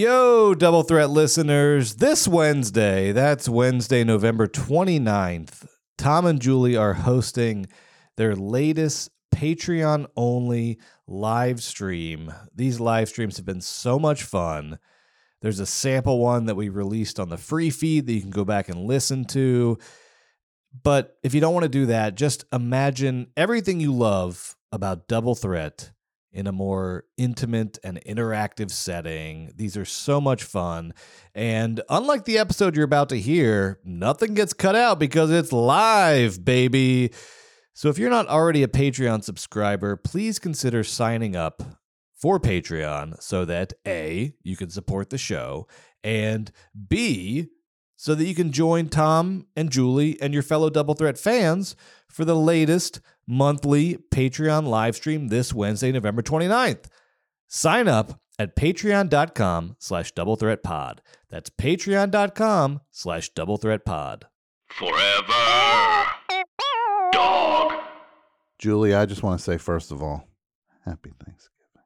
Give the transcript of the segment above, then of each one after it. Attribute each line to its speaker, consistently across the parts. Speaker 1: Yo, Double Threat listeners, this Wednesday, that's Wednesday, November 29th, Tom and Julie are hosting their latest Patreon only live stream. These live streams have been so much fun. There's a sample one that we released on the free feed that you can go back and listen to. But if you don't want to do that, just imagine everything you love about Double Threat in a more intimate and interactive setting. These are so much fun. And unlike the episode you're about to hear, nothing gets cut out because it's live, baby. So if you're not already a Patreon subscriber, please consider signing up for Patreon so that A, you can support the show, and B, so that you can join Tom and Julie and your fellow Double Threat fans for the latest monthly Patreon live stream this Wednesday, November 29th. Sign up at patreon.com slash double threat pod. That's patreon.com slash double threat pod.
Speaker 2: Forever. Dog.
Speaker 3: Julie, I just want to say, first of all, happy Thanksgiving.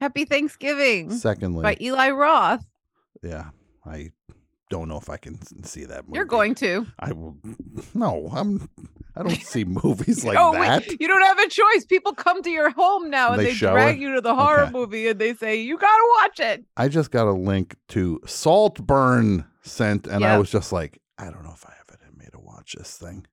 Speaker 4: Happy Thanksgiving
Speaker 3: Secondly,
Speaker 4: by Eli Roth.
Speaker 3: yeah, I don't know if I can s- see that movie.
Speaker 4: You're going to.
Speaker 3: I will. No, I'm. I don't see movies like
Speaker 4: oh,
Speaker 3: that.
Speaker 4: Wait, you don't have a choice. People come to your home now
Speaker 3: And
Speaker 4: and
Speaker 3: they
Speaker 4: they,
Speaker 3: show
Speaker 4: drag
Speaker 3: it?
Speaker 4: you to the horror
Speaker 3: Okay.
Speaker 4: movie and they say, you got to watch it.
Speaker 3: I just got a link to Saltburn sent, and I
Speaker 4: Yeah.
Speaker 3: was just like, I don't know if I have it in me to watch this thing.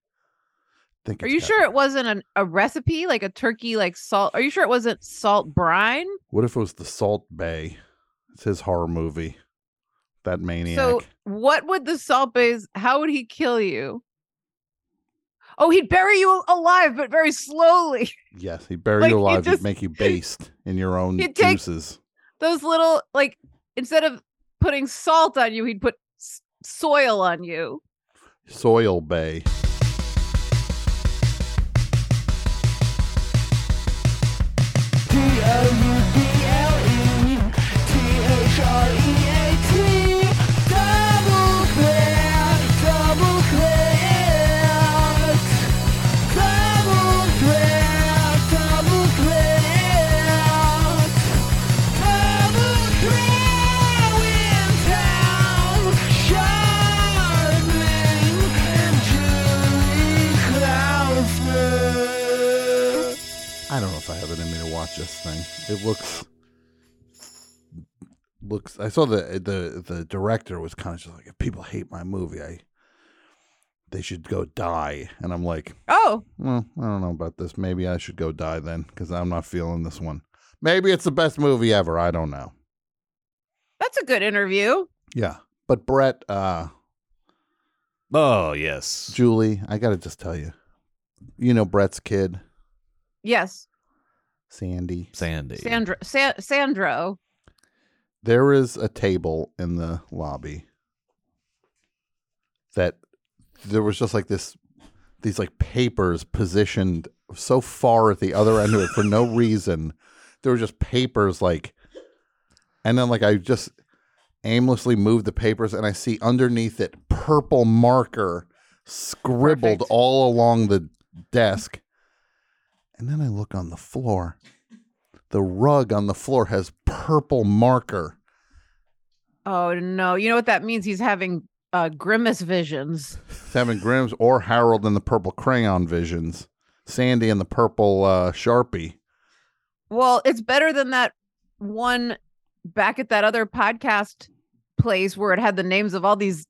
Speaker 3: Think
Speaker 4: Are
Speaker 3: it's
Speaker 4: you
Speaker 3: got-
Speaker 4: sure it wasn't an, a recipe, like a turkey, like salt? Are you sure it wasn't salt brine?
Speaker 3: What if it was the Salt Bay? It's his horror movie. That maniac.
Speaker 4: So, what would the salt bays, how would he kill you? Oh, he'd bury you alive, but very slowly.
Speaker 3: yes, he buried
Speaker 4: like,
Speaker 3: you
Speaker 4: you
Speaker 3: alive.
Speaker 4: just-
Speaker 3: He'd make you baste in your own
Speaker 4: He'd take-
Speaker 3: juices.
Speaker 4: Those little, like, instead of putting salt on you, he'd put s- soil on you.
Speaker 3: Soil Bay. I don't know if I have it in me to watch this thing. It looks looks. I saw the the the director was kind of just like, if people hate my movie, I they should go die. And I'm like,
Speaker 4: Oh,
Speaker 3: well, I don't know about this. Maybe I should go die then, because I'm not feeling this one. Maybe it's the best movie ever. I don't know.
Speaker 4: that's a good interview.
Speaker 3: Yeah, but Brett, uh,
Speaker 1: Oh, yes.
Speaker 3: Julie, I gotta just tell you, you know Brett's kid,
Speaker 4: Yes,
Speaker 3: Sandy.
Speaker 1: Sandy.
Speaker 4: Sandra, Sa- Sandro.
Speaker 3: there is a table in the lobby that there was just like this these like papers positioned so far at the other end of it for no reason there were just papers like and then like i just aimlessly moved the papers and i see underneath it purple marker scribbled
Speaker 4: Perfect.
Speaker 3: all along the desk and then i look on the floor the rug on the floor has purple marker
Speaker 4: Oh no, you know what that means? He's having uh, grimace visions.
Speaker 3: Seven Grims or Harold and the Purple Crayon Visions, Sandy and the Purple uh, Sharpie.
Speaker 4: Well, it's better than that one back at that other podcast place where it had the names of all these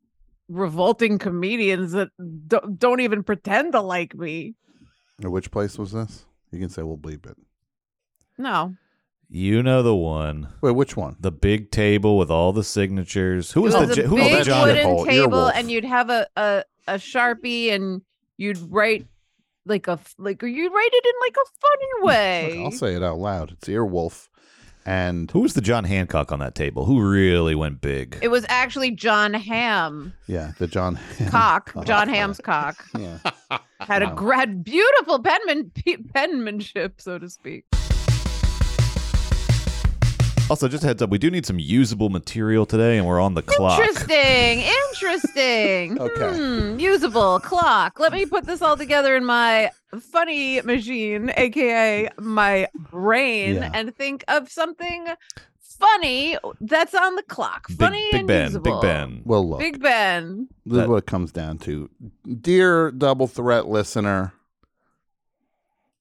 Speaker 4: revolting comedians that don't, don't even pretend to like me.
Speaker 3: Now, Which place was this? You can say we'll bleep it.
Speaker 4: No,
Speaker 1: You know the one.
Speaker 3: Wait, which one?
Speaker 1: The big table with all the signatures. Who was,
Speaker 4: it
Speaker 3: was
Speaker 1: the
Speaker 4: was
Speaker 1: J-
Speaker 4: a
Speaker 1: who was the
Speaker 4: big
Speaker 1: John?
Speaker 4: wooden
Speaker 3: Hall?
Speaker 4: table,
Speaker 3: Earwolf.
Speaker 4: and you'd have a, a a sharpie, and you'd write like a f- like you'd write it in like a funny way.
Speaker 3: Look, I'll say it out loud. It's Earwolf, and
Speaker 1: Who was the John Hancock on that table? Who really went big?
Speaker 4: It was actually John Ham
Speaker 3: yeah, the John
Speaker 4: cock.
Speaker 3: Oh,
Speaker 4: John
Speaker 3: yeah.
Speaker 4: Ham's cock
Speaker 3: Yeah.
Speaker 4: had a
Speaker 3: Wow.
Speaker 4: gr- had beautiful penman pe- penmanship, so to speak.
Speaker 1: Also, just a heads up, we do need some usable material today, and we're on the clock.
Speaker 4: Interesting, interesting.
Speaker 3: Okay.
Speaker 4: Hmm, usable clock. Let me put this all together in my funny machine, aka my brain,
Speaker 3: Yeah.
Speaker 4: and think of something funny, that's on the clock. Funny
Speaker 1: Big,
Speaker 4: and
Speaker 1: Big Ben.
Speaker 4: usable.
Speaker 1: Big Ben.
Speaker 3: Well, look,
Speaker 4: Big Ben.
Speaker 3: this is
Speaker 1: that-
Speaker 3: what it comes down to. Dear Double Threat listener,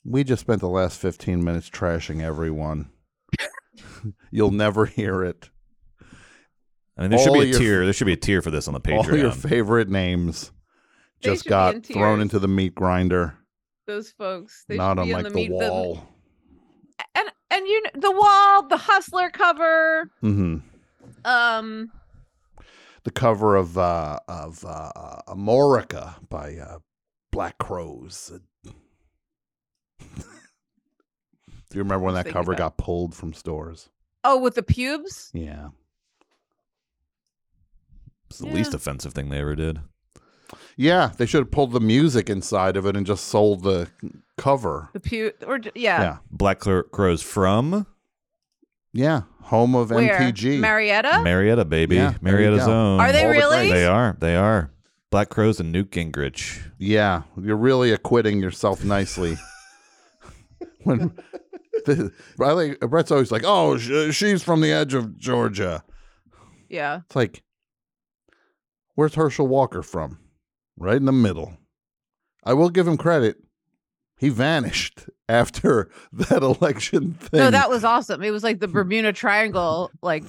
Speaker 3: we just spent the last 15 minutes trashing everyone. You'll never hear it.
Speaker 1: I mean, there should
Speaker 3: All
Speaker 1: be a
Speaker 3: your-
Speaker 1: tier. There should be a tier for this on the Patreon.
Speaker 3: All your favorite names
Speaker 4: They
Speaker 3: just
Speaker 4: should be in
Speaker 3: got
Speaker 4: tiers.
Speaker 3: thrown into the meat grinder,
Speaker 4: Those folks. They
Speaker 3: not
Speaker 4: should be
Speaker 3: unlike
Speaker 4: on the,
Speaker 3: the,
Speaker 4: meat,
Speaker 3: wall.
Speaker 4: and and you know, the wall, the hustler cover.
Speaker 3: hmm
Speaker 4: Um,
Speaker 3: The cover of uh, of uh, uh, Amorica by uh, Black Crows. Do you remember when that
Speaker 4: Thinking
Speaker 3: cover
Speaker 4: about-
Speaker 3: got pulled from stores?
Speaker 4: oh, with the pubes.
Speaker 3: Yeah.
Speaker 1: It's the
Speaker 4: Yeah.
Speaker 1: least offensive thing they ever did.
Speaker 3: Yeah, they should have pulled the music inside of it and just sold the cover.
Speaker 4: The pew or j- yeah.
Speaker 3: Yeah.
Speaker 1: Black Cro- Crows from
Speaker 3: Yeah, home of
Speaker 4: Where?
Speaker 3: MTG.
Speaker 4: Marietta?
Speaker 1: Marietta, baby.
Speaker 3: Yeah, there you
Speaker 1: Marietta's
Speaker 3: go.
Speaker 1: own.
Speaker 4: Oh. Are they
Speaker 3: All the uh,
Speaker 4: really?
Speaker 1: They are. They are. Black Crows and Newt Gingrich.
Speaker 3: yeah, you're really acquitting yourself nicely. when the, I like- Brett's always like, "Oh, sh- she's from the edge of Georgia."
Speaker 4: Yeah.
Speaker 3: It's like, where's Herschel Walker from? Right in the middle. I will give him credit. He vanished after that election thing.
Speaker 4: No, that was awesome. It was like the Bermuda Triangle. Like,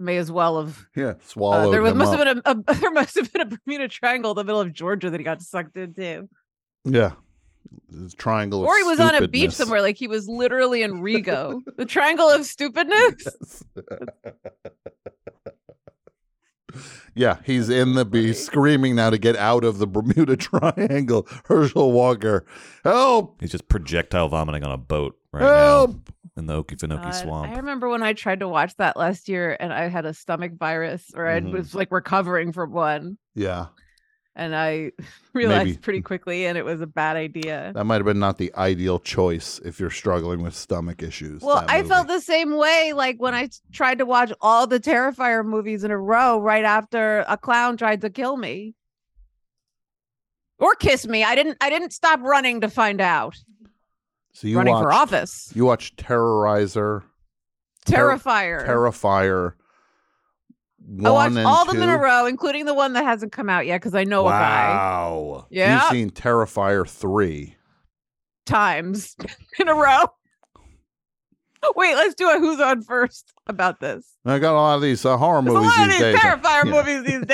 Speaker 4: may as well have.
Speaker 3: yeah
Speaker 4: Uh,
Speaker 3: swallowed.
Speaker 4: there was,
Speaker 3: him
Speaker 4: must
Speaker 3: up.
Speaker 4: have been a, a there must have been a Bermuda Triangle in the middle of Georgia that he got sucked into,
Speaker 3: Yeah. The triangle. of
Speaker 4: or he was on a beach
Speaker 3: stupidness.
Speaker 4: somewhere. Like he was literally in Rigo, the Triangle of Stupidness.
Speaker 3: Yeah, he's in the be screaming now to get out of the Bermuda Triangle. Herschel Walker, help,
Speaker 1: He's just projectile vomiting on a boat right
Speaker 3: help.
Speaker 1: now in the Okefenokee
Speaker 4: God,
Speaker 1: swamp.
Speaker 4: I remember when I tried to watch that last year, and I had a stomach virus, or I
Speaker 3: Mhm.
Speaker 4: was like recovering from one,
Speaker 3: Yeah,
Speaker 4: and I realized
Speaker 3: Maybe.
Speaker 4: pretty quickly, and it was a bad idea.
Speaker 3: that might have been not the ideal choice if you're struggling with stomach issues.
Speaker 4: Well,
Speaker 3: that
Speaker 4: I
Speaker 3: movie. Mm.
Speaker 4: felt the same way like when I s- tried to watch all the Terrifier movies in a row right after a clown tried to kill me or kiss me. I didn't I didn't stop running to find out.
Speaker 3: so you
Speaker 4: running
Speaker 3: watched,
Speaker 4: for office.
Speaker 3: You watched Terrorizer, Terr-
Speaker 4: Terrifier.
Speaker 3: Terrifier. One
Speaker 4: I watched
Speaker 3: and
Speaker 4: all
Speaker 3: two.
Speaker 4: of them in a row, including the one that hasn't come out yet because I know a guy.
Speaker 1: wow.
Speaker 4: Yeah,
Speaker 3: You've seen Terrifier three.
Speaker 4: times in a row. Wait, let's do a who's on first about this.
Speaker 3: I got a lot of these uh, horror
Speaker 4: There's a
Speaker 3: movies
Speaker 4: lot of
Speaker 3: these
Speaker 4: these
Speaker 3: days. uh,
Speaker 4: Terrifier
Speaker 3: Yeah.
Speaker 4: movies these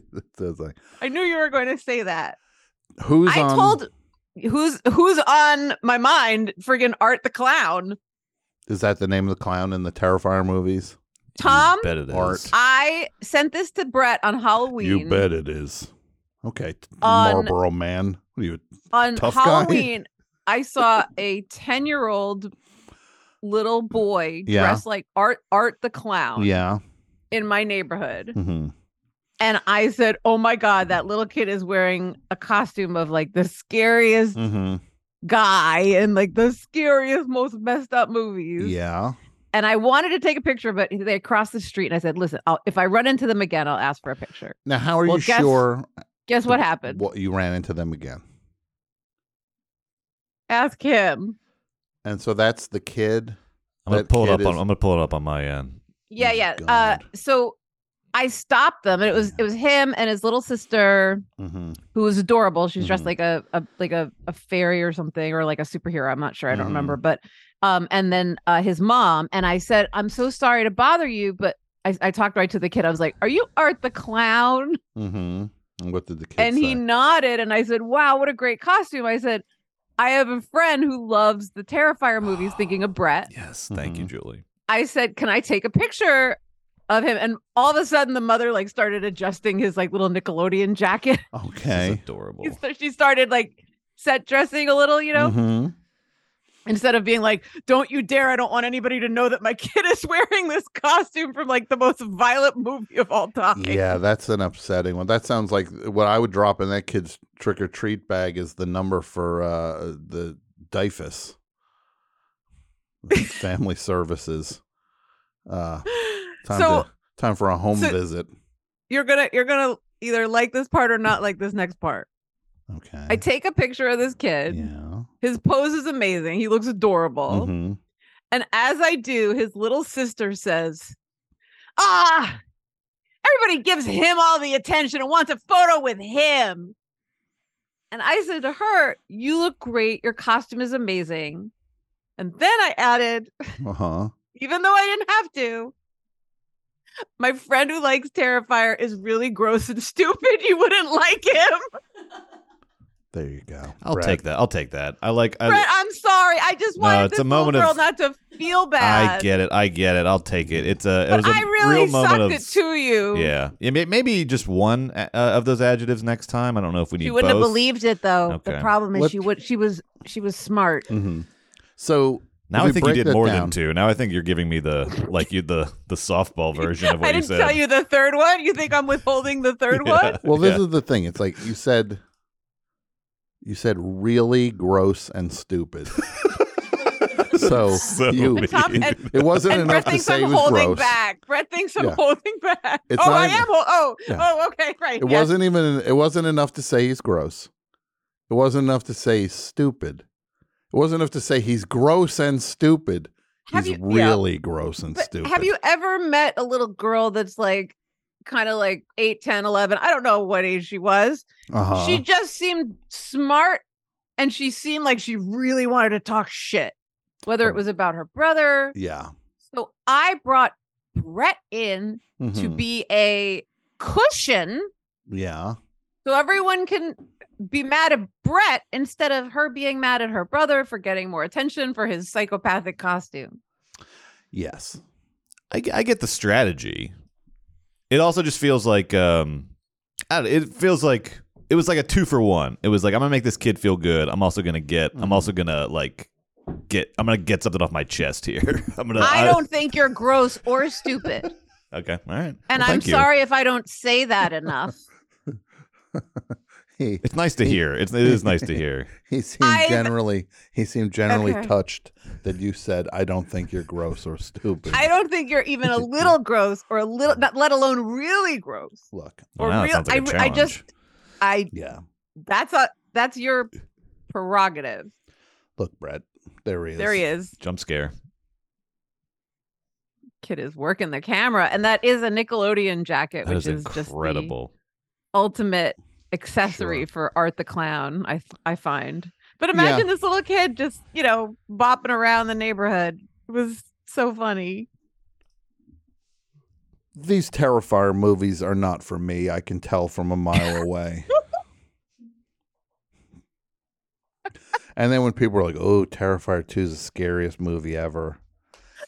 Speaker 4: days.
Speaker 3: That's like,
Speaker 4: I knew you were going to say that.
Speaker 3: Who's
Speaker 4: I
Speaker 3: on?
Speaker 4: told who's who's on my mind friggin' art the clown
Speaker 3: Is that the name of the clown in the Terrifier movies?
Speaker 4: Tom?
Speaker 1: You bet it is.
Speaker 3: Art.
Speaker 4: i sent this to brett on halloween
Speaker 3: You bet it is. Okay, t-
Speaker 4: On-
Speaker 3: Marlboro Man. What are you?
Speaker 4: on
Speaker 3: Tough guy.
Speaker 4: halloween i saw a 10 year old little boy
Speaker 3: Yeah.
Speaker 4: dressed like art art the clown
Speaker 3: Yeah.
Speaker 4: in my neighborhood
Speaker 3: hmm
Speaker 4: and i said oh my god that little kid is wearing a costume of like the scariest
Speaker 3: hmm
Speaker 4: guy in like the scariest most messed up movies
Speaker 3: Yeah.
Speaker 4: and I wanted to take a picture, but they crossed the street, and I said, "Listen, I'll, if I run into them again, I'll ask for a picture."
Speaker 3: Now, how are
Speaker 4: Well,
Speaker 3: you
Speaker 4: guess
Speaker 3: sure?
Speaker 4: Guess what
Speaker 3: that-
Speaker 4: happened?
Speaker 3: What you ran into them again?
Speaker 4: Ask
Speaker 3: Oh
Speaker 4: him.
Speaker 3: And so that's the kid.
Speaker 1: I'm gonna
Speaker 3: That
Speaker 1: pull it up
Speaker 3: kid
Speaker 1: on.
Speaker 3: is-
Speaker 1: I'm gonna pull it up on my end.
Speaker 4: Yeah,
Speaker 3: my
Speaker 4: yeah. Uh,
Speaker 3: God.
Speaker 4: so I stopped them, and it was it was him and his little sister,
Speaker 3: Mm-hmm.
Speaker 4: who was adorable. She was dressed
Speaker 3: Mhm.
Speaker 4: like a, a like a, a fairy or something, or like a superhero. I'm not sure. I don't
Speaker 3: Mhm.
Speaker 4: remember. But um, and then uh, his mom and I said, "I'm so sorry to bother you, but." I, I talked right to the kid. I was like, "Are you Art the Clown?"
Speaker 3: Mm-hmm. And what did the kid
Speaker 4: and
Speaker 3: say?
Speaker 4: he nodded and i said wow what a great costume i said i have a friend who loves the terrifier movies thinking of brett
Speaker 1: Yes, thank you,
Speaker 3: Mm-hmm.
Speaker 1: Julie.
Speaker 4: i said can i take a picture of him and all of a sudden the mother like started adjusting his like little nickelodeon jacket
Speaker 1: This is
Speaker 3: okay.
Speaker 1: adorable.
Speaker 4: He sta- she started like set dressing a little you know
Speaker 3: Mhm.
Speaker 4: instead of being like don't you dare i don't want anybody to know that my kid is wearing this costume from like the most violent movie of all time
Speaker 3: Yeah, that's an upsetting one. That sounds like uh, what I would drop in that kid's trick or treat bag is the number for uh, the Dyfus Family Services. Uh, time
Speaker 4: so
Speaker 3: to, time for a home
Speaker 4: so-
Speaker 3: visit.
Speaker 4: you're gonna you're gonna either like this part or not like this next part
Speaker 3: Okay.
Speaker 4: I take a picture of this kid.
Speaker 3: yeah.
Speaker 4: His pose is amazing. He looks adorable.
Speaker 3: Mhm.
Speaker 4: And as I do, his little sister says, ah, everybody gives him all the attention and wants a photo with him. And I said to her, You look great. Your costume is amazing. And then I added,
Speaker 3: Uh huh.
Speaker 4: even though I didn't have to, my friend who likes Terrifier is really gross and stupid. You wouldn't like him.
Speaker 3: There you go.
Speaker 1: I'll
Speaker 3: Brad.
Speaker 1: take that. I'll take that. I like. I,
Speaker 4: Brett, I'm sorry. I just
Speaker 1: No,
Speaker 4: wanted
Speaker 1: it's
Speaker 4: this
Speaker 1: a moment
Speaker 4: little girl
Speaker 1: of-
Speaker 4: not to feel bad.
Speaker 1: I get it. I get it. I'll take it. It's a. It
Speaker 4: but
Speaker 1: was a
Speaker 4: I really
Speaker 1: real
Speaker 4: sucked
Speaker 1: moment of,
Speaker 4: it to you.
Speaker 1: Yeah. yeah. may- Maybe just one uh, of those adjectives next time. I don't know if we need.
Speaker 4: She wouldn't have
Speaker 1: both.
Speaker 4: believed it though. The
Speaker 1: Okay.
Speaker 4: problem is
Speaker 3: What-
Speaker 4: she would she was she was smart.
Speaker 3: Mhm. So
Speaker 1: Now
Speaker 3: If
Speaker 1: I
Speaker 3: we
Speaker 1: think you
Speaker 3: break
Speaker 1: did
Speaker 3: that
Speaker 1: more
Speaker 3: down-
Speaker 1: than two. Now I think you're giving me the like you the the softball version of what
Speaker 4: I didn't
Speaker 1: you said.
Speaker 4: tell you the third one. You think I'm withholding the third
Speaker 1: Yeah.
Speaker 4: one?
Speaker 3: well, this
Speaker 1: Yeah.
Speaker 3: is the thing. It's like you said. You said really gross and stupid. so,
Speaker 1: So
Speaker 3: you
Speaker 1: mean.
Speaker 4: Tom- and-
Speaker 3: it wasn't
Speaker 4: And
Speaker 3: enough
Speaker 4: Brett
Speaker 3: to
Speaker 4: thinks
Speaker 3: say
Speaker 4: I'm
Speaker 3: it was
Speaker 4: holding
Speaker 3: gross.
Speaker 4: back. Brett thinks I'm
Speaker 3: Yeah.
Speaker 4: holding back.
Speaker 3: It's
Speaker 4: oh,
Speaker 3: not
Speaker 4: I
Speaker 3: even-
Speaker 4: am. Hol- oh,
Speaker 3: Yeah.
Speaker 4: oh, okay, right.
Speaker 3: It
Speaker 4: yes.
Speaker 3: wasn't even. It wasn't enough to say he's gross. It wasn't enough to say he's stupid. It wasn't enough to say he's gross and stupid.
Speaker 4: Have
Speaker 3: he's
Speaker 4: you- yeah.
Speaker 3: really gross and
Speaker 4: But
Speaker 3: stupid.
Speaker 4: Have you ever met a little girl that's like kind of like 8, 10, 11? I don't know what age she was.
Speaker 3: Uh-huh.
Speaker 4: She just seemed smart and she seemed like she really wanted to talk shit, whether it
Speaker 3: Oh.
Speaker 4: was about her brother.
Speaker 3: yeah.
Speaker 4: So I brought Brett in to
Speaker 3: Mhm.
Speaker 4: be a cushion
Speaker 3: Mm-hmm. yeah.
Speaker 4: so everyone can be mad at Brett instead of her being mad at her brother for getting more attention for his psychopathic costume.
Speaker 3: Yes.
Speaker 1: I, g- I get the strategy. It also just feels like um, I don't, it feels like it was like a two for one. It was like I'm gonna make this kid feel good. I'm also gonna get. I'm
Speaker 3: Mhm.
Speaker 1: also gonna like get. I'm gonna get something off my chest here. I'm gonna.
Speaker 4: I don't think you're gross or stupid.
Speaker 1: Okay. All right. Well,
Speaker 4: And I'm
Speaker 1: thank you.
Speaker 4: sorry if I don't say that enough.
Speaker 3: He
Speaker 1: It's nice to hear. It's, it is nice to hear.
Speaker 3: he seemed
Speaker 4: I've-
Speaker 3: generally he seemed generally
Speaker 4: Okay.
Speaker 3: touched that you said I don't think you're gross or stupid.
Speaker 4: I don't think you're even a little gross or a little, not, let alone really gross.
Speaker 3: Look.
Speaker 1: Well,
Speaker 4: Or
Speaker 1: now
Speaker 4: real-
Speaker 1: it sounds like a
Speaker 4: I- I
Speaker 1: challenge.
Speaker 4: just- I
Speaker 3: Yeah.
Speaker 4: that's a that's your prerogative.
Speaker 3: Look, Brett. There he is.
Speaker 4: There he is.
Speaker 1: Jump scare.
Speaker 4: Kid is working the camera, and that is a Nickelodeon jacket,
Speaker 1: That
Speaker 4: which
Speaker 1: is
Speaker 4: is, just the
Speaker 1: incredible.
Speaker 4: ultimate accessory for Art the Clown. I th- I find, but imagine this little kid just you know bopping around the neighborhood. It was so funny.
Speaker 3: These Terrifier movies are not for me. I can tell from a mile away. and then when people were like, "Oh, Terrifier 2 is the scariest movie ever."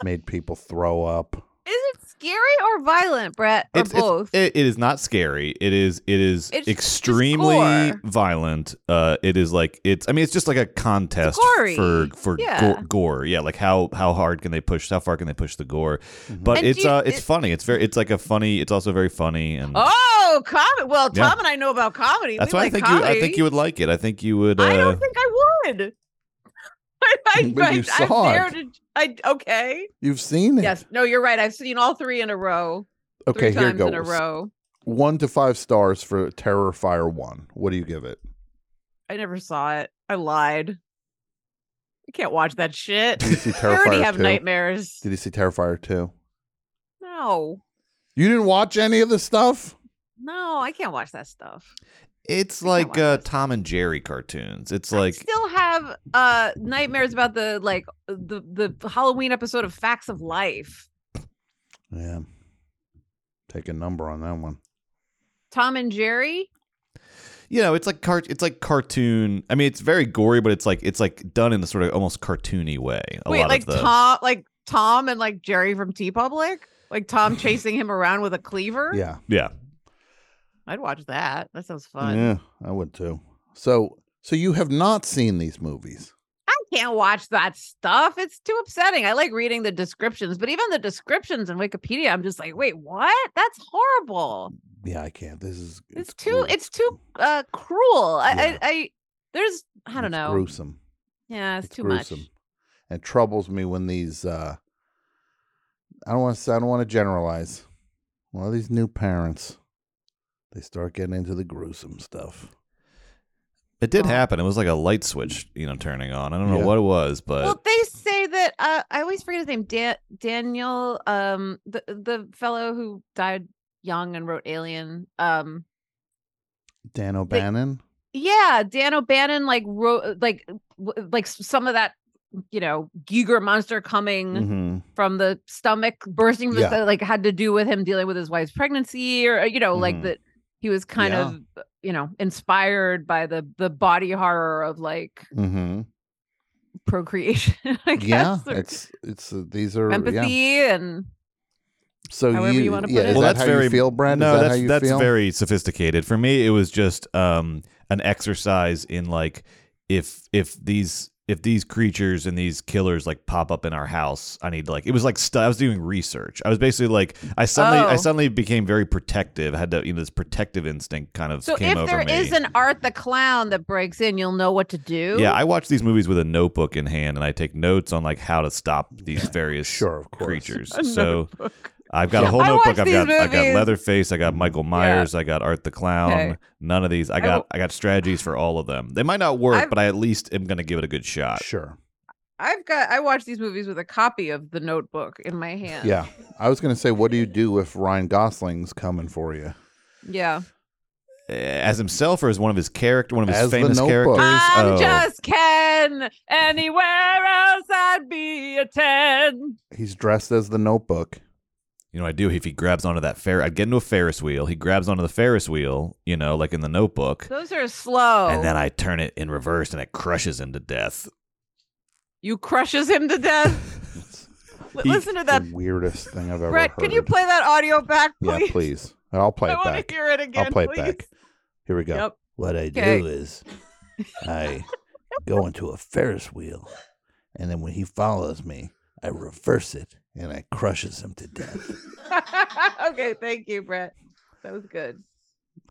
Speaker 3: Made people throw up.
Speaker 4: Is it scary or violent, Brett, or
Speaker 1: it's, it's-
Speaker 4: both?
Speaker 1: it- it is not scary. It is it is
Speaker 4: It's just
Speaker 1: extremely
Speaker 4: gore.
Speaker 1: violent. Uh, it is like it's. I mean, it's just like a contest
Speaker 4: gory.
Speaker 1: for for
Speaker 4: Yeah.
Speaker 1: gore, gore. Yeah, like how how hard can they push? How far can they push the gore? But
Speaker 4: And
Speaker 1: it's
Speaker 4: do you-
Speaker 1: uh, it's
Speaker 4: it-
Speaker 1: funny. It's very. It's like a funny. It's also very funny and.
Speaker 4: Oh, comedy. Well,
Speaker 1: Yeah.
Speaker 4: Tom and I know about comedy.
Speaker 1: That's
Speaker 4: we
Speaker 1: why
Speaker 4: like
Speaker 1: I think
Speaker 4: comedy.
Speaker 1: you. I think you would like it. I think you would. Uh,
Speaker 4: I don't think I would. I, I,
Speaker 3: But
Speaker 4: I,
Speaker 3: you
Speaker 4: I
Speaker 3: saw
Speaker 4: dare
Speaker 3: it.
Speaker 4: to. I okay.
Speaker 3: You've seen it.
Speaker 4: Yes. No, you're right. I've seen all three in a row.
Speaker 3: Okay,
Speaker 4: three
Speaker 3: here
Speaker 4: times
Speaker 3: goes.
Speaker 4: in a row.
Speaker 3: One to five stars for Terrifier One. What do you give it?
Speaker 4: I never saw it. I lied. I can't watch that shit.
Speaker 3: Did you see
Speaker 4: I already
Speaker 3: Terrifier
Speaker 4: have
Speaker 3: Two?
Speaker 4: nightmares.
Speaker 3: Did you see Terrifier Two?
Speaker 4: No,
Speaker 3: You didn't watch any of the stuff.
Speaker 4: no, I can't watch that stuff.
Speaker 1: it's
Speaker 4: I can't
Speaker 1: like
Speaker 4: watch
Speaker 1: uh,
Speaker 4: this.
Speaker 1: Tom and Jerry cartoons. It's
Speaker 4: I
Speaker 1: like
Speaker 4: still have uh nightmares about the like the the Halloween episode of Facts of Life.
Speaker 3: Yeah. Take a number on that one.
Speaker 4: Tom and Jerry.
Speaker 1: you know, it's like cart. It's like cartoon. I mean, it's very gory, but it's like it's like done in a sort of almost cartoony way. A
Speaker 4: Wait,
Speaker 1: lot
Speaker 4: like
Speaker 1: of the,
Speaker 4: Tom, like Tom and like Jerry from T Public, like Tom chasing him around with a cleaver.
Speaker 3: Yeah.
Speaker 1: Yeah.
Speaker 4: I'd watch that. That sounds fun.
Speaker 3: Yeah, I would too. So, so you have not seen these movies.
Speaker 4: I can't watch that stuff. It's too upsetting. I like reading the descriptions, but even the descriptions in Wikipedia, I'm just like, wait, what? That's horrible.
Speaker 3: Yeah, I can't. This is
Speaker 4: It's, too,
Speaker 3: gru-
Speaker 4: it's too uh cruel. I,
Speaker 3: Yeah.
Speaker 4: I, I, there's, I don't
Speaker 3: it's
Speaker 4: know.
Speaker 3: Gruesome.
Speaker 4: Yeah, it's,
Speaker 3: It's
Speaker 4: too
Speaker 3: gruesome.
Speaker 4: much.
Speaker 3: It troubles me when these. uh I don't want to. I don't want to generalize. A lot of these new parents, they start getting into the gruesome stuff.
Speaker 1: It did
Speaker 4: Oh.
Speaker 1: happen. It was like a light switch, you know, turning on. I don't know
Speaker 3: Yeah.
Speaker 1: what it was, but
Speaker 4: Well, they say that uh, I always forget his name. Dan Daniel, um, the the fellow who died young and wrote Alien. Um,
Speaker 3: Dan O'Bannon.
Speaker 4: yeah, Dan O'Bannon like wrote like w- like s- some of that you know Giger monster coming
Speaker 3: Mm-hmm.
Speaker 4: from the stomach bursting
Speaker 3: Yeah.
Speaker 4: that like had to do with him dealing with his wife's pregnancy or uh, you know like
Speaker 3: Mhm.
Speaker 4: that he was kind
Speaker 3: Yeah.
Speaker 4: of uh, you know inspired by the the body horror of like
Speaker 3: Mm-hmm.
Speaker 4: procreation I
Speaker 3: Yeah,
Speaker 4: guess, or
Speaker 3: it's it's uh, these are
Speaker 4: empathy
Speaker 3: Yeah.
Speaker 4: and
Speaker 3: So
Speaker 4: however
Speaker 3: you,
Speaker 4: you wanna
Speaker 3: yeah,
Speaker 4: put
Speaker 3: is
Speaker 4: it. Well,
Speaker 3: that
Speaker 1: that's
Speaker 3: how
Speaker 1: very-
Speaker 3: you feel, Brad?
Speaker 1: no,
Speaker 3: is that
Speaker 1: that's
Speaker 3: how you
Speaker 1: that's
Speaker 3: feel?
Speaker 1: very sophisticated. For me, it was just um, an exercise in like if if these if these creatures and these killers like pop up in our house, I need to like it was like stu- I was doing research. I was basically like I suddenly I
Speaker 4: Oh.
Speaker 1: suddenly became very protective. I had to you know this protective instinct kind of
Speaker 4: so
Speaker 1: came
Speaker 4: if
Speaker 1: over
Speaker 4: there is
Speaker 1: me.
Speaker 4: an art the clown that breaks in you'll know what to do
Speaker 1: yeah, I watch these movies with a notebook in hand, and I take notes on like how to stop these various
Speaker 3: Sure, of course.
Speaker 1: creatures.
Speaker 4: A
Speaker 1: So I've got a whole
Speaker 4: I
Speaker 1: notebook.
Speaker 4: watch
Speaker 1: I've
Speaker 4: these
Speaker 1: got I got
Speaker 4: movies.
Speaker 1: Leatherface. I got Michael Myers. I got Art the Clown.
Speaker 4: Okay.
Speaker 1: None of these. I
Speaker 4: I
Speaker 1: got
Speaker 4: will-
Speaker 1: I, got strategies for all of them. They might not work,
Speaker 4: I've-
Speaker 1: but I at least am gonna give it a good shot.
Speaker 3: Sure.
Speaker 4: i've got i watch these movies with a copy of the notebook in my hand
Speaker 3: Yeah. I was gonna say, what do you do if Ryan Gosling's coming for you?
Speaker 4: yeah
Speaker 1: As himself or as one of his character, one of his
Speaker 3: As the
Speaker 1: famous
Speaker 3: Notebook.
Speaker 1: characters.
Speaker 4: i'm
Speaker 1: Oh.
Speaker 4: just ken anywhere else i'd be a 10
Speaker 3: He's dressed as the Notebook.
Speaker 1: You know, what I do if he grabs onto that fair. I'd get into a Ferris wheel. He grabs onto the Ferris wheel. You know, like in the Notebook,
Speaker 4: Those are slow.
Speaker 1: and then I turn it in reverse, and it crushes him to death.
Speaker 4: you crushes him to death.
Speaker 3: It's
Speaker 4: L-
Speaker 1: He-
Speaker 4: Listen to that,
Speaker 3: the weirdest thing I've ever
Speaker 4: Brett.
Speaker 3: heard.
Speaker 4: Can you play that audio back, please?
Speaker 3: Yeah, please. I'll play
Speaker 4: I
Speaker 3: it
Speaker 4: want
Speaker 3: back.
Speaker 4: to hear it again.
Speaker 3: play it
Speaker 4: please.
Speaker 3: back. Here we go.
Speaker 4: Yep.
Speaker 5: What I
Speaker 4: Okay.
Speaker 5: do is I go into a Ferris wheel, and then when he follows me, I reverse it and I crushes him to death.
Speaker 4: okay, thank you, Brett. That was good.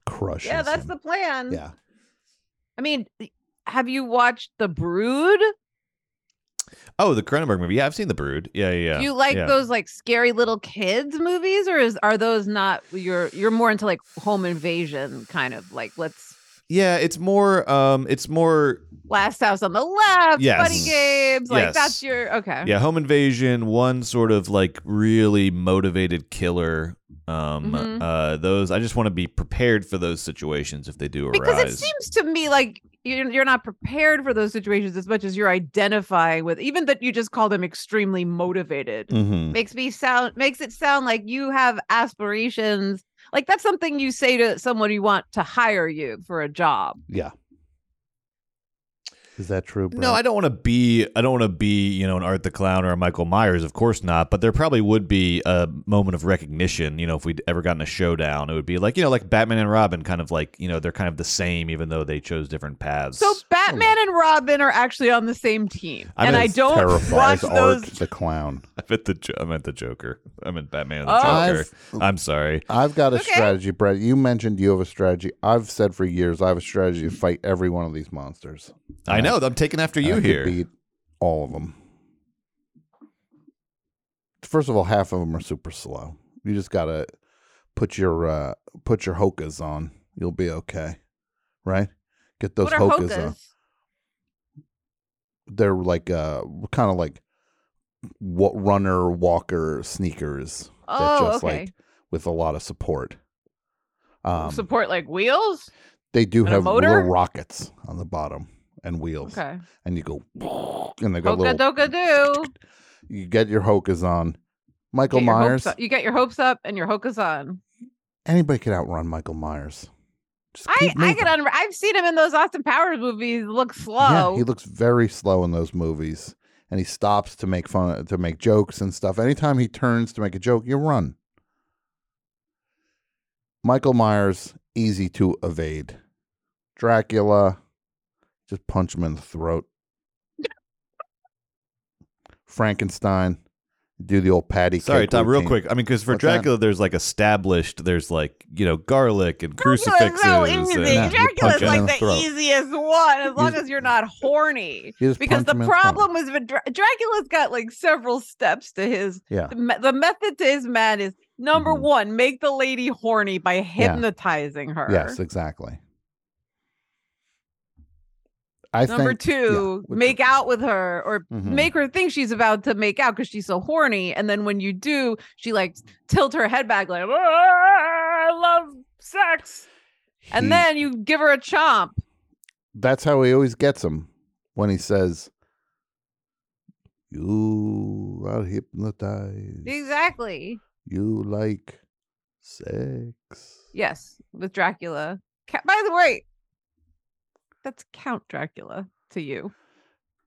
Speaker 3: Crushes.
Speaker 4: yeah, that's
Speaker 3: him.
Speaker 4: the plan.
Speaker 3: Yeah.
Speaker 4: I mean, have you watched The Brood?
Speaker 1: Oh, the Cronenberg movie. Yeah, I've seen The Brood. Yeah, yeah. yeah.
Speaker 4: Do you like
Speaker 1: yeah.
Speaker 4: those like scary little kids movies, or is are those not you're you're more into like home invasion kind of like let's
Speaker 1: Yeah, it's more. Um, it's more.
Speaker 4: last house on the left,
Speaker 1: Yes.
Speaker 4: buddy games, like
Speaker 1: Yes.
Speaker 4: that's your okay.
Speaker 1: Yeah, home invasion. One sort of like really motivated killer. Um,
Speaker 4: Mhm.
Speaker 1: uh, those I just want to be prepared for those situations if they do arise.
Speaker 4: because it seems to me like you're, you're not prepared for those situations as much as you're identifying with even that you just call them extremely motivated
Speaker 1: Mhm.
Speaker 4: makes me sound makes it sound like you have aspirations like that's something you say to someone you want to hire you for a job
Speaker 3: Yeah. Is that true? Brett?
Speaker 1: No, I don't want to be. I don't want to be. You know, an Art the Clown or a Michael Myers. Of course not. But there probably would be a moment of recognition. You know, if we'd ever gotten a showdown, it would be like you know, like Batman and Robin. Kind of like you know, they're kind of the same, even though they chose different paths.
Speaker 4: so batman
Speaker 3: hmm.
Speaker 4: and robin are actually on the same team
Speaker 1: I
Speaker 4: and
Speaker 1: mean,
Speaker 4: i
Speaker 1: it's
Speaker 4: don't watch
Speaker 3: terrifies Art
Speaker 4: those
Speaker 3: the clown.
Speaker 1: I'm at the. Jo- I'm at the Joker. I'm at Batman and the
Speaker 4: Oh.
Speaker 1: Joker. I'm sorry.
Speaker 3: I've got a
Speaker 4: Okay.
Speaker 3: strategy, Brett. You mentioned you have a strategy. I've said for years I have a strategy to fight every one of these monsters.
Speaker 1: I
Speaker 3: And
Speaker 1: know. I'm taking after
Speaker 3: and I
Speaker 1: you
Speaker 3: could
Speaker 1: here.
Speaker 3: Beat all of them. First of all, half of them are super slow. You just gotta put your uh, put your hokas on. You'll be okay, right? Get those
Speaker 4: what are
Speaker 3: hokas,
Speaker 4: hokas
Speaker 3: on. They're like uh, kind of like wa- runner walker sneakers uh, that
Speaker 4: oh
Speaker 3: just
Speaker 4: okay
Speaker 3: like with a lot of support. Um,
Speaker 4: support like wheels
Speaker 3: They do
Speaker 4: And a
Speaker 3: have little
Speaker 4: motor?
Speaker 3: rockets on the bottom and wheels,
Speaker 4: okay
Speaker 3: and you go and they go
Speaker 4: hoka
Speaker 3: little.
Speaker 4: doka do
Speaker 3: You get your hokas on. Michael
Speaker 4: Get your hopes
Speaker 3: Myers.
Speaker 4: up- you get your hopes up and your hokas on.
Speaker 3: Anybody could outrun Michael Myers. Just
Speaker 4: I,
Speaker 3: keep
Speaker 4: I
Speaker 3: moving.
Speaker 4: get on. I've seen him in those Austin Powers movies. Look
Speaker 3: Yeah,
Speaker 4: slow.
Speaker 3: he looks very slow in those movies, and he stops to make fun to make jokes and stuff. Anytime he turns to make a joke, you run. Michael Myers easy to evade. Dracula, just punch him in the throat. Frankenstein, do the old patty.
Speaker 1: Sorry,
Speaker 3: cake
Speaker 1: Tom, real
Speaker 3: routine.
Speaker 1: quick. I mean, because for
Speaker 3: What's that?
Speaker 1: Dracula, there's like established, there's like, you know, garlic and crucifixes.
Speaker 4: so
Speaker 1: and-
Speaker 4: easy.
Speaker 3: Yeah, you punch
Speaker 4: Dracula's
Speaker 3: him in
Speaker 4: like
Speaker 3: the
Speaker 4: the
Speaker 3: throat.
Speaker 4: easiest one, as long
Speaker 3: He's-
Speaker 4: as you're not horny.
Speaker 3: You just
Speaker 4: Because
Speaker 3: punch
Speaker 4: the
Speaker 3: him in throat.
Speaker 4: problem is with Dra- Dracula's got like several steps to his.
Speaker 3: Yeah.
Speaker 4: The, me- the method to his man is number
Speaker 3: Mhm.
Speaker 4: one, make the lady horny by hypnotizing her.
Speaker 3: Yes, exactly. I
Speaker 4: Number
Speaker 3: think
Speaker 4: two,
Speaker 3: which-
Speaker 4: make out with her or
Speaker 3: Mhm.
Speaker 4: make her think she's about to make out because she's so horny. And then when you do, she like tilt her head back, like, "Ah, I love sex.
Speaker 3: He-
Speaker 4: And then you give her a chomp.
Speaker 3: that's how he always gets him when he says, "You are hypnotized.
Speaker 4: Exactly.
Speaker 3: You like sex."
Speaker 4: Yes, with Dracula. Ca- By the way, that's Count Dracula to you.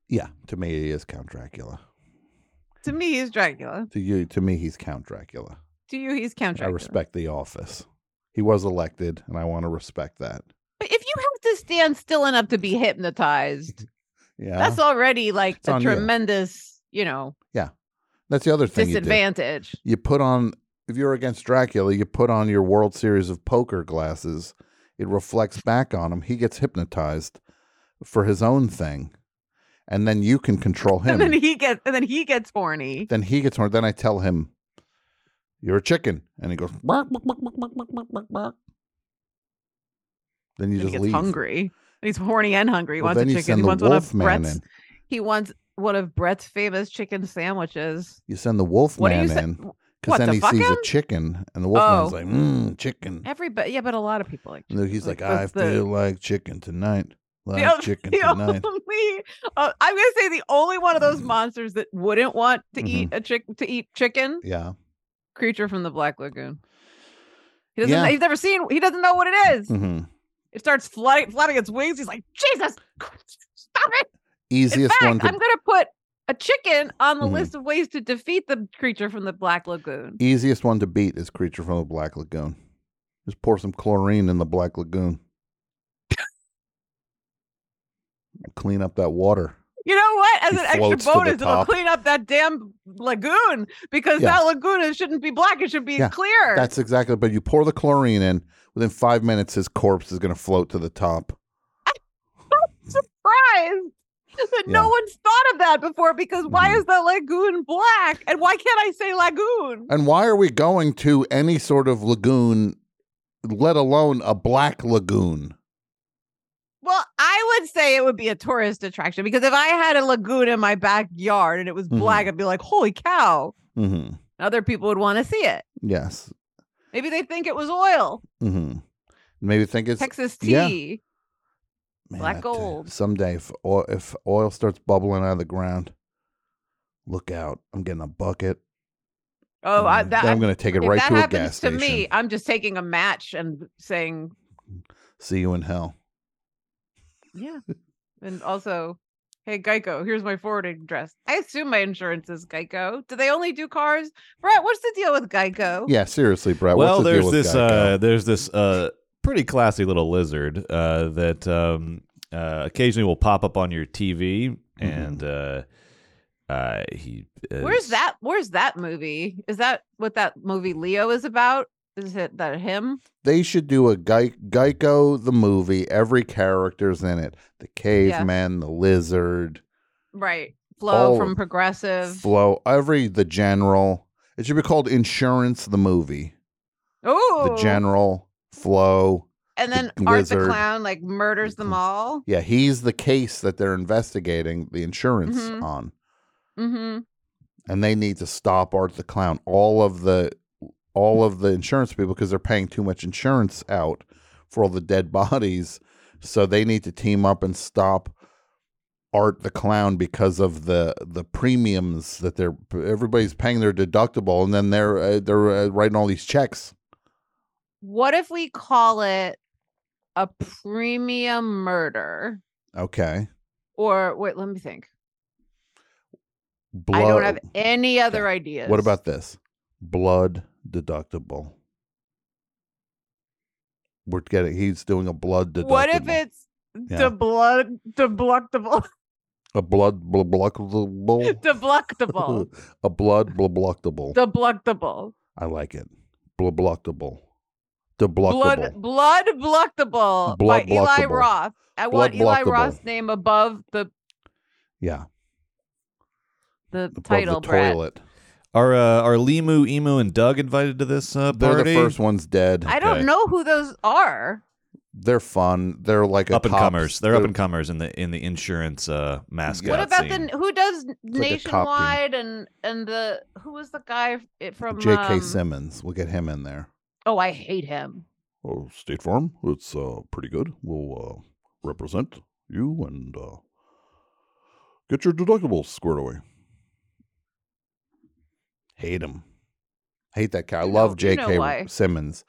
Speaker 3: Yeah, to me he is Count Dracula.
Speaker 4: To me, he's Dracula.
Speaker 3: To you, to me he's Count Dracula.
Speaker 4: To you, he's Count Dracula.
Speaker 3: I respect the office. He was elected, and I want to respect that.
Speaker 4: But if you have to stand still enough to be hypnotized,
Speaker 3: Yeah,
Speaker 4: that's
Speaker 3: that's,
Speaker 4: already like
Speaker 3: It's
Speaker 4: a
Speaker 3: on you.
Speaker 4: tremendous, you know,
Speaker 3: the other thing. You, do.
Speaker 4: disadvantage.
Speaker 3: you put on if you're against Dracula, you put on your World Series of Poker glasses. It reflects back on him. He gets hypnotized for his own thing, and then you can control
Speaker 4: And
Speaker 3: him.
Speaker 4: then he gets and then he gets horny.
Speaker 3: then he gets horned. Then I tell him, "You're a chicken," and he goes. "Bark, bark, bark, bark, bark, bark, bark, bark, bark." Then
Speaker 4: And
Speaker 3: you
Speaker 4: he
Speaker 3: just
Speaker 4: gets
Speaker 3: leave.
Speaker 4: hungry. And He's horny and hungry. He
Speaker 3: Well,
Speaker 4: wants
Speaker 3: then
Speaker 4: a
Speaker 3: you
Speaker 4: chicken.
Speaker 3: send
Speaker 4: He
Speaker 3: the
Speaker 4: wants one of
Speaker 3: Wolfman
Speaker 4: Brett's.
Speaker 3: in.
Speaker 4: He wants one of Brett's famous chicken sandwiches.
Speaker 3: You send the
Speaker 4: What
Speaker 3: Wolfman
Speaker 4: do you say?
Speaker 3: in
Speaker 4: what,
Speaker 3: because then
Speaker 4: to
Speaker 3: he
Speaker 4: fuck
Speaker 3: sees
Speaker 4: him?
Speaker 3: a chicken, and the Wolfman's
Speaker 4: Oh.
Speaker 3: like, "Mmm, chicken."
Speaker 4: Everybody, yeah, but a lot of people like.
Speaker 3: And then he's like, "I
Speaker 4: what's the-
Speaker 3: feel like chicken tonight. Like
Speaker 4: The only-
Speaker 3: chicken
Speaker 4: the
Speaker 3: tonight."
Speaker 4: only, uh, I'm gonna say the only one of those monsters that wouldn't want to eat
Speaker 3: Mm-hmm.
Speaker 4: a chick to eat chicken
Speaker 3: Yeah.
Speaker 4: creature from the Black Lagoon. He doesn't.
Speaker 3: Yeah.
Speaker 4: He's never seen. He doesn't know what it is.
Speaker 3: hmm
Speaker 4: It starts flapping, flapping its wings. He's like, Jesus, Christ, stop it! In
Speaker 3: Easiest
Speaker 4: fact,
Speaker 3: one to
Speaker 4: I'm gonna put a chicken on the
Speaker 3: Mhm.
Speaker 4: list of ways to defeat the creature from the Black Lagoon.
Speaker 3: easiest one to beat is creature from the Black Lagoon. Just pour some chlorine in the Black Lagoon. Clean up that water.
Speaker 4: You know what? As
Speaker 3: He
Speaker 4: an extra
Speaker 3: floats to the
Speaker 4: bonus, it'll
Speaker 3: top.
Speaker 4: clean up that damn lagoon because
Speaker 3: Yeah.
Speaker 4: that lagoon is- shouldn't be black. It should be
Speaker 3: Yeah,
Speaker 4: clear.
Speaker 3: That's exactly. But you pour the chlorine in. Within five minutes, his corpse is going to float to the top.
Speaker 4: surprised that
Speaker 3: Yeah.
Speaker 4: no one's thought of that before because why
Speaker 3: Mhm.
Speaker 4: is the lagoon black and why can't I say lagoon?
Speaker 3: And why are we going to any sort of lagoon, let alone a black lagoon?
Speaker 4: Well, I would say it would be a tourist attraction because if I had a lagoon in my backyard and it was
Speaker 3: Mhm.
Speaker 4: black, I'd be like, holy cow.
Speaker 3: Mm-hmm.
Speaker 4: Other people would want to see it.
Speaker 3: Yes.
Speaker 4: Maybe they think it was oil,
Speaker 3: Mm-hmm. Maybe think it's
Speaker 4: Texas
Speaker 3: yeah.
Speaker 4: tea.
Speaker 5: Man,
Speaker 4: Black
Speaker 5: I tell you,
Speaker 4: gold.
Speaker 3: someday if oil, if oil starts bubbling out of the ground,
Speaker 5: Look out. I'm getting a bucket.
Speaker 4: Oh, I,
Speaker 5: Mm,
Speaker 4: that,
Speaker 3: then
Speaker 4: I-
Speaker 3: I'm going to take it
Speaker 4: if
Speaker 3: right
Speaker 4: that
Speaker 3: to a
Speaker 4: happens
Speaker 3: gas
Speaker 4: to
Speaker 3: station.
Speaker 4: me, I'm just taking a match and saying,
Speaker 3: See you in hell.
Speaker 4: yeah. and also, hey, Geico, here's my forwarding address. I assume my insurance is Geico. Do they only do cars? Brett, what's the deal with Geico?
Speaker 3: Yeah, seriously, Brett.
Speaker 1: well,
Speaker 3: what's the
Speaker 1: there's
Speaker 3: deal with
Speaker 1: this
Speaker 3: Geico?
Speaker 1: uh, there's this uh, pretty classy little lizard uh, that um, uh, occasionally will pop up on your TV,
Speaker 3: Mm-hmm.
Speaker 1: and uh, uh, he is,
Speaker 4: Where's that? Where's that movie? Is that what that movie Leo is about? Is it that him?
Speaker 3: they should do a Ge- Geico the movie. Every character's in it: the caveman, the lizard,
Speaker 4: Right. Flo
Speaker 3: Oh,
Speaker 4: from Progressive.
Speaker 3: Flo, every the general. It should be called Insurance the movie.
Speaker 4: oh,
Speaker 3: The general Flo.
Speaker 4: And
Speaker 3: the
Speaker 4: then Art the
Speaker 3: wizard. Mm-hmm.
Speaker 4: Clown like murders them all.
Speaker 3: Yeah, he's the case that they're investigating the insurance
Speaker 4: Mhm.
Speaker 3: on.
Speaker 4: Mm-hmm.
Speaker 3: and they need to stop Art the Clown. All of the all of the insurance people because they're paying too much insurance out for all the dead bodies. So they need to team up and stop Art the Clown because of the the premiums that they're everybody's paying their deductible, and then they're uh, they're uh, writing all these checks.
Speaker 4: What if we call it a premium murder?
Speaker 3: Okay,
Speaker 4: Or wait, let me think.
Speaker 3: blood.
Speaker 4: I don't have any other ideas.
Speaker 3: what about this? Blood deductible. We're getting. He's doing a blood deductible.
Speaker 4: what if it's
Speaker 3: Yeah.
Speaker 4: the blood debluctable
Speaker 3: A blood blah bluckable.
Speaker 4: debluctable
Speaker 3: a blood blah bluckable.
Speaker 4: debluctable
Speaker 3: I like it. Blah bluckable. The
Speaker 4: blood
Speaker 3: bluckable.
Speaker 4: blood bluctable by
Speaker 3: Blood
Speaker 4: Eli
Speaker 3: bluctable.
Speaker 4: Roth. I
Speaker 3: Blood
Speaker 4: want Eli
Speaker 3: bluctable.
Speaker 4: Roth's name above the
Speaker 3: Yeah.
Speaker 4: the
Speaker 3: Above
Speaker 4: title.
Speaker 3: the
Speaker 4: Brett.
Speaker 3: toilet.
Speaker 1: are uh, are Limu, Emu, and Doug invited to this uh,
Speaker 3: They're
Speaker 1: party?
Speaker 3: the first one's dead.
Speaker 4: I don't
Speaker 1: Okay.
Speaker 4: know who those are.
Speaker 3: They're fun. They're like a
Speaker 1: Up and
Speaker 3: cops-
Speaker 1: comers. They're up and comers in the in the insurance uh mascot.
Speaker 4: What about
Speaker 1: scene.
Speaker 4: the who does
Speaker 3: like a cop
Speaker 4: nationwide and and the who was the guy f- it from
Speaker 3: J.K.
Speaker 4: um,
Speaker 3: Simmons. We'll get him in there.
Speaker 4: Oh, I hate him.
Speaker 3: Oh, State Farm. It's uh, pretty good. We'll uh, represent you and uh, get your deductibles squared away. Hate him. Hate that guy. I
Speaker 4: You
Speaker 3: love
Speaker 4: know- you know
Speaker 3: J.K.
Speaker 4: why.
Speaker 3: Simmons.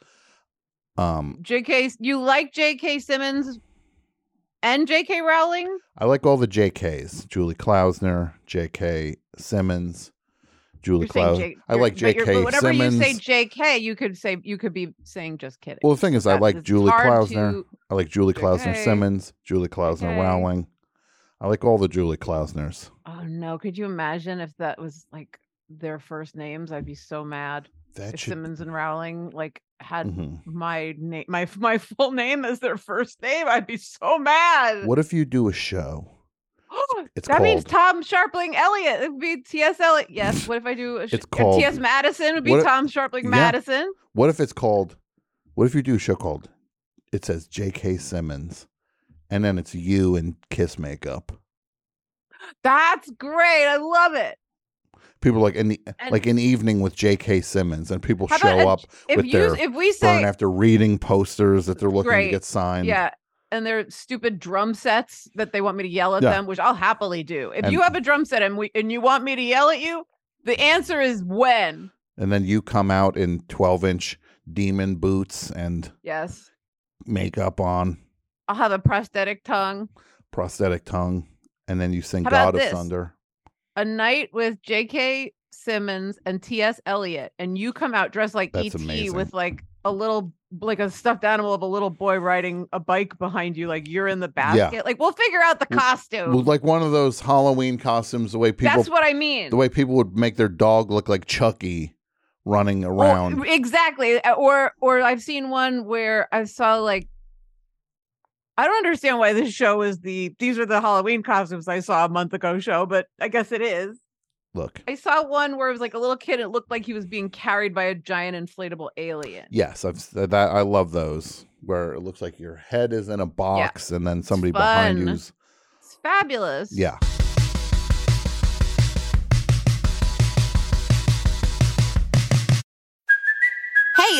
Speaker 3: Um,
Speaker 4: J.K. S- You like J.K. Simmons and J.K. Rowling?
Speaker 3: I like all the J.K.s. Julie Klausner, J.K. Simmons, Julie
Speaker 4: You're saying
Speaker 3: Klausner.
Speaker 4: J-
Speaker 3: I like
Speaker 4: you're- but
Speaker 3: J.K.
Speaker 4: you're- but Whenever
Speaker 3: Simmons.
Speaker 4: you say J.K., you could say you could be saying just kidding.
Speaker 3: well, the thing is, I
Speaker 4: That-
Speaker 3: like
Speaker 4: it's
Speaker 3: Julie
Speaker 4: hard
Speaker 3: Klausner.
Speaker 4: to-
Speaker 3: I like Julie Klausner
Speaker 4: J.K.
Speaker 3: Simmons, Julie Klausner
Speaker 4: J.K.
Speaker 3: Rowling. I like all the Julie Klausners.
Speaker 4: oh no! Could you imagine if that was like their first names? I'd be so mad.
Speaker 3: That
Speaker 4: if Simmons and Rowling like had
Speaker 3: Mhm.
Speaker 4: my name, my my full name as their first name, I'd be so mad.
Speaker 3: What if you do a show? it's
Speaker 4: that means Tom Sharpling Elliott. It would be T.S. Eliot. Yes. What if I do? A sh-
Speaker 3: It's
Speaker 4: uh,
Speaker 3: called-
Speaker 4: T.S. Madison would be
Speaker 3: What if-
Speaker 4: Tom Sharpling
Speaker 3: Yeah.
Speaker 4: Madison.
Speaker 3: What if it's called? What if you do a show called? It says J.K. Simmons, and then it's you and kiss makeup.
Speaker 4: That's great. I love it.
Speaker 3: People like in the
Speaker 4: And-
Speaker 3: like an evening with J.K. Simmons, and people
Speaker 4: How about
Speaker 3: show
Speaker 4: a-
Speaker 3: up
Speaker 4: If
Speaker 3: with
Speaker 4: you
Speaker 3: their
Speaker 4: if we
Speaker 3: burn
Speaker 4: say
Speaker 3: after reading posters that they're looking
Speaker 4: Great.
Speaker 3: to get signed.
Speaker 4: yeah. And their stupid drum sets that they want me to yell at
Speaker 3: Yeah.
Speaker 4: them, which I'll happily do. If you
Speaker 3: And-
Speaker 4: have a drum set and we and you want me to yell at you, the answer is when.
Speaker 3: and then you come out in twelve-inch demon boots and
Speaker 4: Yes.
Speaker 3: makeup on,
Speaker 4: I'll have a prosthetic tongue.
Speaker 3: prosthetic tongue, and then you sing
Speaker 4: How about
Speaker 3: "God of
Speaker 4: this?
Speaker 3: Thunder."
Speaker 4: A night with J.K. Simmons and T.S. Eliot, and you come out dressed like
Speaker 3: That's
Speaker 4: E.T.
Speaker 3: amazing.
Speaker 4: with like a little, like a stuffed animal of a little boy riding a bike behind you, like you're in the
Speaker 3: Yeah.
Speaker 4: basket. Like we'll figure out the
Speaker 3: Well,
Speaker 4: costume.
Speaker 3: Well, Like one of those Halloween costumes, the way people
Speaker 4: Oh. That's what I mean.
Speaker 3: the way people would make their dog look like Chucky running
Speaker 4: Or-
Speaker 3: around.
Speaker 4: exactly. uh, Or or I've seen one where I saw like I don't understand why this show is the these are the Halloween costumes I saw a month ago show, but I guess it is.
Speaker 3: look,
Speaker 4: I saw one where it was like a little kid. It looked like he was being carried by a giant inflatable alien.
Speaker 3: yes, I've said that I love those where it looks like your head is in a box and then somebody behind
Speaker 4: fun.
Speaker 3: you's
Speaker 4: It's fabulous.
Speaker 3: yeah.
Speaker 6: Hey,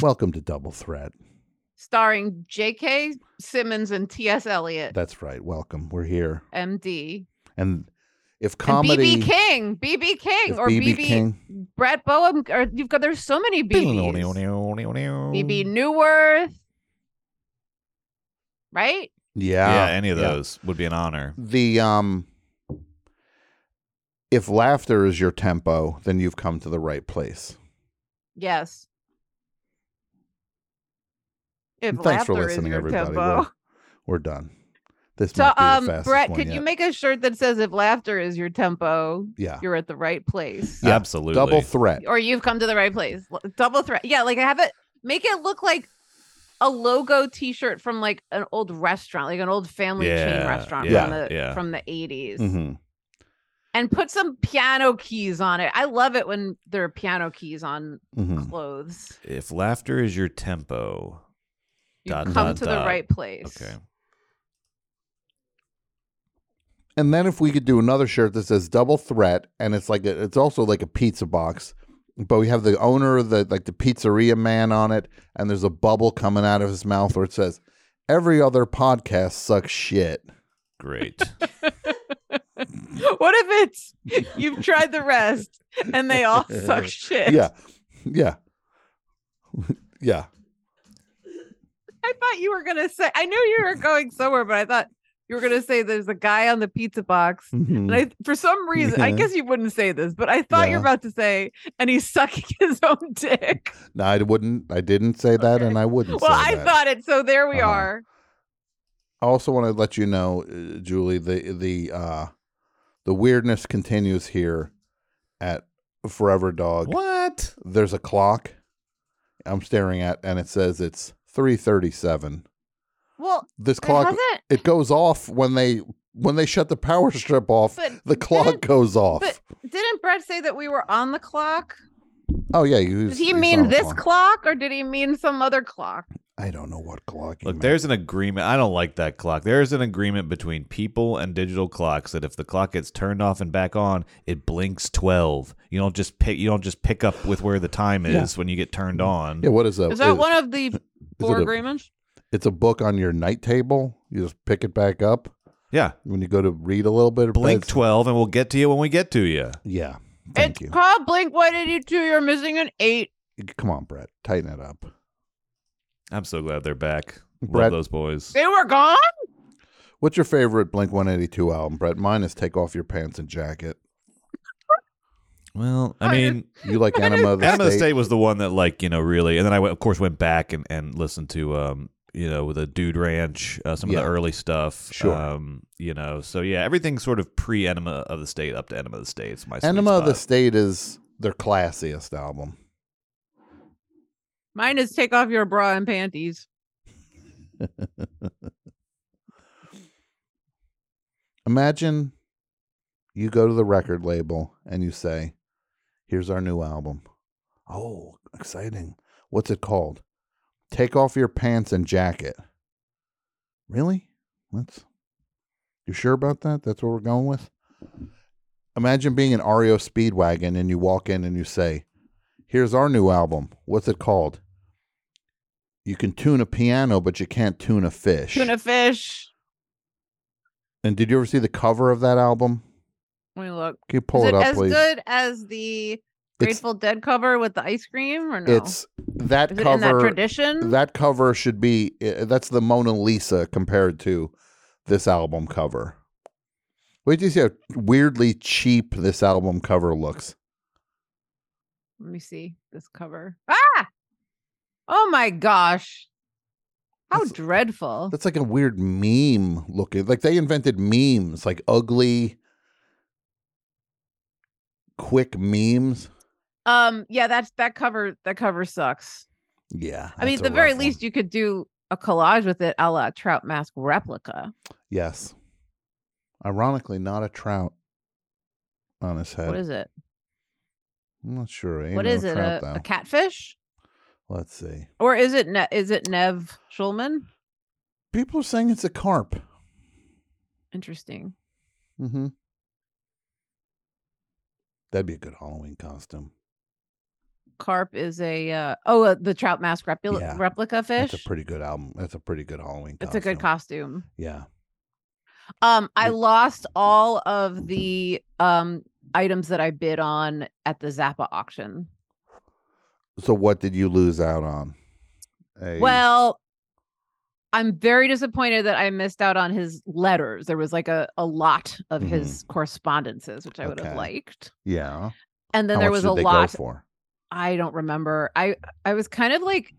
Speaker 3: Welcome to Double Threat.
Speaker 4: Starring J.K. Simmons and T.S. Eliot,
Speaker 3: That's right. Welcome. We're here.
Speaker 4: M.D.
Speaker 3: And if
Speaker 4: and
Speaker 3: comedy
Speaker 4: B.B. King, B.B. King,
Speaker 3: if
Speaker 4: or
Speaker 3: BB
Speaker 4: B.B. Brett Boehm. Or you've got there's so many B.B.s.
Speaker 3: Oh.
Speaker 4: B.B. Newworth, right?
Speaker 3: Yeah.
Speaker 1: Yeah, any of
Speaker 3: yeah.
Speaker 1: those would be an honor.
Speaker 3: The um if laughter is your tempo, then you've come to the right place.
Speaker 4: Yes. If
Speaker 3: Thanks for
Speaker 4: laughter is
Speaker 3: listening,
Speaker 4: your
Speaker 3: everybody.
Speaker 4: tempo.
Speaker 3: We're, we're done. This
Speaker 4: So,
Speaker 3: might be the
Speaker 4: um,
Speaker 3: fastest
Speaker 4: Brett,
Speaker 3: one
Speaker 4: could
Speaker 3: yet.
Speaker 4: you make a shirt that says "If laughter is your tempo,
Speaker 3: yeah
Speaker 4: you're at the right place,"
Speaker 3: Yeah,
Speaker 1: Absolutely.
Speaker 3: double threat?
Speaker 4: or "You've come to the right place"? L- Double threat, yeah. Like I have it. Make it look like a logo T-shirt from like an old restaurant, like an old family chain
Speaker 1: Yeah,
Speaker 4: restaurant
Speaker 3: yeah,
Speaker 4: from the
Speaker 1: yeah.
Speaker 4: from the 80s
Speaker 3: hmm
Speaker 4: and put some piano keys on it. I love it when there are piano keys on
Speaker 3: hmm
Speaker 4: clothes.
Speaker 1: if laughter is your tempo.
Speaker 4: You
Speaker 1: Dot,
Speaker 4: come
Speaker 1: dot,
Speaker 4: to the
Speaker 1: dot.
Speaker 4: right place.
Speaker 1: Okay.
Speaker 3: And then if we could do another shirt that says double threat, and it's like a, it's also like a pizza box, but we have the owner, of the like the pizzeria man on it, and there's a bubble coming out of his mouth where it says, "Every other podcast sucks shit."
Speaker 1: Great.
Speaker 4: What if it's you've tried the rest and they all suck shit?
Speaker 3: Yeah, yeah, yeah.
Speaker 4: I thought you were gonna say. I knew you were going somewhere, but I thought You were gonna say there's a guy on the pizza box.
Speaker 3: Mm-hmm.
Speaker 4: And I, for some reason, I
Speaker 3: Yeah.
Speaker 4: guess you wouldn't say this, but I thought you
Speaker 3: Yeah.
Speaker 4: were about to say, and he's sucking his own dick.
Speaker 3: No, I wouldn't. I didn't say that,
Speaker 4: Okay.
Speaker 3: and I wouldn't.
Speaker 4: Well,
Speaker 3: say
Speaker 4: I
Speaker 3: that.
Speaker 4: thought it. So there we
Speaker 3: Uh-huh.
Speaker 4: are.
Speaker 3: I also want to let you know, uh, Julie, the the uh, the weirdness continues here at Forever Dog.
Speaker 7: What?
Speaker 3: There's a clock I'm staring at, and it says it's three thirty-seven.
Speaker 4: Well,
Speaker 3: This
Speaker 4: it
Speaker 3: clock
Speaker 4: hasn't-
Speaker 3: it goes off when they when they shut the power strip off.
Speaker 4: But
Speaker 3: the clock
Speaker 4: didn't-
Speaker 3: goes off.
Speaker 4: but didn't Brett say that we were on the clock?
Speaker 3: oh yeah, you,
Speaker 4: Did he mean this clock or did he mean some other clock?
Speaker 3: I don't know what clock. he
Speaker 1: Look,
Speaker 3: meant.
Speaker 1: there's an agreement. I don't like that clock. There is an agreement between people and digital clocks that if the clock gets turned off and back on, it blinks twelve. You don't just pick. You don't just pick up with where the time
Speaker 3: Yeah. Mm-hmm.
Speaker 1: is when you get turned on.
Speaker 3: yeah. What is that?
Speaker 4: Is that
Speaker 3: It-
Speaker 4: one of the four
Speaker 3: it a-
Speaker 4: agreements?
Speaker 3: It's a book on your night table. You just pick it back up
Speaker 1: Yeah,
Speaker 3: when you go to read a little bit. It
Speaker 1: blink
Speaker 3: says-
Speaker 1: twelve, and we'll get to you when we get to you.
Speaker 3: Yeah. Thank
Speaker 4: it's
Speaker 3: you.
Speaker 4: called Blink 182. You're missing an eight.
Speaker 3: Come on, Brett. Tighten it up.
Speaker 1: I'm so glad they're back.
Speaker 3: Brad-
Speaker 1: Love those boys.
Speaker 4: They were gone?
Speaker 3: What's your favorite Blink 182 album, Brett? Mine is Take Off Your Pants and Jacket.
Speaker 1: Well, I
Speaker 4: I just-
Speaker 1: mean,
Speaker 3: You like Anima of the
Speaker 1: Anima
Speaker 3: State?
Speaker 1: State was the one that like you know really, and then I went, of course went back and and listened to um you know the Dude Ranch, uh, some of
Speaker 3: Yeah.
Speaker 1: the early stuff.
Speaker 3: Sure.
Speaker 1: Um, you know, so yeah, everything sort of pre Enema of the State up to Enema of the State. It's my sweet
Speaker 3: Anima of the
Speaker 1: spot.
Speaker 3: State is their classiest album.
Speaker 4: Mine is take off your bra and panties.
Speaker 3: Imagine you go to the record label and you say, Here's our new album. Oh, exciting. What's it called? Take Off Your Pants and Jacket. Really? That's you sure about that? That's what we're going with? Imagine being an REO Speedwagon and you walk in and you say, Here's our new album. What's it called? You can tune a piano, but you can't tune a fish.
Speaker 4: Tuna fish.
Speaker 3: and did you ever see the cover of that album?
Speaker 4: Let me look.
Speaker 3: Can you pull
Speaker 4: is it,
Speaker 3: it, up,
Speaker 4: as
Speaker 3: please?
Speaker 4: good as the Grateful Dead cover with the ice cream or no?
Speaker 3: It's that
Speaker 4: is it in that
Speaker 3: cover. That,
Speaker 4: tradition?
Speaker 3: cover should be uh, that's the Mona Lisa compared to this album cover. Wait till you see how weirdly cheap this album cover looks.
Speaker 4: Let me see this cover. Ah! Oh my gosh. How
Speaker 3: That's-
Speaker 4: dreadful.
Speaker 3: That's like a weird meme looking. Like they invented memes, like ugly, quick memes.
Speaker 4: Um yeah, that's that cover that cover sucks.
Speaker 3: Yeah,
Speaker 4: I mean, at
Speaker 3: that's
Speaker 4: the
Speaker 3: a
Speaker 4: very
Speaker 3: rough one.
Speaker 4: least you could do a collage with it a la trout mask replica.
Speaker 3: yes. Ironically, not a trout on his head.
Speaker 4: What is it?
Speaker 3: I'm not sure. Ain't
Speaker 4: What
Speaker 3: Uh, no
Speaker 4: is it?
Speaker 3: trout,
Speaker 4: A,
Speaker 3: though.
Speaker 4: a catfish?
Speaker 3: Let's see.
Speaker 4: Or is it ne- is it Nev Schulman?
Speaker 3: People are saying it's a carp.
Speaker 4: Interesting.
Speaker 3: Mm-hmm. That'd be a good Halloween costume.
Speaker 4: Carp is a uh, oh uh, the trout mask repli-
Speaker 3: Yeah.
Speaker 4: replica fish.
Speaker 3: That's a pretty good album. That's a pretty good Halloween.
Speaker 4: It's a good costume.
Speaker 3: Yeah.
Speaker 4: Um, I
Speaker 3: Mm.
Speaker 4: lost all of the um items that I bid on at the Zappa auction.
Speaker 3: So what did you lose out on? A-
Speaker 4: Well, I'm very disappointed that I missed out on his letters. There was like a, a lot of
Speaker 3: Mhm.
Speaker 4: his correspondences, which I would
Speaker 3: Okay.
Speaker 4: have liked.
Speaker 3: yeah.
Speaker 4: And then
Speaker 3: How
Speaker 4: there
Speaker 3: much
Speaker 4: was
Speaker 3: did
Speaker 4: a
Speaker 3: they go
Speaker 4: lot
Speaker 3: for.
Speaker 4: I don't remember. I I was kind of like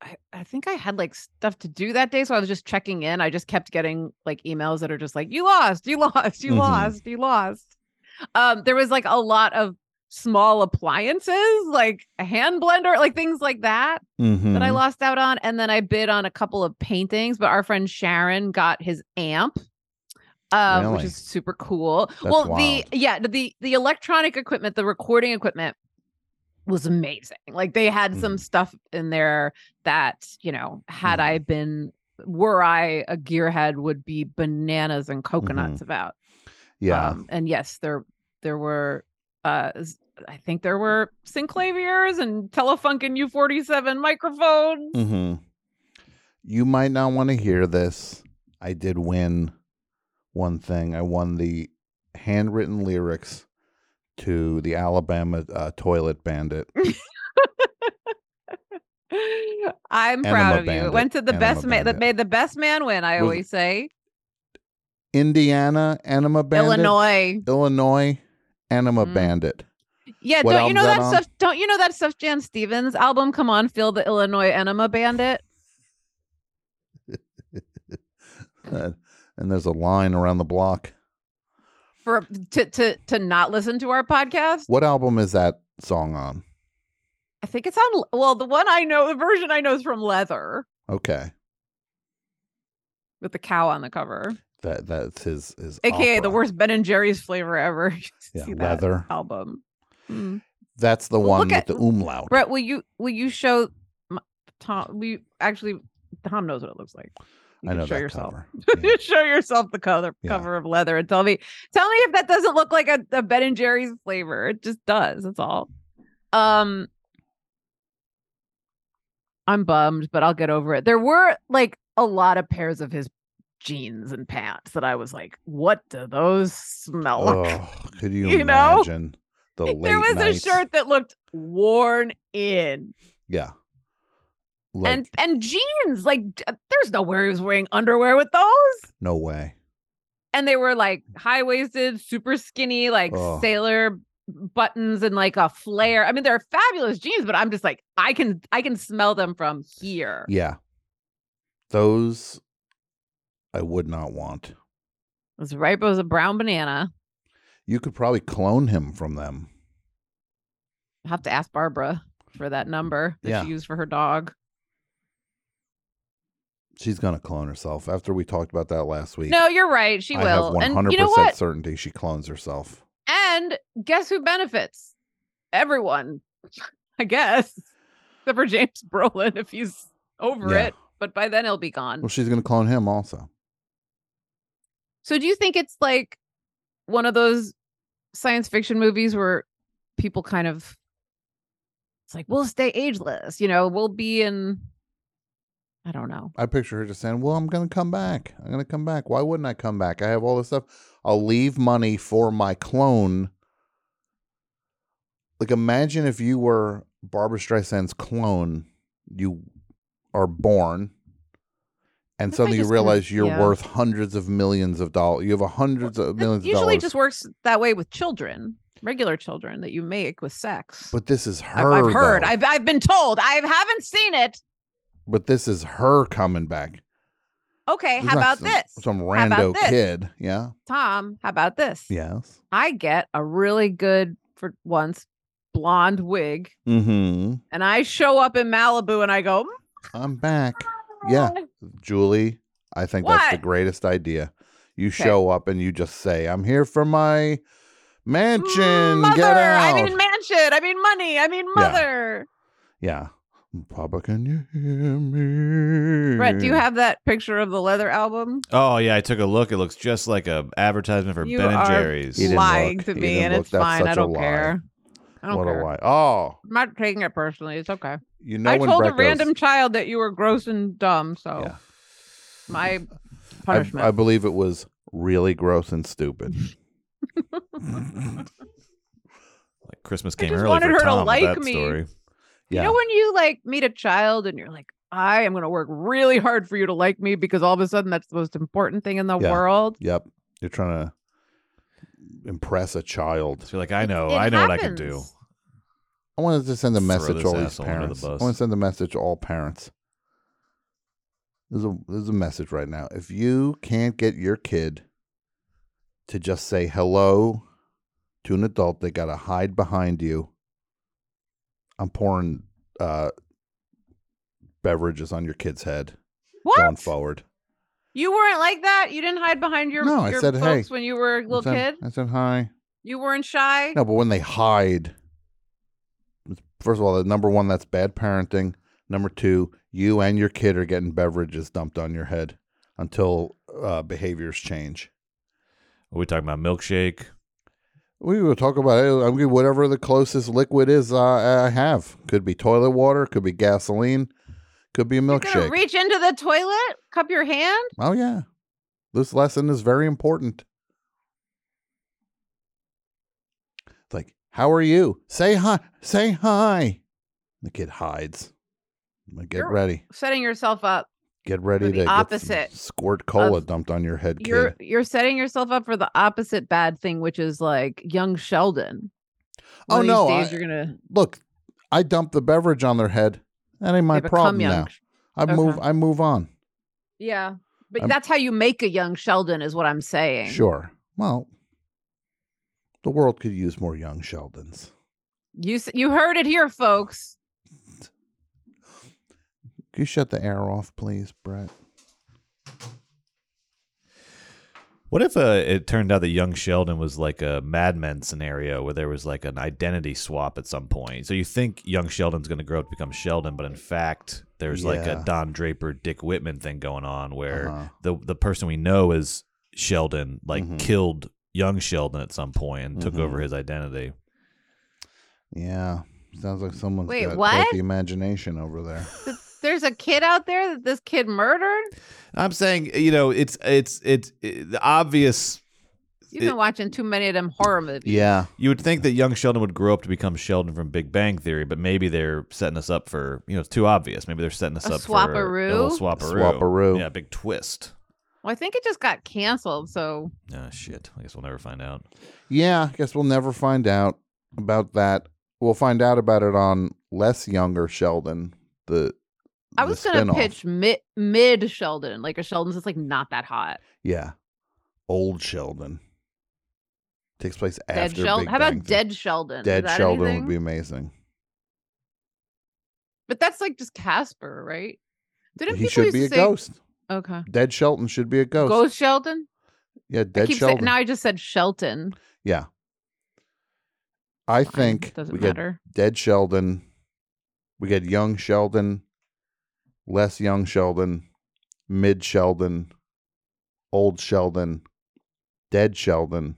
Speaker 4: I, I think I had like stuff to do that day. So I was just checking in. I just kept getting like emails that are just like, you lost, you lost, you
Speaker 3: Mhm.
Speaker 4: lost, you lost. Um, there was like a lot of small appliances, like a hand blender, like things like that that I
Speaker 3: Mhm.
Speaker 4: lost out on. And then I bid on a couple of paintings, but our friend Sharon got his amp. Um, which
Speaker 3: Really?
Speaker 4: is super cool.
Speaker 3: That's
Speaker 4: well,
Speaker 3: wild.
Speaker 4: the yeah, the the electronic equipment, the recording equipment was amazing. Like they had
Speaker 3: Mm-hmm.
Speaker 4: some stuff in there that, you know, had I been were I a gearhead would be bananas and coconuts about.
Speaker 3: Mm-hmm. yeah.
Speaker 4: Um, and yes, there there were uh s- I think there were synclaviers and Telefunken U47 microphones.
Speaker 3: mm-hmm. You might not want to hear this. I did win one thing. I won the handwritten lyrics to the Alabama uh, Toilet Bandit.
Speaker 4: I'm
Speaker 3: And I'm
Speaker 4: proud
Speaker 3: a
Speaker 4: of you. It
Speaker 3: bandit.
Speaker 4: went to the
Speaker 3: And I'm a
Speaker 4: best man that
Speaker 3: bandit.
Speaker 4: made the best man win, I
Speaker 3: Was-
Speaker 4: always say.
Speaker 3: Indiana Anima Bandit,
Speaker 4: Illinois.
Speaker 3: Illinois Anima
Speaker 4: Mm.
Speaker 3: Bandit.
Speaker 4: Yeah,
Speaker 3: What
Speaker 4: don't you know
Speaker 3: album's
Speaker 4: that
Speaker 3: that on?
Speaker 4: stuff? Don't you know that stuff? Jan Stevens album, "Come On, Feel the Illinois Enema Bandit."
Speaker 3: Uh, and there's a line around the block.
Speaker 4: For to to to not listen to our podcast,
Speaker 3: What album is that song on?
Speaker 4: I think it's on. Well, the one I know, the version I know is from Leather
Speaker 3: Okay,
Speaker 4: with the cow on the cover,
Speaker 3: that that's his his
Speaker 4: aka the
Speaker 3: opera.
Speaker 4: worst Ben and Jerry's flavor ever. You should
Speaker 3: Yeah,
Speaker 4: see that
Speaker 3: leather.
Speaker 4: album. Mm.
Speaker 3: That's the
Speaker 4: Well,
Speaker 3: one
Speaker 4: look
Speaker 3: with
Speaker 4: at-
Speaker 3: the umlaut.
Speaker 4: Brett, will you will you show m- Tom? We actually Tom knows what it looks like. You
Speaker 3: I
Speaker 4: can
Speaker 3: know
Speaker 4: show
Speaker 3: that
Speaker 4: yourself.
Speaker 3: cover. Yeah.
Speaker 4: Just show yourself the color
Speaker 3: Yeah.
Speaker 4: cover of leather and tell me tell me if that doesn't look like a, a ben and jerry's flavor it just does that's all um i'm bummed but i'll get over it there were like a lot of pairs of his jeans and pants that i was like what do those smell like
Speaker 3: Oh, could you,
Speaker 4: You know?
Speaker 3: imagine the late
Speaker 4: there was
Speaker 3: nights?
Speaker 4: a shirt that looked worn in
Speaker 3: Yeah. Like,
Speaker 4: and and jeans like j- there's no way he was wearing underwear with those
Speaker 3: no way.
Speaker 4: and they were like
Speaker 3: Mm.
Speaker 4: high waisted, super skinny, like
Speaker 3: Oh.
Speaker 4: sailor buttons and like a flare. I mean, they're fabulous jeans, but I'm just like, I can I can smell them from here.
Speaker 3: Yeah. Those I would not want.
Speaker 4: It's ripe as a brown banana.
Speaker 3: You could probably clone him from them.
Speaker 4: I'll have to ask Barbara for that number that
Speaker 3: Yeah.
Speaker 4: she used for her dog.
Speaker 3: She's gonna clone herself. After we talked about that last week,
Speaker 4: No, you're right. She
Speaker 3: I have
Speaker 4: will.
Speaker 3: one
Speaker 4: And
Speaker 3: hundred
Speaker 4: you know
Speaker 3: percent
Speaker 4: what?
Speaker 3: certainty she clones herself.
Speaker 4: And guess who benefits? Everyone, I guess. Except for James Brolin if he's over
Speaker 3: Yeah.
Speaker 4: it. But by then he'll be gone.
Speaker 3: Well, she's gonna clone him also.
Speaker 4: So do you think it's like one of those science fiction movies where people kind of it's like we'll stay ageless, you know, we'll be in I don't know.
Speaker 3: I picture her just saying, "Well, I'm gonna come back. I'm gonna come back. Why wouldn't I come back? I have all this stuff. I'll leave money for my clone." Like, imagine if you were Barbara Streisand's clone. You are born, and
Speaker 4: That's
Speaker 3: suddenly you
Speaker 4: just gonna-
Speaker 3: realize you're
Speaker 4: yeah.
Speaker 3: worth hundreds of millions of dollars. You have a hundreds
Speaker 4: That
Speaker 3: of millions.
Speaker 4: usually
Speaker 3: of dollars.
Speaker 4: just works that way with children, regular children that you make with sex.
Speaker 3: But this is
Speaker 4: I've,
Speaker 3: her.
Speaker 4: I've heard.
Speaker 3: though.
Speaker 4: I've I've been told. I haven't seen it.
Speaker 3: But this is her coming back.
Speaker 4: Okay,
Speaker 3: It's
Speaker 4: how
Speaker 3: not
Speaker 4: about
Speaker 3: some-
Speaker 4: this?
Speaker 3: Some
Speaker 4: How about
Speaker 3: rando
Speaker 4: this?
Speaker 3: kid. Yeah.
Speaker 4: Tom, how about this?
Speaker 3: Yes.
Speaker 4: I get a really good for once blonde wig
Speaker 3: Mm-hmm.
Speaker 4: and I show up in Malibu and I go,
Speaker 3: I'm back. Yeah. Julie, I think that's the
Speaker 4: What?
Speaker 3: greatest idea. You
Speaker 4: Okay.
Speaker 3: show up and you just say, I'm here for my mansion.
Speaker 4: Mother,
Speaker 3: Get out.
Speaker 4: I mean mansion. I mean money. I mean mother.
Speaker 3: yeah. Papa, can you hear me?
Speaker 4: Brett, do you have that picture of the leather album?
Speaker 1: Oh yeah, I took a look. It looks just like a advertisement for
Speaker 4: You
Speaker 1: Ben and
Speaker 4: are
Speaker 1: Jerry's.
Speaker 3: He didn't
Speaker 4: lying
Speaker 3: look.
Speaker 4: to
Speaker 3: He
Speaker 4: me,
Speaker 3: didn't
Speaker 4: and
Speaker 3: look.
Speaker 4: it's
Speaker 3: That's
Speaker 4: fine.
Speaker 3: such
Speaker 4: I
Speaker 3: a
Speaker 4: don't
Speaker 3: lie.
Speaker 4: care. I don't
Speaker 3: what
Speaker 4: care.
Speaker 3: a lie. Oh,
Speaker 4: I'm not taking it personally. It's okay.
Speaker 3: you know
Speaker 4: I
Speaker 3: when
Speaker 4: told
Speaker 3: Brett
Speaker 4: a
Speaker 3: goes-
Speaker 4: random child that you were gross and dumb. So
Speaker 3: Yeah.
Speaker 4: my
Speaker 3: I-
Speaker 4: punishment.
Speaker 3: I, believe it was really gross and stupid.
Speaker 1: Like Christmas came
Speaker 4: just
Speaker 1: early
Speaker 4: wanted
Speaker 1: for
Speaker 4: her to
Speaker 1: Tom with
Speaker 4: like
Speaker 1: that
Speaker 4: me.
Speaker 1: story.
Speaker 3: Yeah.
Speaker 4: You know when you like meet a child and you're like, I am going to work really hard for you to like me because all of a sudden that's the most important thing in the
Speaker 3: Yeah.
Speaker 4: world.
Speaker 3: yep. You're trying to impress a child.
Speaker 1: I feel like I know,
Speaker 4: It
Speaker 1: I know what I can do.
Speaker 4: happens.
Speaker 3: I wanted to send a
Speaker 1: Throw
Speaker 3: message to
Speaker 1: this
Speaker 3: all these
Speaker 1: asshole under the
Speaker 3: parents. I
Speaker 1: bus.
Speaker 3: want to send a message to all parents. There's a there's a message right now. If you can't get your kid to just say hello to an adult, they gotta hide behind you. I'm pouring uh, beverages on your kid's head going
Speaker 4: What?
Speaker 3: forward.
Speaker 4: You weren't like that. You didn't hide behind your,
Speaker 3: No, I
Speaker 4: your
Speaker 3: said,
Speaker 4: folks
Speaker 3: "Hey."
Speaker 4: when you were a little
Speaker 3: I said,
Speaker 4: kid.
Speaker 3: I said hi.
Speaker 4: You weren't shy.
Speaker 3: No, but when they hide, first of all, the number one, that's bad parenting. Number two, you and your kid are getting beverages dumped on your head until uh, behaviors change.
Speaker 1: Are we talking about milkshake?
Speaker 3: We will talk about it. I mean, whatever the closest liquid is uh, I have. Could be toilet water, could be gasoline, could be a
Speaker 4: You're gonna
Speaker 3: milkshake.
Speaker 4: reach into the toilet, cup your hand.
Speaker 3: oh, yeah. This lesson is very important. It's like, how are you? Say hi. Say hi. The kid hides. I'm like, get
Speaker 4: You're-
Speaker 3: ready.
Speaker 4: Setting yourself up
Speaker 3: Get ready
Speaker 4: the
Speaker 3: to get some
Speaker 4: opposite
Speaker 3: squirt cola
Speaker 4: of
Speaker 3: dumped on your head, kid.
Speaker 4: You're you're setting yourself up for the opposite bad thing, which is like young Sheldon. One
Speaker 3: Oh,
Speaker 4: of these
Speaker 3: no,
Speaker 4: days
Speaker 3: I-
Speaker 4: you're gonna
Speaker 3: Look, I dumped the beverage on their head. That ain't my
Speaker 4: they
Speaker 3: problem
Speaker 4: become young.
Speaker 3: now. I
Speaker 4: Okay.
Speaker 3: move. I move on.
Speaker 4: Yeah, but
Speaker 3: I'm-
Speaker 4: that's how you make a young Sheldon, is what I'm saying.
Speaker 3: Sure. Well, the world could use more young Sheldons.
Speaker 4: You s- you heard it here, folks.
Speaker 3: Can you shut the air off, please, Brett?
Speaker 1: What if uh, it turned out that young Sheldon was like a Mad Men scenario where there was like an identity swap at some point? So you think young Sheldon's going to grow up to become Sheldon, but in fact, there's like a
Speaker 3: Yeah.
Speaker 1: Don Draper, Dick Whitman thing going on where
Speaker 3: Uh-huh.
Speaker 1: the the person we know is Sheldon like
Speaker 3: Mhm.
Speaker 1: killed young Sheldon at some point and took
Speaker 3: Mhm.
Speaker 1: over his identity.
Speaker 3: Yeah. Sounds like someone's
Speaker 4: Wait,
Speaker 3: got
Speaker 4: what?
Speaker 3: quite the imagination over there.
Speaker 4: Th- There's a kid out there that this kid murdered.
Speaker 1: I'm saying, you know, it's it's it's it, the obvious.
Speaker 4: You've been
Speaker 1: It-
Speaker 4: watching too many of them horror movies.
Speaker 3: yeah.
Speaker 1: You would think that young Sheldon would grow up to become Sheldon from Big Bang Theory, but maybe they're setting us up for you know it's too obvious. Maybe they're setting us
Speaker 4: A
Speaker 1: up for
Speaker 4: swaparoo?
Speaker 1: a little swaparoo.
Speaker 3: Swaparoo.
Speaker 1: Yeah, big twist.
Speaker 4: Well, I think it just got canceled. So
Speaker 1: Ah, shit. I guess we'll never find out.
Speaker 3: Yeah, I guess we'll never find out about that. We'll find out about it on less younger Sheldon. The
Speaker 4: I
Speaker 3: the
Speaker 4: was gonna
Speaker 3: spinoff.
Speaker 4: pitch mid mid Sheldon, like a Sheldon's just like not that hot.
Speaker 3: Yeah, old Sheldon takes place
Speaker 4: dead
Speaker 3: after.
Speaker 4: Sheldon.
Speaker 3: Big
Speaker 4: How about
Speaker 3: Bang Theory.
Speaker 4: Dead Sheldon? Is
Speaker 3: Dead
Speaker 4: that
Speaker 3: Sheldon
Speaker 4: anything?
Speaker 3: would be amazing.
Speaker 4: But that's like just Casper, right? Didn't
Speaker 3: he
Speaker 4: people
Speaker 3: should
Speaker 4: used
Speaker 3: be
Speaker 4: to
Speaker 3: a
Speaker 4: say,
Speaker 3: ghost.
Speaker 4: Okay.
Speaker 3: Dead Sheldon should be a ghost.
Speaker 4: Ghost, Sheldon.
Speaker 3: Yeah,
Speaker 4: I
Speaker 3: dead
Speaker 4: keep
Speaker 3: Sheldon.
Speaker 4: Saying, now I just said Shelton.
Speaker 3: yeah, I
Speaker 4: Fine,
Speaker 3: think
Speaker 4: doesn't
Speaker 3: we get
Speaker 4: matter.
Speaker 3: dead Sheldon. We get young Sheldon, less young Sheldon, mid Sheldon, old Sheldon, dead Sheldon,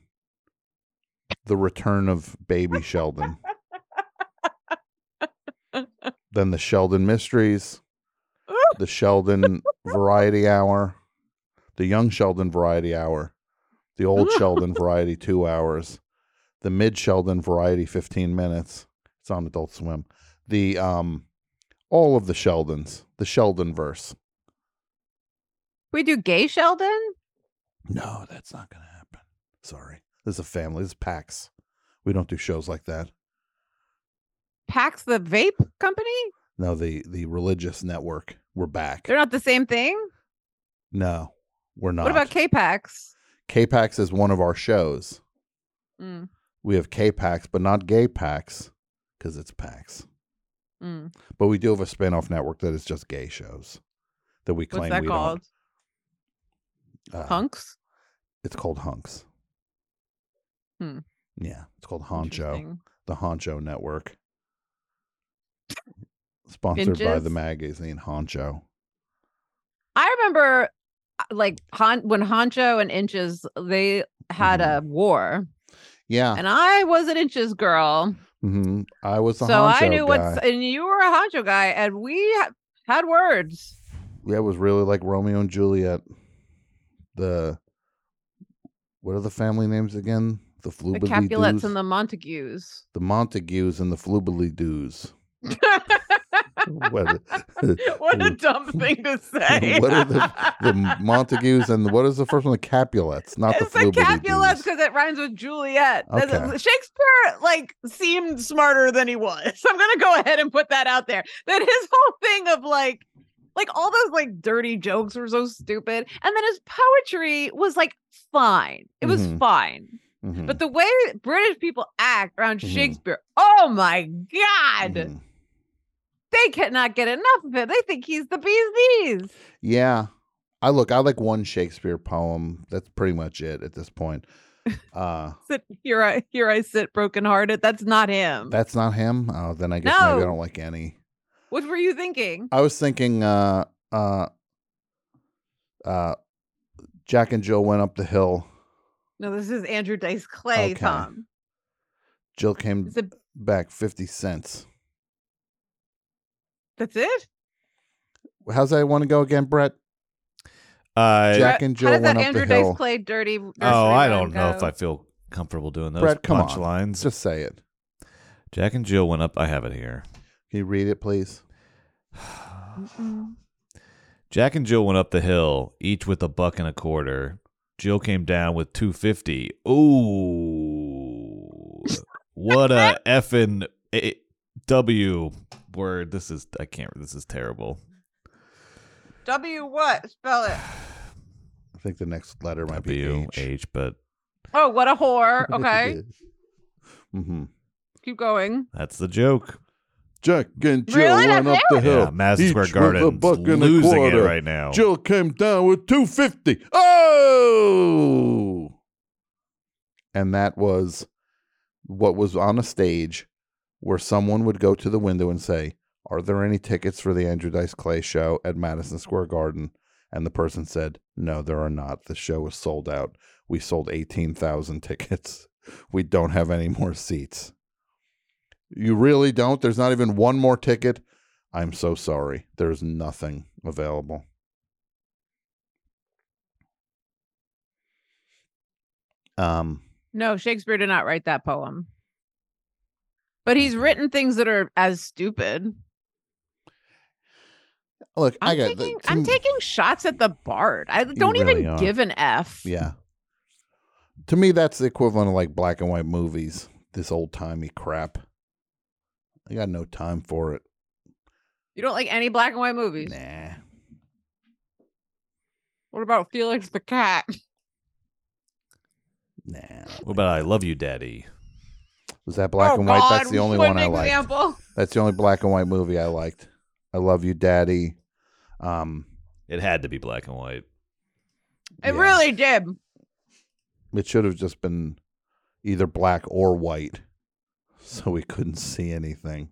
Speaker 3: the return of baby Sheldon. then the Sheldon Mysteries, the Sheldon Variety Hour, the young Sheldon Variety Hour, the old Sheldon Variety 2 hours, the mid Sheldon Variety 15 minutes. It's on Adult Swim. The um, all of the Sheldons, the Sheldon verse.
Speaker 4: We do gay Sheldon.
Speaker 3: No, that's not gonna happen. Sorry, this is a family. This is PAX. We don't do shows like that.
Speaker 4: Pax the vape company.
Speaker 3: No, the the religious network. We're back.
Speaker 4: They're not the same thing.
Speaker 3: no, we're not.
Speaker 4: What about K Pax?
Speaker 3: K-Pax is one of our shows.
Speaker 4: Mm,
Speaker 3: We have K-Pax, but not Gay Pax, because it's PAX.
Speaker 4: mm.
Speaker 3: But we do have a spin-off network that is just gay shows that we
Speaker 4: What's
Speaker 3: claim
Speaker 4: that
Speaker 3: we
Speaker 4: called?
Speaker 3: don't. uh,
Speaker 4: Hunks.
Speaker 3: It's called Hunks.
Speaker 4: Hmm.
Speaker 3: Yeah, it's called Honcho,
Speaker 4: Interesting.
Speaker 3: the Honcho Network. Sponsored by the
Speaker 4: Binges?
Speaker 3: magazine Honcho.
Speaker 4: I remember, uh, like Hon- when Honcho and Inches they had
Speaker 3: Mhm.
Speaker 4: a war,
Speaker 3: Yeah.
Speaker 4: and I was an Inches girl.
Speaker 3: hmm I was the
Speaker 4: so
Speaker 3: Honcho
Speaker 4: I knew
Speaker 3: guy.
Speaker 4: what's and you were a honcho guy, and we ha- had words.
Speaker 3: Yeah, it was really like Romeo and Juliet. The what are the family names again? The
Speaker 4: The
Speaker 3: Flubily
Speaker 4: Capulets
Speaker 3: Doos?
Speaker 4: and the Montagues.
Speaker 3: the Montagues and the Flubily Doos. what,
Speaker 4: what a dumb thing to say.
Speaker 3: What are the Montagues and the, what is the first one? The Capulets, not
Speaker 4: it's
Speaker 3: the
Speaker 4: the
Speaker 3: Flubily
Speaker 4: Capulets
Speaker 3: Doos.
Speaker 4: because it rhymes with Juliet. That's-
Speaker 3: Okay.
Speaker 4: Shakespeare like seemed smarter than he was. I'm gonna go ahead and put that out there. That his whole thing of like, like all those like dirty jokes were so stupid, and then his poetry was like fine. It was
Speaker 3: Mhm.
Speaker 4: fine.
Speaker 3: Mhm.
Speaker 4: But the way British people act around
Speaker 3: Mhm.
Speaker 4: Shakespeare, oh my God,
Speaker 3: Mhm.
Speaker 4: they cannot get enough of him. They think he's the bee's knees.
Speaker 3: Yeah. I look, I like one Shakespeare poem. That's pretty much it at this point. Uh
Speaker 4: Sit here, I here I sit, brokenhearted. That's not him.
Speaker 3: that's not him. Oh, then I guess maybe I
Speaker 4: No.
Speaker 3: don't like any.
Speaker 4: what were you thinking?
Speaker 3: I was thinking uh uh uh Jack and Jill went up the hill.
Speaker 4: No, this is Andrew Dice Clay,
Speaker 3: Okay.
Speaker 4: Tom.
Speaker 3: Jill came
Speaker 4: It's a,
Speaker 3: back 50 cents.
Speaker 4: that's it.
Speaker 3: How's that want to go again, Brett?
Speaker 1: Uh,
Speaker 3: Jack and Jill
Speaker 4: How does
Speaker 3: went
Speaker 4: that
Speaker 3: up
Speaker 4: Andrew
Speaker 3: the hill.
Speaker 4: Dice Clay dirty? nursery
Speaker 1: oh, I
Speaker 4: rhyme
Speaker 1: don't know if
Speaker 4: go?
Speaker 1: I feel comfortable doing those
Speaker 3: Brett, come on.
Speaker 1: punchlines.
Speaker 3: Just say it.
Speaker 1: Jack and Jill went up. I have it here.
Speaker 3: Can you read it, please?
Speaker 4: Mm-mm.
Speaker 1: Jack and Jill went up the hill, each with a buck and a quarter. Jill came down with two fifty. Ooh, what a effing a- W word! This is I can't. This is terrible.
Speaker 4: W what? Spell it.
Speaker 3: I think the next letter might
Speaker 1: W
Speaker 3: be H.
Speaker 1: H, but
Speaker 4: Oh, what a whore. Okay.
Speaker 3: mm-hmm.
Speaker 4: Keep going.
Speaker 1: that's the joke.
Speaker 3: Jack and Jill
Speaker 4: Really?
Speaker 3: went
Speaker 4: That's
Speaker 3: up the hill.
Speaker 1: Yeah, Madison
Speaker 3: each
Speaker 1: Square
Speaker 3: with a
Speaker 1: Garden
Speaker 3: buck and a
Speaker 1: losing it
Speaker 3: quarter.
Speaker 1: right now.
Speaker 3: Jill came down with 250. Oh! And that was what was on a stage where someone would go to the window and say, Are there any tickets for the Andrew Dice Clay show at Madison Square Garden? And the person said, No, there are not. The show is sold out. We sold 18,000 tickets. We don't have any more seats. You really don't? There's not even one more ticket? I'm so sorry. There's nothing available. Um,
Speaker 4: No, Shakespeare did not write that poem. But he's written things that are as stupid.
Speaker 3: look, i
Speaker 4: I'm
Speaker 3: got. the-
Speaker 4: taking I'm
Speaker 3: to-
Speaker 4: taking shots at the Bard. I don't
Speaker 3: really
Speaker 4: even
Speaker 3: are.
Speaker 4: give an F.
Speaker 3: Yeah. To me, that's the equivalent of like black and white movies. This old timey crap. I got no time for it.
Speaker 4: You don't like any black and white movies.
Speaker 3: Nah.
Speaker 4: What about Felix the Cat?
Speaker 3: Nah.
Speaker 1: What about I love you, Daddy?
Speaker 3: Was that black
Speaker 4: Oh,
Speaker 3: and white?
Speaker 4: God,
Speaker 3: That's the only
Speaker 4: what
Speaker 3: one
Speaker 4: an
Speaker 3: I liked.
Speaker 4: example.
Speaker 3: That's the only black and white movie I liked. I love you, Daddy. Um,
Speaker 1: It had to be black and white.
Speaker 4: It
Speaker 3: yeah.
Speaker 4: really did.
Speaker 3: It should have just been either black or white, so we couldn't see anything.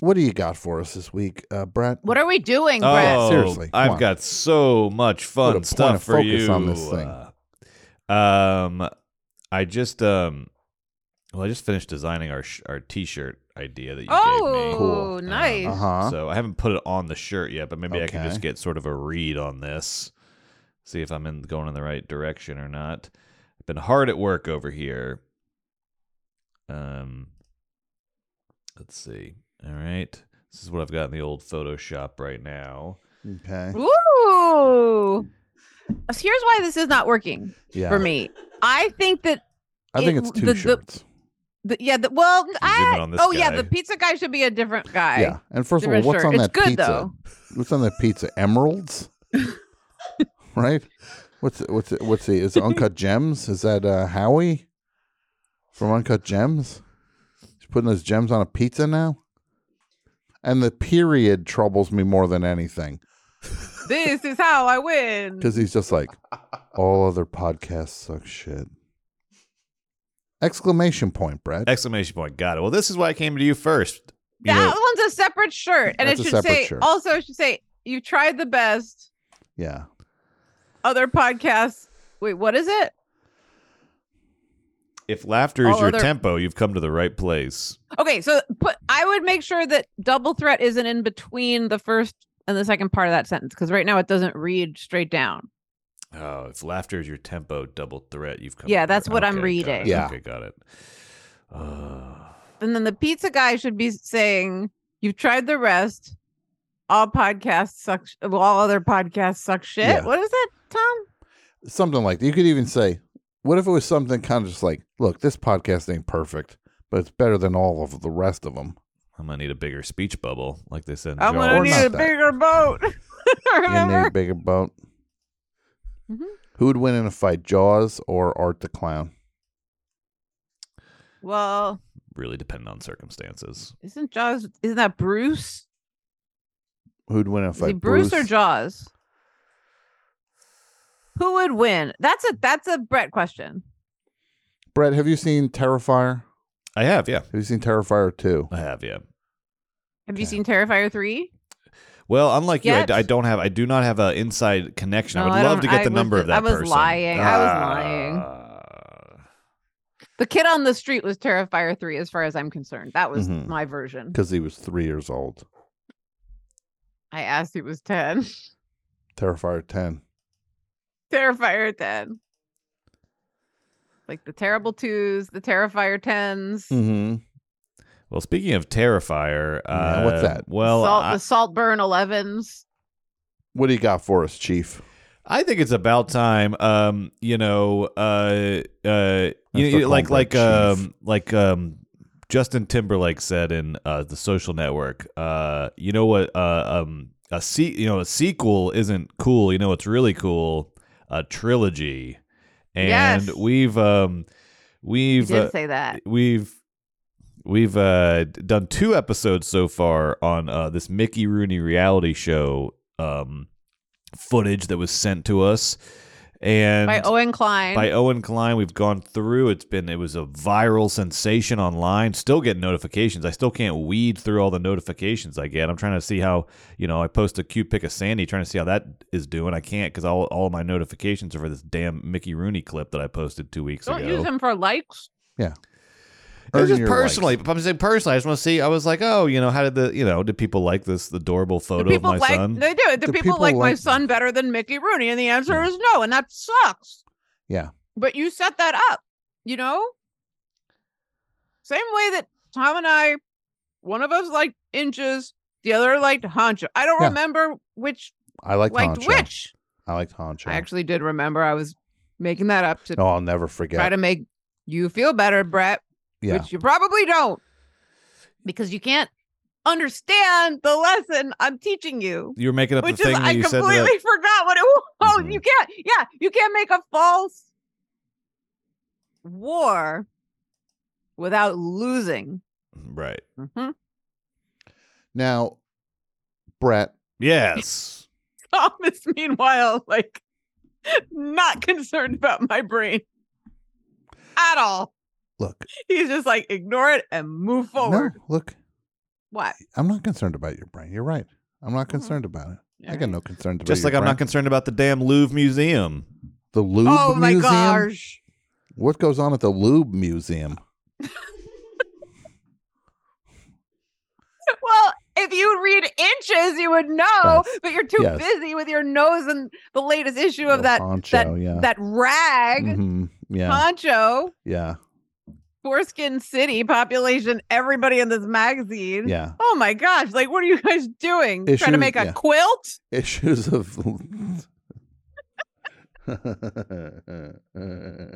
Speaker 3: What do you got for us this week, uh, Brett?
Speaker 4: What are we doing, Brett?
Speaker 1: Oh,
Speaker 3: Seriously, come
Speaker 1: I've
Speaker 3: on.
Speaker 1: got so much fun
Speaker 3: Put a
Speaker 1: stuff
Speaker 3: point of
Speaker 1: for
Speaker 3: focus
Speaker 1: you.
Speaker 3: on this thing.
Speaker 1: Uh, um, I just um, well, I just finished designing our sh- our t-shirt idea that you gave
Speaker 4: Oh,
Speaker 1: me.
Speaker 3: Cool.
Speaker 4: nice.
Speaker 3: Uh huh.
Speaker 1: So I haven't put it on the shirt yet, but maybe I can
Speaker 3: Okay.
Speaker 1: just get sort of a read on this, see if I'm in going in the right direction or not. I've been hard at work over here. Um, let's see. All right, this is what I've got in the old Photoshop right now.
Speaker 3: Okay.
Speaker 4: Ooh. So Here's why this is not working
Speaker 3: Yeah.
Speaker 4: for me. I think that
Speaker 3: I
Speaker 4: it-
Speaker 3: think it's two
Speaker 4: the- the-
Speaker 3: shirts.
Speaker 4: the, yeah, the, well, I
Speaker 1: in on this
Speaker 4: oh yeah,
Speaker 1: guy.
Speaker 4: the pizza guy should be a different guy.
Speaker 3: yeah. And first of all,
Speaker 4: different
Speaker 3: what's
Speaker 4: shirt.
Speaker 3: on
Speaker 4: It's
Speaker 3: that
Speaker 4: good,
Speaker 3: pizza?
Speaker 4: though.
Speaker 3: What's on that pizza? Emeralds, right? What's what's what's the is it Uncut Gems? Is that uh, Howie from Uncut Gems? He's putting those gems on a pizza now. And the period troubles me more than anything
Speaker 4: This is how I win.
Speaker 3: because he's just like, all other podcasts suck shit. Exclamation point, Brett.
Speaker 1: Exclamation point! Got it. Well, this is why I came to you first. You
Speaker 4: That
Speaker 1: know,
Speaker 4: one's a separate shirt, and it
Speaker 3: That's a
Speaker 4: should
Speaker 3: separate
Speaker 4: say
Speaker 3: shirt.
Speaker 4: also it should say you tried the best
Speaker 3: yeah.
Speaker 4: other podcasts. Wait, what is it?
Speaker 1: if laughter is
Speaker 4: all
Speaker 1: your
Speaker 4: other-
Speaker 1: tempo, you've come to the right place.
Speaker 4: Okay, so put I would make sure that double threat isn't in between the first and the second part of that sentence because right now it doesn't read straight down.
Speaker 1: Oh, if laughter is your tempo, double threat, you've come.
Speaker 4: Yeah,
Speaker 1: to the-
Speaker 4: that's what I'm
Speaker 1: got it.
Speaker 4: reading.
Speaker 3: Yeah.
Speaker 1: Okay, got it. Uh,
Speaker 4: And then the pizza guy should be saying, "You've tried the rest. All podcasts suck. sh- well, all other podcasts suck shit."
Speaker 3: Yeah.
Speaker 4: What is that, Tom?
Speaker 3: something like that. You could even say, what if it was something kind of just like, look, this podcast ain't perfect, but it's better than all of the rest of them.
Speaker 1: I'm gonna need a bigger speech bubble, like they said. in
Speaker 4: I'm
Speaker 1: Jaws.
Speaker 4: gonna
Speaker 3: Or
Speaker 4: need
Speaker 3: not
Speaker 4: a
Speaker 3: that.
Speaker 4: bigger boat.
Speaker 3: You need
Speaker 4: Remember?
Speaker 3: a bigger boat.
Speaker 4: Mhm.
Speaker 3: Who would win in a fight, Jaws or Art the Clown?
Speaker 4: well,
Speaker 1: really depend on circumstances.
Speaker 4: isn't Jaws? Isn't that Bruce?
Speaker 3: Who'd win in a
Speaker 4: Is he
Speaker 3: fight,
Speaker 4: Bruce, or Jaws? Who would win? That's a that's a Brett question.
Speaker 3: Brett, have you seen Terrifier?
Speaker 1: I have, yeah,
Speaker 3: Have you seen Terrifier 2?
Speaker 1: I have, yeah.
Speaker 4: Have you seen Terrifier three?
Speaker 1: Well, unlike you, I,
Speaker 4: Yet.
Speaker 1: d- I don't have, I do not have an inside connection. I
Speaker 4: No,
Speaker 1: would
Speaker 4: I
Speaker 1: love
Speaker 4: don't-
Speaker 1: to get
Speaker 4: I
Speaker 1: the
Speaker 4: was
Speaker 1: number
Speaker 4: ju-
Speaker 1: of that.
Speaker 4: I was
Speaker 1: person. Ah.
Speaker 4: lying. I was lying. The kid on the street was Terrifier three, as far as I'm concerned. That was
Speaker 1: Mm-hmm.
Speaker 3: Mhm.
Speaker 4: my version.
Speaker 3: Because he was three years old.
Speaker 4: I asked. He was ten.
Speaker 3: Terrifier 10.
Speaker 4: Terrifier ten. like the terrible twos, the terrifier 10s
Speaker 1: Mm,
Speaker 3: Mm-hmm.
Speaker 1: Well, speaking of Terrifier,
Speaker 3: Yeah,
Speaker 1: uh,
Speaker 3: what's that?
Speaker 1: Well,
Speaker 4: salt,
Speaker 1: I-
Speaker 4: the salt burn elevens.
Speaker 3: What do you got for us, Chief?
Speaker 1: I think it's about time. Um, you know, uh, uh, you,
Speaker 3: the
Speaker 1: you- like
Speaker 3: combat
Speaker 1: like
Speaker 3: chief.
Speaker 1: um like um Justin Timberlake said in uh, the Social Network. Uh, you know what? Uh, um, a se- you know a sequel isn't cool. You know what's really cool? A trilogy. And
Speaker 4: Yes.
Speaker 1: we've um
Speaker 4: You
Speaker 1: we've
Speaker 4: did
Speaker 1: uh,
Speaker 4: say that.
Speaker 1: we've we've uh, d- done two episodes so far on uh, this Mickey Rooney reality show um, footage that was sent to us, and
Speaker 4: By Owen Klein.
Speaker 1: by Owen Klein. We've gone through. It's been it was a viral sensation online. Still getting notifications. I still can't weed through all the notifications I get. I'm trying to see how you know I post a cute pic of Sandy, trying to see how that is doing. I can't because all all of my notifications are for this damn Mickey Rooney clip that I posted two weeks
Speaker 4: Don't
Speaker 1: ago.
Speaker 4: use him for likes.
Speaker 1: It was
Speaker 3: Earn
Speaker 1: just
Speaker 3: your
Speaker 1: personally,
Speaker 3: likes.
Speaker 1: but I'm saying personally, I just want to see. I was like, oh, you know, how did the, you know, did people like this adorable
Speaker 4: Do
Speaker 1: photo of
Speaker 4: people
Speaker 1: my
Speaker 4: like
Speaker 1: son?
Speaker 4: they do it? Do,
Speaker 3: Do
Speaker 4: people,
Speaker 3: people
Speaker 4: like, my
Speaker 3: like-
Speaker 4: son better than Mickey Rooney? And the answer is no, and that sucks.
Speaker 3: Yeah.
Speaker 4: But you set that up, you know? Same way that Tom and I, one of us liked inches, the other liked honcho. I don't
Speaker 3: Yeah.
Speaker 4: remember which
Speaker 3: I liked,
Speaker 4: liked
Speaker 3: Honcho.
Speaker 4: which.
Speaker 3: I liked Honcho.
Speaker 4: I actually did remember. I was making that up to
Speaker 3: no, I'll never forget.
Speaker 4: try to make you feel better, Brett,
Speaker 3: yeah.
Speaker 4: which you probably don't because you can't understand the lesson I'm teaching you.
Speaker 1: you were making up
Speaker 4: Which
Speaker 1: the
Speaker 4: is
Speaker 1: thing
Speaker 4: I
Speaker 1: that you said
Speaker 4: completely
Speaker 1: that.
Speaker 4: forgot what it was. Oh,
Speaker 1: Mhm.
Speaker 4: you can't. Yeah, you can't make a false war without losing.
Speaker 1: Right.
Speaker 4: Mhm.
Speaker 3: Now, Brett,
Speaker 1: Yes.
Speaker 4: Thomas, meanwhile, like not concerned about my brain at all.
Speaker 3: look.
Speaker 4: He's just like ignore it and move forward.
Speaker 3: No, look.
Speaker 4: What?
Speaker 3: I'm not concerned about your brain. You're right. I'm
Speaker 4: Mm-hmm.
Speaker 3: not concerned about it. I got no concerns about
Speaker 1: just
Speaker 3: your
Speaker 1: like I'm not
Speaker 3: brain.
Speaker 1: concerned about the damn Louvre Museum.
Speaker 3: the lube
Speaker 4: Oh my
Speaker 3: museum.
Speaker 4: gosh.
Speaker 3: What goes on at the lube museum?
Speaker 4: Well, if you read inches, you would know,
Speaker 3: Yes.
Speaker 4: but you're too
Speaker 3: Yes.
Speaker 4: busy with your nose and the latest issue of
Speaker 3: The
Speaker 4: that
Speaker 3: honcho,
Speaker 4: that
Speaker 3: yeah.
Speaker 4: that rag
Speaker 3: Mhm. Yeah,
Speaker 4: poncho,
Speaker 3: yeah,
Speaker 4: foreskin city population, everybody in this magazine.
Speaker 3: yeah.
Speaker 4: Oh my gosh! Like, what are you guys doing? Trying to
Speaker 3: Issues-
Speaker 4: make a
Speaker 3: yeah.
Speaker 4: quilt?
Speaker 3: Issues of.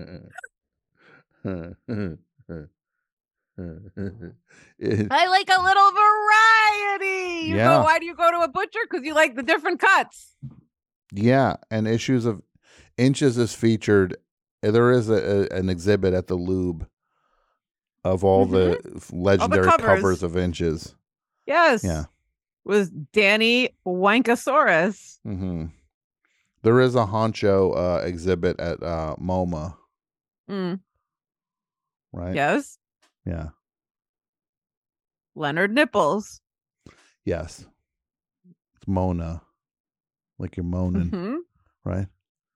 Speaker 3: It-
Speaker 4: I like a little variety. You
Speaker 3: Yeah.
Speaker 4: go, why do you go to a butcher? Because you like the different cuts.
Speaker 3: yeah, and issues of inches is featured. eh, There is a, a, an exhibit at the lube of all the legendary
Speaker 4: Mm-hmm. covers.
Speaker 3: covers of inches.
Speaker 4: Yes.
Speaker 3: Yeah.
Speaker 4: Was Danny Wankasaurus?
Speaker 3: Mm-hmm. There is a honcho uh, exhibit at uh, MoMA,
Speaker 4: Mm,
Speaker 3: right?
Speaker 4: Yes.
Speaker 3: Yeah.
Speaker 4: Leonard Nipples.
Speaker 3: Yes. It's Mona, like you're moaning,
Speaker 4: Mm-hmm.
Speaker 3: right?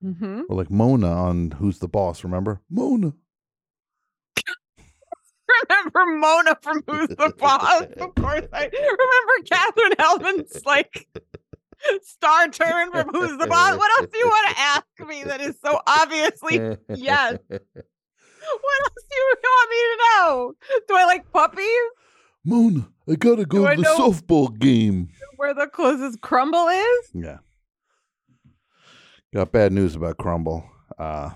Speaker 4: Mm-hmm.
Speaker 3: Or like Mona on Who's the Boss? Remember Mona?
Speaker 4: Remember Mona from Who's the Boss? Of course, I remember Catherine Hellman's like star turn from Who's the Boss. What else do you want to ask me that is so obviously? What yes. else do you want me to know? Do I like puppies?
Speaker 3: Mona, I gotta go
Speaker 4: Do I
Speaker 3: to the
Speaker 4: know-
Speaker 3: softball game.
Speaker 4: Where the closest crumble is?
Speaker 3: Yeah. Got bad news about Crumble. Uh,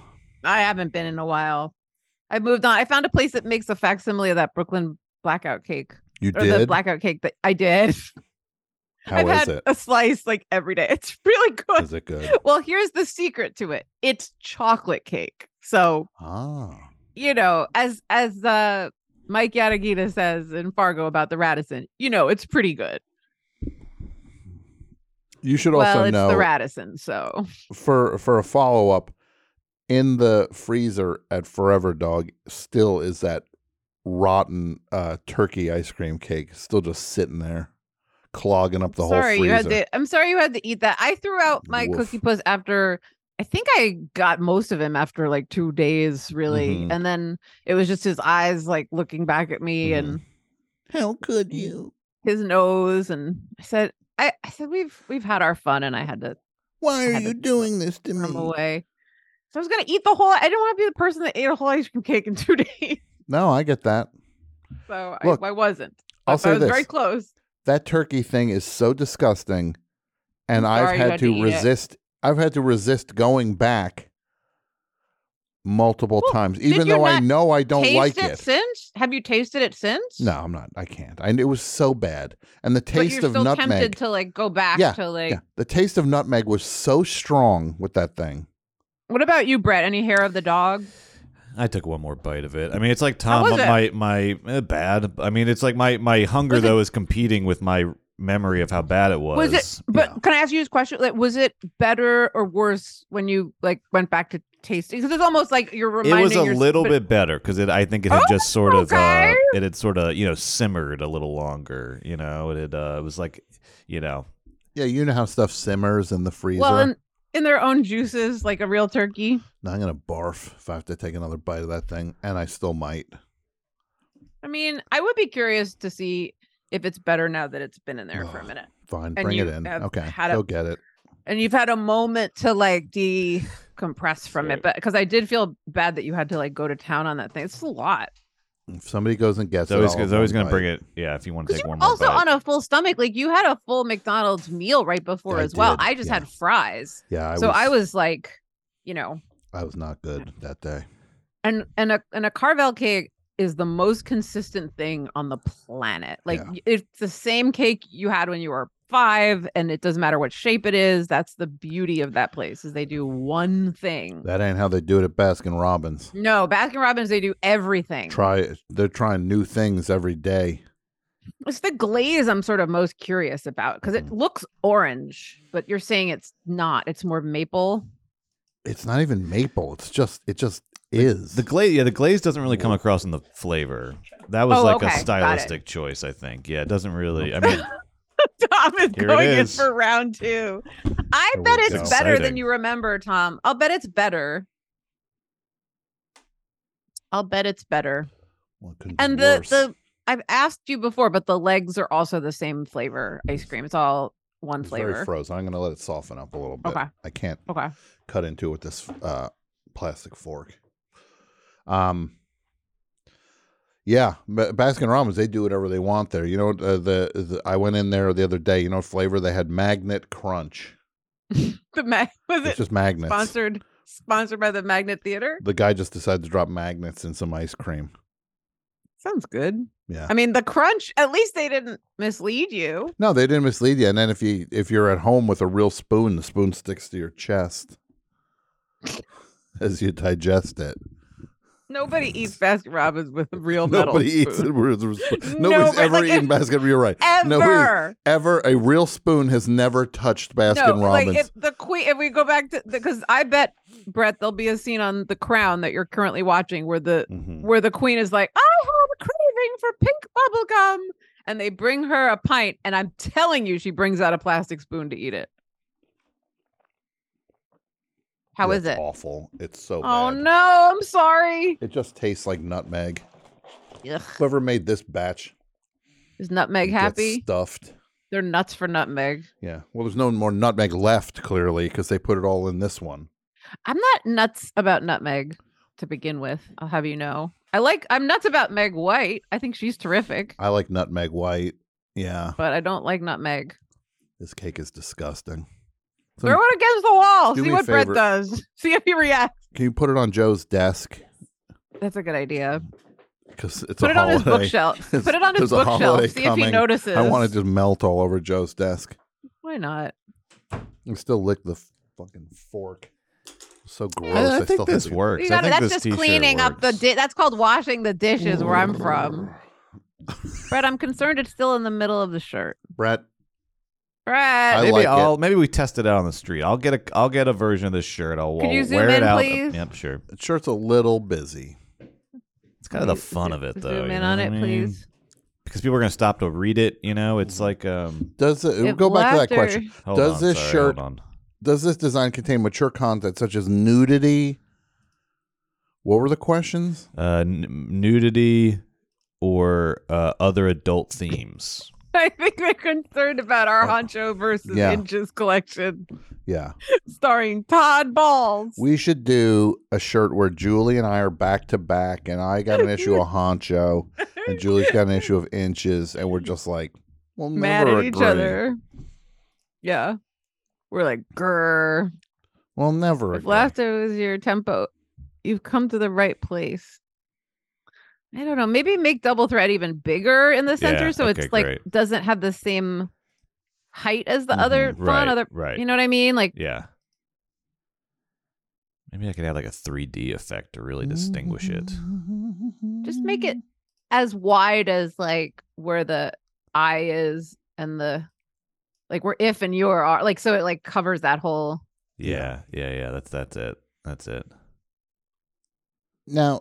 Speaker 4: I haven't been in a while. I moved on. I found a place that makes a facsimile of that Brooklyn blackout cake
Speaker 3: you
Speaker 4: or the
Speaker 3: did.
Speaker 4: blackout cake that I did.
Speaker 3: How
Speaker 4: I've
Speaker 3: is
Speaker 4: had
Speaker 3: it?
Speaker 4: a slice like every day. It's really good.
Speaker 3: Is it good?
Speaker 4: Well, here's the secret to it. It's chocolate cake. So,
Speaker 3: Ah,
Speaker 4: you know, as as uh Mike Yadagita says in Fargo about the Radisson, you know, it's pretty good.
Speaker 3: you should
Speaker 4: well,
Speaker 3: also
Speaker 4: it's
Speaker 3: know
Speaker 4: the Radisson, so
Speaker 3: for for a follow up in the freezer at Forever Dog still is that rotten uh, turkey ice cream cake still just sitting there clogging up the
Speaker 4: sorry
Speaker 3: whole
Speaker 4: you had
Speaker 3: freezer.
Speaker 4: to I'm sorry you had to eat that. I threw out my
Speaker 3: Woof.
Speaker 4: cookie puss after I think I got most of him after like 2 days really.
Speaker 3: Mhm.
Speaker 4: And then it was just his eyes like looking back at me
Speaker 3: Mm-hmm.
Speaker 4: and
Speaker 5: How could you?
Speaker 4: his nose and I said I, I said we've we've had our fun and I had to
Speaker 5: Why are
Speaker 4: Had to
Speaker 5: you doing this to
Speaker 4: from
Speaker 5: me?
Speaker 4: away. So I was gonna eat the whole. I didn't want to be the person that ate a whole ice cream cake in two days.
Speaker 3: No, I get that.
Speaker 4: So
Speaker 3: Look,
Speaker 4: I, I wasn't. But
Speaker 3: I'll
Speaker 4: I
Speaker 3: say
Speaker 4: was
Speaker 3: this.
Speaker 4: very close.
Speaker 3: that turkey thing is so disgusting and
Speaker 4: I'm
Speaker 3: i've
Speaker 4: sorry you
Speaker 3: had,
Speaker 4: had to
Speaker 3: to,
Speaker 4: eat it.
Speaker 3: resist i've had to resist going back multiple
Speaker 4: Well,
Speaker 3: times
Speaker 4: did
Speaker 3: even
Speaker 4: you
Speaker 3: though i
Speaker 4: not
Speaker 3: know i don't
Speaker 4: Taste
Speaker 3: like
Speaker 4: it,
Speaker 3: it,
Speaker 4: since? Have you tasted it since?
Speaker 3: no i'm not i can't and it was so bad and the
Speaker 4: but
Speaker 3: taste
Speaker 4: you're
Speaker 3: of
Speaker 4: still
Speaker 3: nutmeg
Speaker 4: tempted to like go back
Speaker 3: Yeah,
Speaker 4: to like.
Speaker 3: yeah the taste of nutmeg was so strong with that thing
Speaker 4: What about you, Brett? Any hair of the dog?
Speaker 1: I took one more bite of it. I mean, it's like
Speaker 4: How
Speaker 1: Tom.
Speaker 4: was it?
Speaker 1: My my eh, bad. I mean, it's like my my hunger
Speaker 4: Was it-
Speaker 1: though is competing with my memory of how bad it was.
Speaker 4: Was it? But can I ask you this question? Like, was it better or worse when you like went back to tasting? Because it's almost like you're
Speaker 1: It
Speaker 4: reminding.
Speaker 1: was a
Speaker 4: your-
Speaker 1: little
Speaker 4: but-
Speaker 1: bit better because it. I think it had
Speaker 4: Oh,
Speaker 1: just sort of. Uh,
Speaker 4: okay.
Speaker 1: it had sort of you know simmered a little longer. You know, it had. Uh, it was like, you know,
Speaker 3: yeah you know how stuff simmers in the freezer
Speaker 4: Well, in, in their own juices, like a real turkey.
Speaker 3: now i'm gonna barf if i have to take another bite of that thing and i still might
Speaker 4: I mean, I would be curious to see if it's better now that it's been in there for a minute.
Speaker 3: fine
Speaker 4: And
Speaker 3: bring it
Speaker 4: you
Speaker 3: in
Speaker 4: have
Speaker 3: okay
Speaker 4: had a-
Speaker 3: go get it
Speaker 4: and you've had a moment to like decompress from it but because i did feel bad that you had to like go to town on that thing it's a lot
Speaker 3: if somebody goes and gets
Speaker 1: it's always
Speaker 3: it I'll
Speaker 1: it's
Speaker 3: have
Speaker 1: always
Speaker 3: one
Speaker 1: going to
Speaker 3: bite.
Speaker 1: bring it. Yeah, if you want to
Speaker 4: because
Speaker 1: take
Speaker 4: you
Speaker 1: one
Speaker 4: were
Speaker 1: more
Speaker 4: also
Speaker 1: bite.
Speaker 4: on a full stomach like you had a full mcdonald's meal right before
Speaker 3: I
Speaker 4: as well
Speaker 3: did,
Speaker 4: i just
Speaker 3: yeah.
Speaker 4: had fries
Speaker 3: yeah
Speaker 4: so i was like you know
Speaker 3: I was not good that day.
Speaker 4: and and a and a carvel cake is the most consistent thing on the planet like
Speaker 3: Yeah.
Speaker 4: y- it's the same cake you had when you were five and it doesn't matter what shape it is that's the beauty of that place is they do one thing
Speaker 3: That ain't how they do it at Baskin Robbins.
Speaker 4: no baskin robbins they do everything
Speaker 3: Try they're trying new things every day.
Speaker 4: It's the glaze I'm sort of most curious about because it
Speaker 3: Mm.
Speaker 4: looks orange, but you're saying it's not. It's more maple.
Speaker 3: It's not even maple. It's just it just is.
Speaker 1: The glaze, yeah, the glaze doesn't really come across in the flavor. That was
Speaker 4: Oh,
Speaker 1: like
Speaker 4: okay. Got
Speaker 1: a
Speaker 4: it.
Speaker 1: stylistic choice, I think. Yeah, it doesn't really. I mean,
Speaker 4: Tom is
Speaker 1: Here it
Speaker 4: going in
Speaker 1: is.
Speaker 4: for round two. I
Speaker 3: There
Speaker 4: bet
Speaker 3: we
Speaker 4: it's
Speaker 3: go.
Speaker 4: better than
Speaker 1: Exciting.
Speaker 4: you remember, Tom. I'll bet it's better. I'll bet it's better.
Speaker 3: Well, it couldn't be
Speaker 4: And the
Speaker 3: worse.
Speaker 4: the I've asked you before, but the legs are also the same flavor ice cream. It's all one
Speaker 3: It's very
Speaker 4: flavor.
Speaker 3: frozen. I'm gonna let it soften up a little bit.
Speaker 4: Okay.
Speaker 3: I can't
Speaker 4: Okay.
Speaker 3: cut into it with this uh, plastic fork. Um. Yeah, but Baskin Robbins they do whatever they want there. You know uh, the, the I went in there the other day. You know what flavor they had Magnet Crunch.
Speaker 4: The mag was
Speaker 3: It's
Speaker 4: it
Speaker 3: just magnets.
Speaker 4: sponsored sponsored by the Magnet Theater?
Speaker 3: The guy just decided to drop magnets in some ice cream.
Speaker 4: Sounds good.
Speaker 3: Yeah.
Speaker 4: I mean, the crunch, at least they didn't mislead you.
Speaker 3: No, they didn't mislead you. And then if you if you're at home with a real spoon, the spoon sticks to your chest as you digest it.
Speaker 4: Nobody eats Baskin Robbins with a real metal
Speaker 3: Nobody eats
Speaker 4: spoon.
Speaker 3: it. with a spoon.
Speaker 4: No,
Speaker 3: Nobody's
Speaker 4: but
Speaker 3: ever
Speaker 4: like
Speaker 3: eaten
Speaker 4: if-
Speaker 3: Baskin. You're right. Nobody
Speaker 4: Ever.
Speaker 3: ever a real spoon has never touched Baskin
Speaker 4: No,
Speaker 3: Robbins.
Speaker 4: like if the queen, if we go back to, because I bet, Brett, there'll be a scene on The Crown that you're currently watching where the,
Speaker 3: Mhm.
Speaker 4: where the queen is like, I have a craving for pink bubblegum. And they bring her a pint. And I'm telling you, she brings out a plastic spoon to eat it. How is
Speaker 3: That's
Speaker 4: it?
Speaker 3: Awful. It's so
Speaker 4: Oh,
Speaker 3: bad.
Speaker 4: no. I'm sorry.
Speaker 3: It just tastes like nutmeg.
Speaker 4: Ugh.
Speaker 3: Whoever made this batch
Speaker 4: Is Nutmeg
Speaker 3: gets
Speaker 4: happy?
Speaker 3: stuffed.
Speaker 4: They're nuts for nutmeg.
Speaker 3: Yeah. Well, there's no more nutmeg left clearly because they put it all in this one.
Speaker 4: I'm not nuts about nutmeg to begin with. I'll have you know. I like I'm nuts about Meg White. I think she's terrific,
Speaker 3: I like nutmeg white. Yeah.
Speaker 4: but I don't like nutmeg.
Speaker 3: This cake is disgusting. So
Speaker 4: Throw it against the wall.
Speaker 3: do
Speaker 4: See
Speaker 3: me a
Speaker 4: what Brett
Speaker 3: favor.
Speaker 4: does. See if he reacts.
Speaker 3: can you put it on Joe's desk?
Speaker 4: That's a good idea.
Speaker 3: Because it's
Speaker 4: Put
Speaker 3: a
Speaker 4: it on
Speaker 3: holiday.
Speaker 4: his bookshelf.
Speaker 3: It's-
Speaker 4: Put it on his
Speaker 3: there's a
Speaker 4: bookshelf.
Speaker 3: holiday
Speaker 4: See if he
Speaker 3: coming.
Speaker 4: notices.
Speaker 3: I want to just melt all over Joe's desk.
Speaker 4: Why not?
Speaker 3: I still lick the fucking fork. So gross.
Speaker 1: I, I
Speaker 3: still
Speaker 1: think this
Speaker 3: it-
Speaker 1: works.
Speaker 4: You
Speaker 1: I
Speaker 4: gotta-
Speaker 1: think
Speaker 4: that's
Speaker 1: this
Speaker 4: just
Speaker 1: t-shirt
Speaker 4: cleaning up the.
Speaker 1: works.
Speaker 4: Di- that's called washing the dishes where I'm from. Brett, I'm concerned it's still in the middle of the shirt.
Speaker 3: Brett,
Speaker 4: Brett,
Speaker 3: I
Speaker 1: maybe
Speaker 3: like it.
Speaker 1: I'll maybe we test it out on the street. I'll get a I'll get a version of this shirt. I'll,
Speaker 4: Could
Speaker 1: I'll
Speaker 4: you zoom
Speaker 1: wear
Speaker 4: in,
Speaker 1: it out.
Speaker 4: please?
Speaker 1: Yep, sure.
Speaker 3: the shirt's a little busy.
Speaker 1: It's kind of the fun of it,
Speaker 4: zoom
Speaker 1: though. you
Speaker 4: in
Speaker 1: know
Speaker 4: on
Speaker 1: what
Speaker 4: it,
Speaker 1: I mean?
Speaker 4: please.
Speaker 1: Because people are gonna stop to read it. You know, it's like um.
Speaker 3: Does it,
Speaker 4: It
Speaker 3: go back to that
Speaker 4: left or-
Speaker 3: question?
Speaker 1: hold
Speaker 3: Does
Speaker 1: on,
Speaker 3: this
Speaker 1: sorry,
Speaker 3: shirt-
Speaker 1: Hold on.
Speaker 3: Does this design contain mature content such as nudity? What were the questions?
Speaker 1: Uh, n- nudity or uh, other adult themes?
Speaker 4: I think they're concerned about our
Speaker 3: Oh.
Speaker 4: honcho versus
Speaker 3: Yeah.
Speaker 4: inches collection
Speaker 3: Yeah.
Speaker 4: starring Todd Balls.
Speaker 3: We should do a shirt where Julie and I are back to back, and I got an issue of honcho, and Julie's got an issue of inches, and we're just like, we'll
Speaker 4: mad
Speaker 3: never
Speaker 4: at each
Speaker 3: agree.
Speaker 4: other. Yeah. We're like, grr.
Speaker 3: We'll never
Speaker 4: If
Speaker 3: agree.
Speaker 4: laughter was your tempo, you've come to the right place. I don't know. Maybe make double thread even bigger in the center
Speaker 1: Yeah,
Speaker 4: so
Speaker 1: okay,
Speaker 4: it's like
Speaker 1: great.
Speaker 4: down have the same height as the other
Speaker 3: Mm-hmm.
Speaker 1: Mhm,
Speaker 4: font,
Speaker 1: right,
Speaker 4: other
Speaker 1: right.
Speaker 4: you know what I mean? Like
Speaker 1: Yeah. Maybe I could add like a 3D effect to really distinguish it.
Speaker 4: Mm-hmm. just make it as wide as like where the I is and the like where if and your are like so it like covers that whole
Speaker 1: Yeah, yeah, yeah. That's that's it. That's it.
Speaker 3: Now,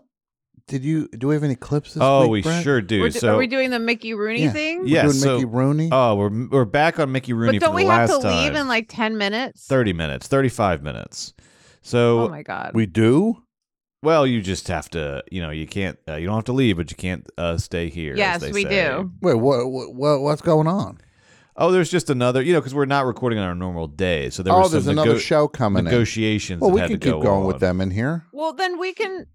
Speaker 3: did you do we have any clips? This
Speaker 1: oh,
Speaker 3: week,
Speaker 1: we
Speaker 3: Brett?
Speaker 1: sure
Speaker 4: We're
Speaker 1: do.
Speaker 4: do-
Speaker 1: so,
Speaker 4: are we doing the Mickey Rooney
Speaker 3: Yeah.
Speaker 4: thing?
Speaker 3: We're
Speaker 1: Yeah,
Speaker 3: doing
Speaker 1: so-
Speaker 3: Mickey Rooney.
Speaker 1: oh, we're we're back on Mickey Rooney
Speaker 4: But don't
Speaker 1: for
Speaker 4: we
Speaker 1: the
Speaker 4: have
Speaker 1: last
Speaker 4: to
Speaker 1: time.
Speaker 4: leave in like 10 minutes?
Speaker 1: Thirty minutes, thirty-five minutes.
Speaker 4: oh
Speaker 1: So,
Speaker 4: my God.
Speaker 5: We do?
Speaker 1: well, you just have to, you know, you can't, uh, you don't have to leave, but you can't uh, stay here. as
Speaker 4: yes,
Speaker 1: they
Speaker 4: we
Speaker 1: say.
Speaker 4: do.
Speaker 3: Wait, what, what? What? What's going on?
Speaker 1: Oh, there's just another, you know, because we're not recording on our normal day, so there
Speaker 3: oh,
Speaker 1: was
Speaker 3: there's
Speaker 1: some
Speaker 3: another
Speaker 1: nego-
Speaker 3: show coming in.
Speaker 1: negotiations.
Speaker 3: Well,
Speaker 1: that
Speaker 3: we
Speaker 1: had
Speaker 3: can
Speaker 1: to
Speaker 3: keep
Speaker 1: go
Speaker 3: going with
Speaker 1: on.
Speaker 3: them in here.
Speaker 4: Well, then we can.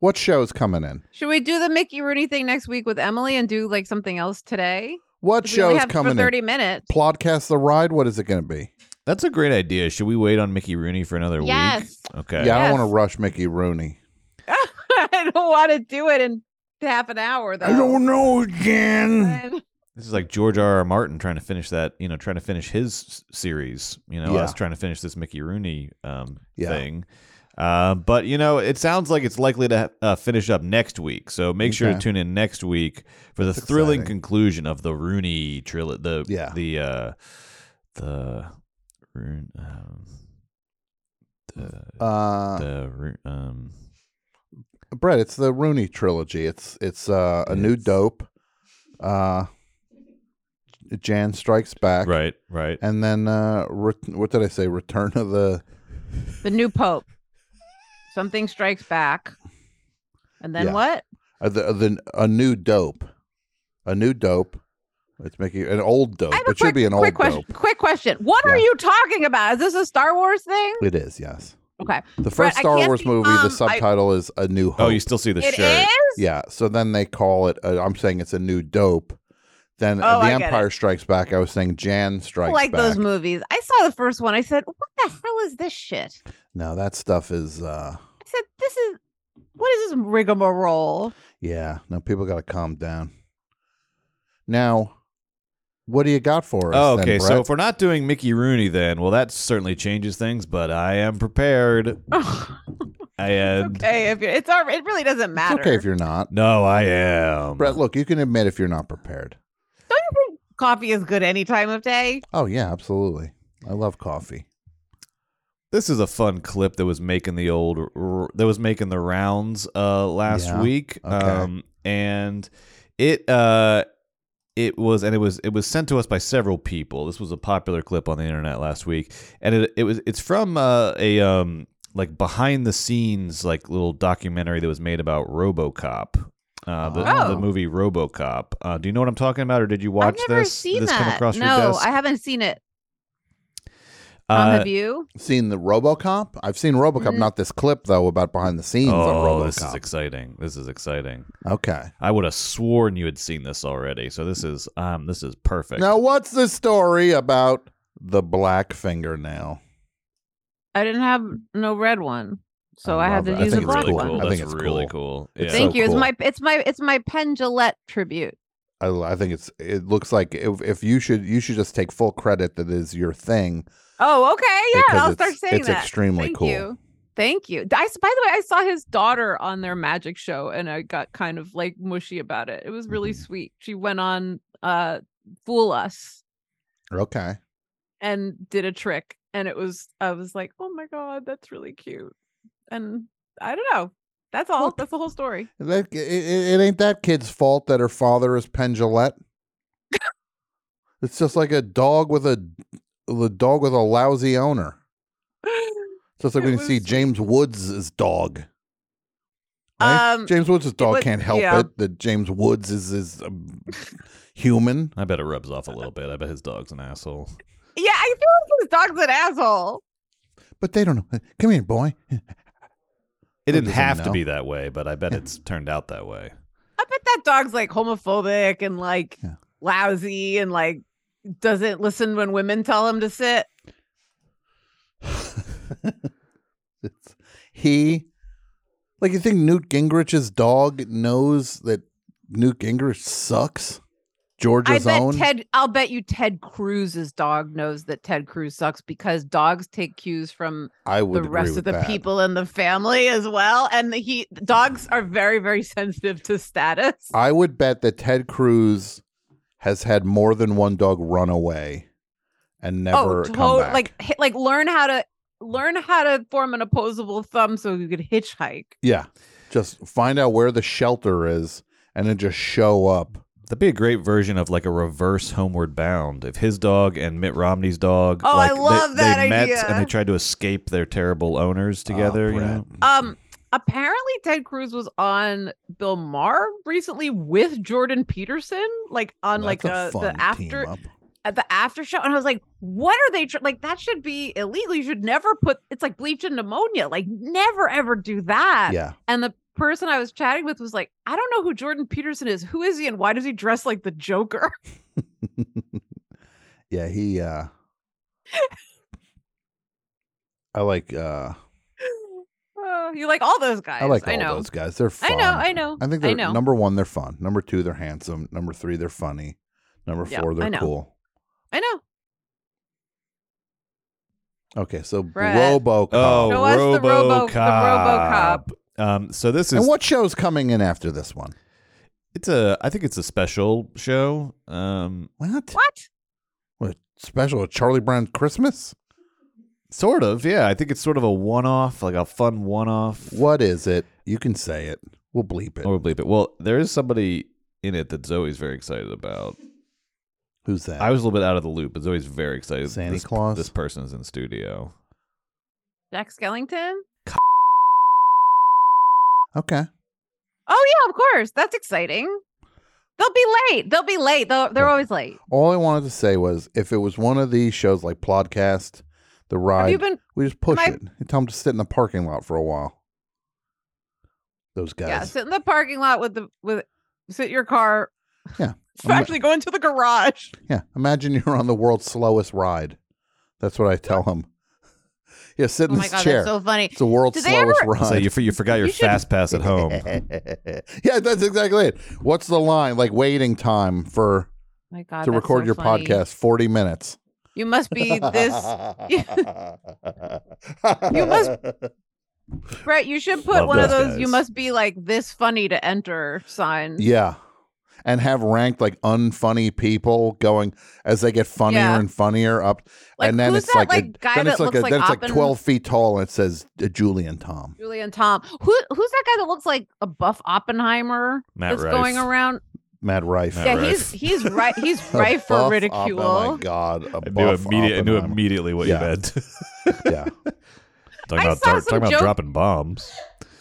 Speaker 3: What show's coming in?
Speaker 4: Should we do the Mickey Rooney thing next week with Emily and do like something else today?
Speaker 3: What
Speaker 4: 'Cause we only
Speaker 3: show's
Speaker 4: have
Speaker 3: coming
Speaker 4: for 30
Speaker 3: in?
Speaker 4: minutes.
Speaker 3: Plodcast the ride. What is it going to be?
Speaker 1: That's a great idea. Should we wait on Mickey Rooney for another week?
Speaker 4: Yes.
Speaker 1: Okay.
Speaker 3: Yeah, I don't want
Speaker 4: Yes.
Speaker 3: to rush Mickey Rooney.
Speaker 4: I don't want to do it in half an hour, though.
Speaker 5: know again.
Speaker 4: And-
Speaker 1: This is like George R. R. Martin trying to finish that, you know, trying to finish his s- series. You know,
Speaker 3: Yeah.
Speaker 1: us trying to finish this Mickey Rooney um,
Speaker 3: Yeah.
Speaker 1: thing. Uh, but you know, it sounds like it's likely to uh, finish up next week. So make sure to
Speaker 3: Okay.
Speaker 1: tune in next week for the
Speaker 3: That's
Speaker 1: thrilling
Speaker 3: exciting.
Speaker 1: conclusion of the Rooney trilogy. The
Speaker 3: Yeah.
Speaker 1: the uh, the Roon um, the
Speaker 3: Uh,
Speaker 1: the Roo- um
Speaker 3: Brett, it's the Rooney trilogy. It's it's uh, a new
Speaker 1: It's-
Speaker 3: dope. Uh, Jan strikes back,
Speaker 1: right right
Speaker 3: And then uh, ret- what did I say? Return of the
Speaker 4: the new Pope. Something strikes back. And then
Speaker 3: Yeah.
Speaker 4: what?
Speaker 3: uh, the, the a new dope, a new dope. It's making an old dope.
Speaker 4: I have
Speaker 3: It
Speaker 4: a quick,
Speaker 3: should be an
Speaker 4: quick
Speaker 3: old
Speaker 4: question.
Speaker 3: dope.
Speaker 4: Quick question. What are
Speaker 3: Yeah.
Speaker 4: you talking about? Is this a Star Wars thing?
Speaker 3: It is yes.
Speaker 4: Okay.
Speaker 3: The
Speaker 4: Brett,
Speaker 3: first
Speaker 4: I
Speaker 3: Star
Speaker 4: can't
Speaker 3: Wars
Speaker 4: be-
Speaker 3: movie.
Speaker 4: um, I-
Speaker 3: the subtitle is A New Hope.
Speaker 1: oh you still see the
Speaker 4: It
Speaker 1: shirt
Speaker 4: is?
Speaker 3: Yeah. So then they call it. Uh, I'm saying it's a new dope. Then uh,
Speaker 4: Oh,
Speaker 3: the
Speaker 4: I get it.
Speaker 3: Empire Strikes Back. I was saying Jan Strikes
Speaker 4: like
Speaker 3: Back.
Speaker 4: those movies. I saw the first one. I said, "What the hell is this shit?"
Speaker 3: no, that stuff is. uh
Speaker 4: I said, "This is what is this rigmarole?"
Speaker 3: Yeah. No, people got to calm down. Now, what do you got for us?
Speaker 1: Oh,
Speaker 3: then,
Speaker 1: okay. So
Speaker 3: Brett?
Speaker 1: if we're not doing Mickey Rooney, then well, that certainly changes things. But I am prepared, and
Speaker 4: okay, if you're, it's all, it really doesn't
Speaker 3: it's
Speaker 4: matter.
Speaker 3: okay if you're not.
Speaker 1: no, I am.
Speaker 3: Brett, look, you can admit if you're not prepared.
Speaker 4: Don't you think coffee is good any time of day?
Speaker 3: Oh yeah, absolutely. I love coffee.
Speaker 1: This is a fun clip that was making the old that was making the rounds uh last
Speaker 3: Yeah.
Speaker 1: week.
Speaker 3: Okay.
Speaker 1: Um, and it uh it was and it was it was sent to us by several people. This was a popular clip on the internet last week, and it it was it's from uh, a um like behind the scenes like little documentary that was made about RoboCop. Uh, the, the
Speaker 4: Oh.
Speaker 1: movie RoboCop. Uh, do you know what I'm talking about, or did you watch
Speaker 4: I've never
Speaker 1: this?
Speaker 4: seen
Speaker 1: did this
Speaker 4: that.
Speaker 1: come across
Speaker 4: no,
Speaker 1: your desk?
Speaker 4: I haven't seen it. Um,
Speaker 1: Uh,
Speaker 4: have you?
Speaker 3: Seen the RoboCop? I've seen RoboCop,
Speaker 4: Mm.
Speaker 3: not this clip though about behind the scenes on
Speaker 1: oh,
Speaker 3: RoboCop.
Speaker 1: this is exciting! This is exciting.
Speaker 3: okay.
Speaker 1: I would have sworn you had seen this already. So this is um this is perfect.
Speaker 3: Now, what's the story about the black fingernail?
Speaker 4: I didn't have no red one, so I, had
Speaker 3: love
Speaker 4: to
Speaker 3: it. I
Speaker 4: use a
Speaker 3: think it's
Speaker 4: black
Speaker 1: really
Speaker 4: one.
Speaker 1: cool.
Speaker 3: I
Speaker 1: That's
Speaker 3: think it's
Speaker 1: really cool. Yeah.
Speaker 3: It's
Speaker 4: Thank
Speaker 3: so
Speaker 4: you.
Speaker 3: cool.
Speaker 4: It's my it's my it's my Penn Gillette tribute.
Speaker 3: I, I think it's. It looks like if, if you should, you should just take full credit that is your thing.
Speaker 4: Oh, okay, yeah,
Speaker 3: because
Speaker 4: I'll
Speaker 3: it's-
Speaker 4: start saying
Speaker 3: It's
Speaker 4: that.
Speaker 3: extremely
Speaker 4: Thank
Speaker 3: cool.
Speaker 4: you. Thank you. I, s- by the way, I saw his daughter on their magic show and I got kind of like mushy about it. It was really
Speaker 3: Mm-hmm.
Speaker 4: sweet. She went on uh Fool Us
Speaker 3: Okay.
Speaker 4: and did a trick and it was I was like, "Oh my god, that's really cute." And I don't know. That's all. That's the whole story.
Speaker 3: That, it, it, it ain't that kid's fault that her father is Pendulette. it's just like a dog with a the dog with a lousy owner. It's just like
Speaker 4: It
Speaker 3: when you see
Speaker 4: was-
Speaker 3: James Woods' dog. Right?
Speaker 4: Um,
Speaker 3: James Woods' dog
Speaker 4: was-
Speaker 3: can't help
Speaker 4: yeah.
Speaker 3: it that James Woods is is um, human.
Speaker 1: I bet it rubs off a little bit. I bet his dog's an asshole.
Speaker 4: Yeah, I feel like his dog's an asshole.
Speaker 3: But they don't know. Come here, boy.
Speaker 1: It
Speaker 3: Who
Speaker 1: didn't
Speaker 3: doesn't
Speaker 1: have to
Speaker 3: know?
Speaker 1: be that way, but I bet it's turned out that way.
Speaker 4: I bet that dog's like homophobic and like
Speaker 3: Yeah.
Speaker 4: lousy and like doesn't listen when women tell him to sit.
Speaker 3: It's, he, like, you think Newt Gingrich's dog knows that Newt Gingrich sucks? Georgia's
Speaker 4: I bet
Speaker 3: own.
Speaker 4: Ted. I'll bet you Ted Cruz's dog knows that Ted Cruz sucks because dogs take cues from
Speaker 3: I would
Speaker 4: the
Speaker 3: agree
Speaker 4: rest
Speaker 3: with
Speaker 4: of the
Speaker 3: that.
Speaker 4: people in the family as well. And the, he dogs are very very sensitive to status.
Speaker 3: I would bet that Ted Cruz has had more than one dog run away and never
Speaker 4: to-
Speaker 3: come back.
Speaker 4: Oh, like hi- like learn how to learn how to form an opposable thumb so you could hitchhike.
Speaker 3: yeah, just find out where the shelter is and then just show up.
Speaker 1: That'd be a great version of like a reverse homeward bound. If his dog and Mitt Romney's dog
Speaker 4: Oh, I
Speaker 1: like, they-
Speaker 4: love
Speaker 1: they,
Speaker 4: that
Speaker 1: met
Speaker 4: idea.
Speaker 1: and they tried to escape their terrible owners
Speaker 3: Oh,
Speaker 1: together, you know.
Speaker 4: Um apparently Ted Cruz was on Bill Maher recently with Jordan Peterson like on like a, the after at the after show and I was like what are they tr- like that should be illegal you should never put it's like bleach and pneumonia like never ever do that
Speaker 3: Yeah.
Speaker 4: and the person I was chatting with was like I don't know who Jordan Peterson is who is he and why does he dress like the Joker
Speaker 3: yeah, he uh I like uh
Speaker 4: Uh, you like all those guys
Speaker 3: I like all
Speaker 4: know
Speaker 3: those guys. They're fun.
Speaker 4: I know I know
Speaker 3: I think
Speaker 4: I
Speaker 3: they're
Speaker 4: know
Speaker 3: number one, they're fun. Number two, they're handsome. Number three, they're funny. Number
Speaker 4: Yeah,
Speaker 3: four,
Speaker 4: I
Speaker 3: they're
Speaker 4: know.
Speaker 3: cool.
Speaker 4: I know
Speaker 3: Okay, so
Speaker 4: Brett.
Speaker 3: Robocop.
Speaker 1: Oh,
Speaker 4: Show us the Robo- the
Speaker 1: RoboCop. Um, so this is
Speaker 3: and what show's coming in after this one?
Speaker 1: it's a I think it's a special show. Um,
Speaker 3: What?
Speaker 4: what
Speaker 3: What special? Charlie Brown Christmas?
Speaker 1: sort of, yeah. I think it's sort of a one-off, like a fun one-off.
Speaker 3: What is it? You can say it. We'll bleep it.
Speaker 1: Or believe it. Well, there is somebody in it that Zoe's very excited about.
Speaker 3: Who's that?
Speaker 1: I was a little bit out of the loop, but Zoe's very excited.
Speaker 3: Santa
Speaker 1: this,
Speaker 3: Claus?
Speaker 1: This person's in studio.
Speaker 4: Jack Skellington
Speaker 3: okay.
Speaker 4: Oh yeah, of course. That's exciting. They'll be late. They'll be late. They'll, they're
Speaker 3: Yeah.
Speaker 4: always late.
Speaker 3: All I wanted to say was if it was one of these shows like Podcast, The
Speaker 4: Have
Speaker 3: Ride,
Speaker 4: you been?
Speaker 3: we just push
Speaker 4: I-
Speaker 3: it. You tell them to sit in the parking lot for a while. Those guys.
Speaker 4: Yeah, sit in the parking lot with the with sit in your car.
Speaker 3: Yeah.
Speaker 4: actually, go into the garage.
Speaker 3: Yeah. Imagine you're on the world's slowest ride. That's what I tell them. Yeah, sit in
Speaker 4: Oh my
Speaker 3: this
Speaker 4: god,
Speaker 3: chair.
Speaker 4: that's so funny.
Speaker 3: it's the world's
Speaker 4: Do they ever-
Speaker 3: slowest ride.
Speaker 1: So you, for- you forgot your
Speaker 4: You should-
Speaker 1: fast pass at home.
Speaker 3: yeah, that's exactly it. What's the line? Like waiting time for
Speaker 4: Oh my god,
Speaker 3: to
Speaker 4: that's
Speaker 3: record
Speaker 4: so
Speaker 3: your
Speaker 4: funny.
Speaker 3: podcast 40 minutes.
Speaker 4: You must be this, You must- Brett. You should put
Speaker 1: Love
Speaker 4: one of
Speaker 1: those
Speaker 4: those. You
Speaker 1: guys.
Speaker 4: must be like this funny to enter sign.
Speaker 3: Yeah. And have ranked like unfunny people going as they get funnier
Speaker 4: Yeah.
Speaker 3: and funnier up.
Speaker 4: Like,
Speaker 3: and then
Speaker 4: who's
Speaker 3: it's
Speaker 4: that,
Speaker 3: like,
Speaker 4: like,
Speaker 3: a,
Speaker 4: guy
Speaker 3: then it's
Speaker 4: that
Speaker 3: like, a,
Speaker 4: looks like
Speaker 3: then it's like
Speaker 4: Oppen-
Speaker 3: 12 feet tall and it says uh, Julian Tom.
Speaker 4: Julian Tom. Who who's that guy that looks like a buff Oppenheimer
Speaker 1: Matt
Speaker 4: that's
Speaker 1: Rife.
Speaker 4: going around?
Speaker 3: Mad Rife.
Speaker 1: Matt
Speaker 4: yeah,
Speaker 1: Rife.
Speaker 4: he's he's right. He's
Speaker 3: A
Speaker 4: rife for
Speaker 3: buff
Speaker 4: ridicule.
Speaker 3: Oppen- Oh my God. a
Speaker 1: I knew,
Speaker 3: buff
Speaker 1: immediate, I knew
Speaker 3: Oppenheimer.
Speaker 1: immediately what
Speaker 3: Yeah.
Speaker 1: you meant.
Speaker 3: Yeah.
Speaker 1: talking
Speaker 4: I
Speaker 1: about,
Speaker 4: saw
Speaker 1: tar-
Speaker 4: some
Speaker 1: talking about
Speaker 4: joke-
Speaker 1: dropping bombs.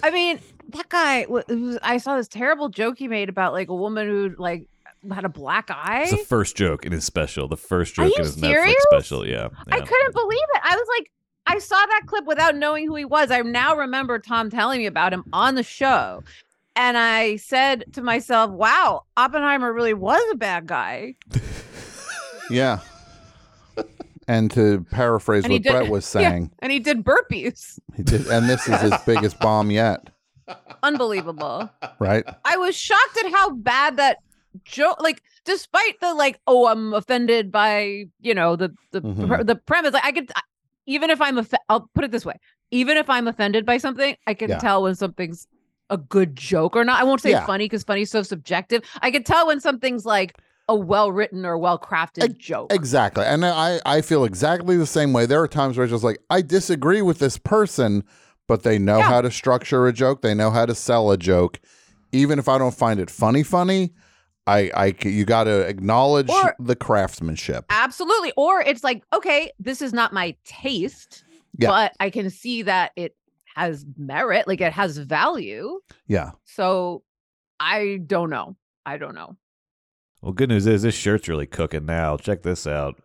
Speaker 4: I mean, that guy. wa- it Was, I saw this terrible joke he made about like a woman who like had a black eye.
Speaker 1: It's the first joke in his special. The first
Speaker 4: Are
Speaker 1: joke
Speaker 4: you
Speaker 1: in his Netflix
Speaker 4: serious?
Speaker 1: special. Yeah.
Speaker 4: I
Speaker 1: yeah.
Speaker 4: couldn't believe it. I was like, I saw that clip without knowing who he was. I now remember Tom telling me about him on the show, and I said to myself, "Wow, Oppenheimer really was a bad guy."
Speaker 3: Yeah. and to paraphrase
Speaker 4: And he
Speaker 3: what
Speaker 4: did-
Speaker 3: Brett was
Speaker 4: Yeah.
Speaker 3: saying,
Speaker 4: and he did burpees.
Speaker 3: he did, and this is his biggest bomb yet,
Speaker 4: Unbelievable.
Speaker 3: right?
Speaker 4: I was shocked at how bad that joke. Like, despite the like, oh, I'm offended by you know the the
Speaker 3: Mhm.
Speaker 4: pre- the premise. Like, I could I- even if I'm offe- I'll put it this way: even if I'm offended by something, I can
Speaker 3: Yeah.
Speaker 4: tell when something's a good joke or not. I won't say
Speaker 3: Yeah.
Speaker 4: funny because funny is so subjective. I can tell when something's like a well written or well crafted
Speaker 3: Ex-
Speaker 4: joke.
Speaker 3: Exactly. And I, I feel exactly the same way. There are times where it's just like, I disagree with this person, but they know
Speaker 4: Yeah.
Speaker 3: how to structure a joke. They know how to sell a joke. Even if I don't find it funny, funny, I, I c- you got to acknowledge
Speaker 4: Or-
Speaker 3: the craftsmanship.
Speaker 4: Absolutely. Or it's like, okay, this is not my taste,
Speaker 3: Yeah.
Speaker 4: but I can see that it has merit, like it has value.
Speaker 3: yeah.
Speaker 4: So I don't know. I don't know.
Speaker 1: Well, good news is this shirt's really cooking now. Check this out.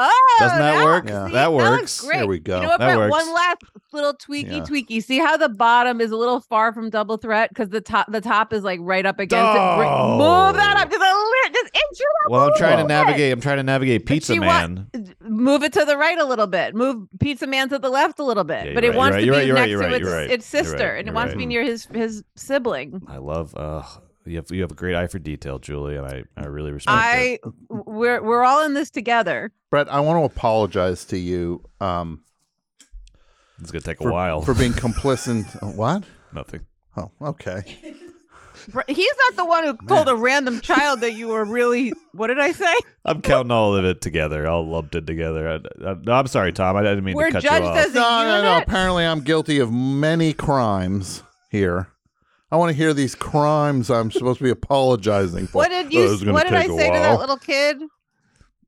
Speaker 4: Oh,
Speaker 1: Doesn't that work?
Speaker 4: see,
Speaker 3: Yeah.
Speaker 1: That works.
Speaker 4: looks
Speaker 1: There
Speaker 4: Great.
Speaker 3: we go.
Speaker 4: You know what,
Speaker 1: That
Speaker 4: Brett?
Speaker 1: works.
Speaker 4: One last little tweaky
Speaker 3: Yeah.
Speaker 4: tweaky. See how the bottom is a little far from double threat because the top the top is like right up against it. Br-
Speaker 1: Oh.
Speaker 4: Move that up just a little, just inch it up.
Speaker 1: Well,
Speaker 4: a
Speaker 1: I'm
Speaker 4: little
Speaker 1: trying to
Speaker 4: bit.
Speaker 1: navigate. I'm trying to navigate
Speaker 4: But
Speaker 1: Pizza
Speaker 4: you
Speaker 1: Man.
Speaker 4: want- Move it to the right a little bit. Move Pizza Man to the left a little bit.
Speaker 1: Yeah,
Speaker 4: but
Speaker 1: you're right,
Speaker 4: it wants
Speaker 1: you're
Speaker 4: to
Speaker 1: right,
Speaker 4: be
Speaker 1: you're right,
Speaker 4: next
Speaker 1: you're
Speaker 4: to
Speaker 1: right,
Speaker 4: its,
Speaker 1: you're right.
Speaker 4: its
Speaker 1: You're
Speaker 4: sister,
Speaker 1: right,
Speaker 4: and it
Speaker 1: you're
Speaker 4: wants
Speaker 1: right.
Speaker 4: to be near his his sibling.
Speaker 1: I love. Uh, you have you have a great eye for detail, Julie, and I I really respect it.
Speaker 4: I we're we're all in this together.
Speaker 3: Brett, I want to apologize to you um,
Speaker 1: It's gonna take a
Speaker 3: for,
Speaker 1: while.
Speaker 3: for being complicit. what?
Speaker 1: Nothing.
Speaker 3: Oh, okay.
Speaker 4: Br- He's not the one who told a random child that you were really. What did I say?
Speaker 1: I'm counting all of it together, all lumped in together. I, I, no, I'm sorry, Tom. I didn't mean
Speaker 4: We're
Speaker 1: to cut
Speaker 4: judged
Speaker 1: you off.
Speaker 4: as- Is it
Speaker 3: No,
Speaker 4: you
Speaker 3: no,
Speaker 4: in
Speaker 3: no.
Speaker 4: it?
Speaker 3: Apparently, I'm guilty of many crimes here. I want to hear these crimes I'm supposed to be apologizing for.
Speaker 4: What did you?
Speaker 3: Oh, this is gonna
Speaker 4: what did I
Speaker 3: take a
Speaker 4: say to
Speaker 3: while.
Speaker 4: that little kid?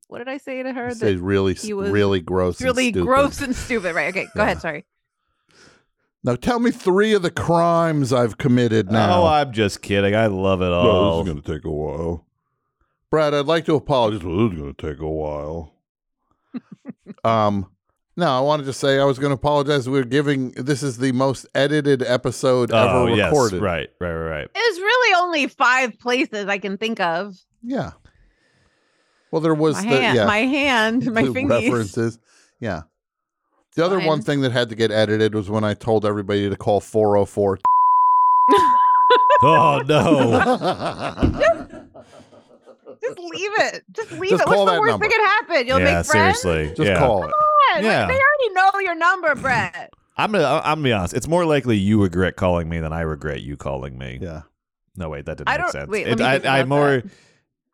Speaker 4: What did I say to her?
Speaker 3: You say
Speaker 4: That
Speaker 3: really,
Speaker 4: he was
Speaker 3: really gross. and
Speaker 4: really
Speaker 3: stupid.
Speaker 4: gross and stupid. Right? Okay, go ahead. Sorry.
Speaker 3: Now tell me three of the crimes I've committed
Speaker 4: Oh,
Speaker 3: now.
Speaker 1: No, I'm just kidding. I love it all.
Speaker 3: going to take a while. Brad, I'd like to apologize. Well, this is going to take a while. um, no, I want to just say I was going to apologize. We're giving this is the most edited episode
Speaker 1: oh,
Speaker 3: ever
Speaker 1: yes,
Speaker 3: recorded.
Speaker 1: right, right, right, right.
Speaker 4: There's really only five places I can think of.
Speaker 3: Yeah. Well, there was
Speaker 4: My
Speaker 3: the
Speaker 4: hand,
Speaker 3: yeah,
Speaker 4: my hand, my
Speaker 3: the
Speaker 4: fingers.
Speaker 3: references. Yeah. The other
Speaker 4: Fine.
Speaker 3: one thing that had to get edited was when I told everybody to call 404.
Speaker 1: Oh no.
Speaker 4: Just leave it. Just leave
Speaker 3: Just
Speaker 4: it. What's
Speaker 3: call
Speaker 4: the
Speaker 3: that
Speaker 4: worst
Speaker 3: number.
Speaker 4: that could happen? You'll
Speaker 1: yeah,
Speaker 4: make friends.
Speaker 1: seriously.
Speaker 3: Just
Speaker 1: yeah.
Speaker 3: call it.
Speaker 4: Like,
Speaker 1: Yeah.
Speaker 4: They already know your number, Brett.
Speaker 1: I'm gonna. I'm gonna be honest. It's more likely you regret calling me than I regret you calling me.
Speaker 3: Yeah.
Speaker 1: No, wait, that didn't
Speaker 4: I
Speaker 1: make
Speaker 4: don't-
Speaker 1: sense.
Speaker 4: wait, let me
Speaker 1: I,
Speaker 4: think
Speaker 1: I
Speaker 4: about
Speaker 1: more.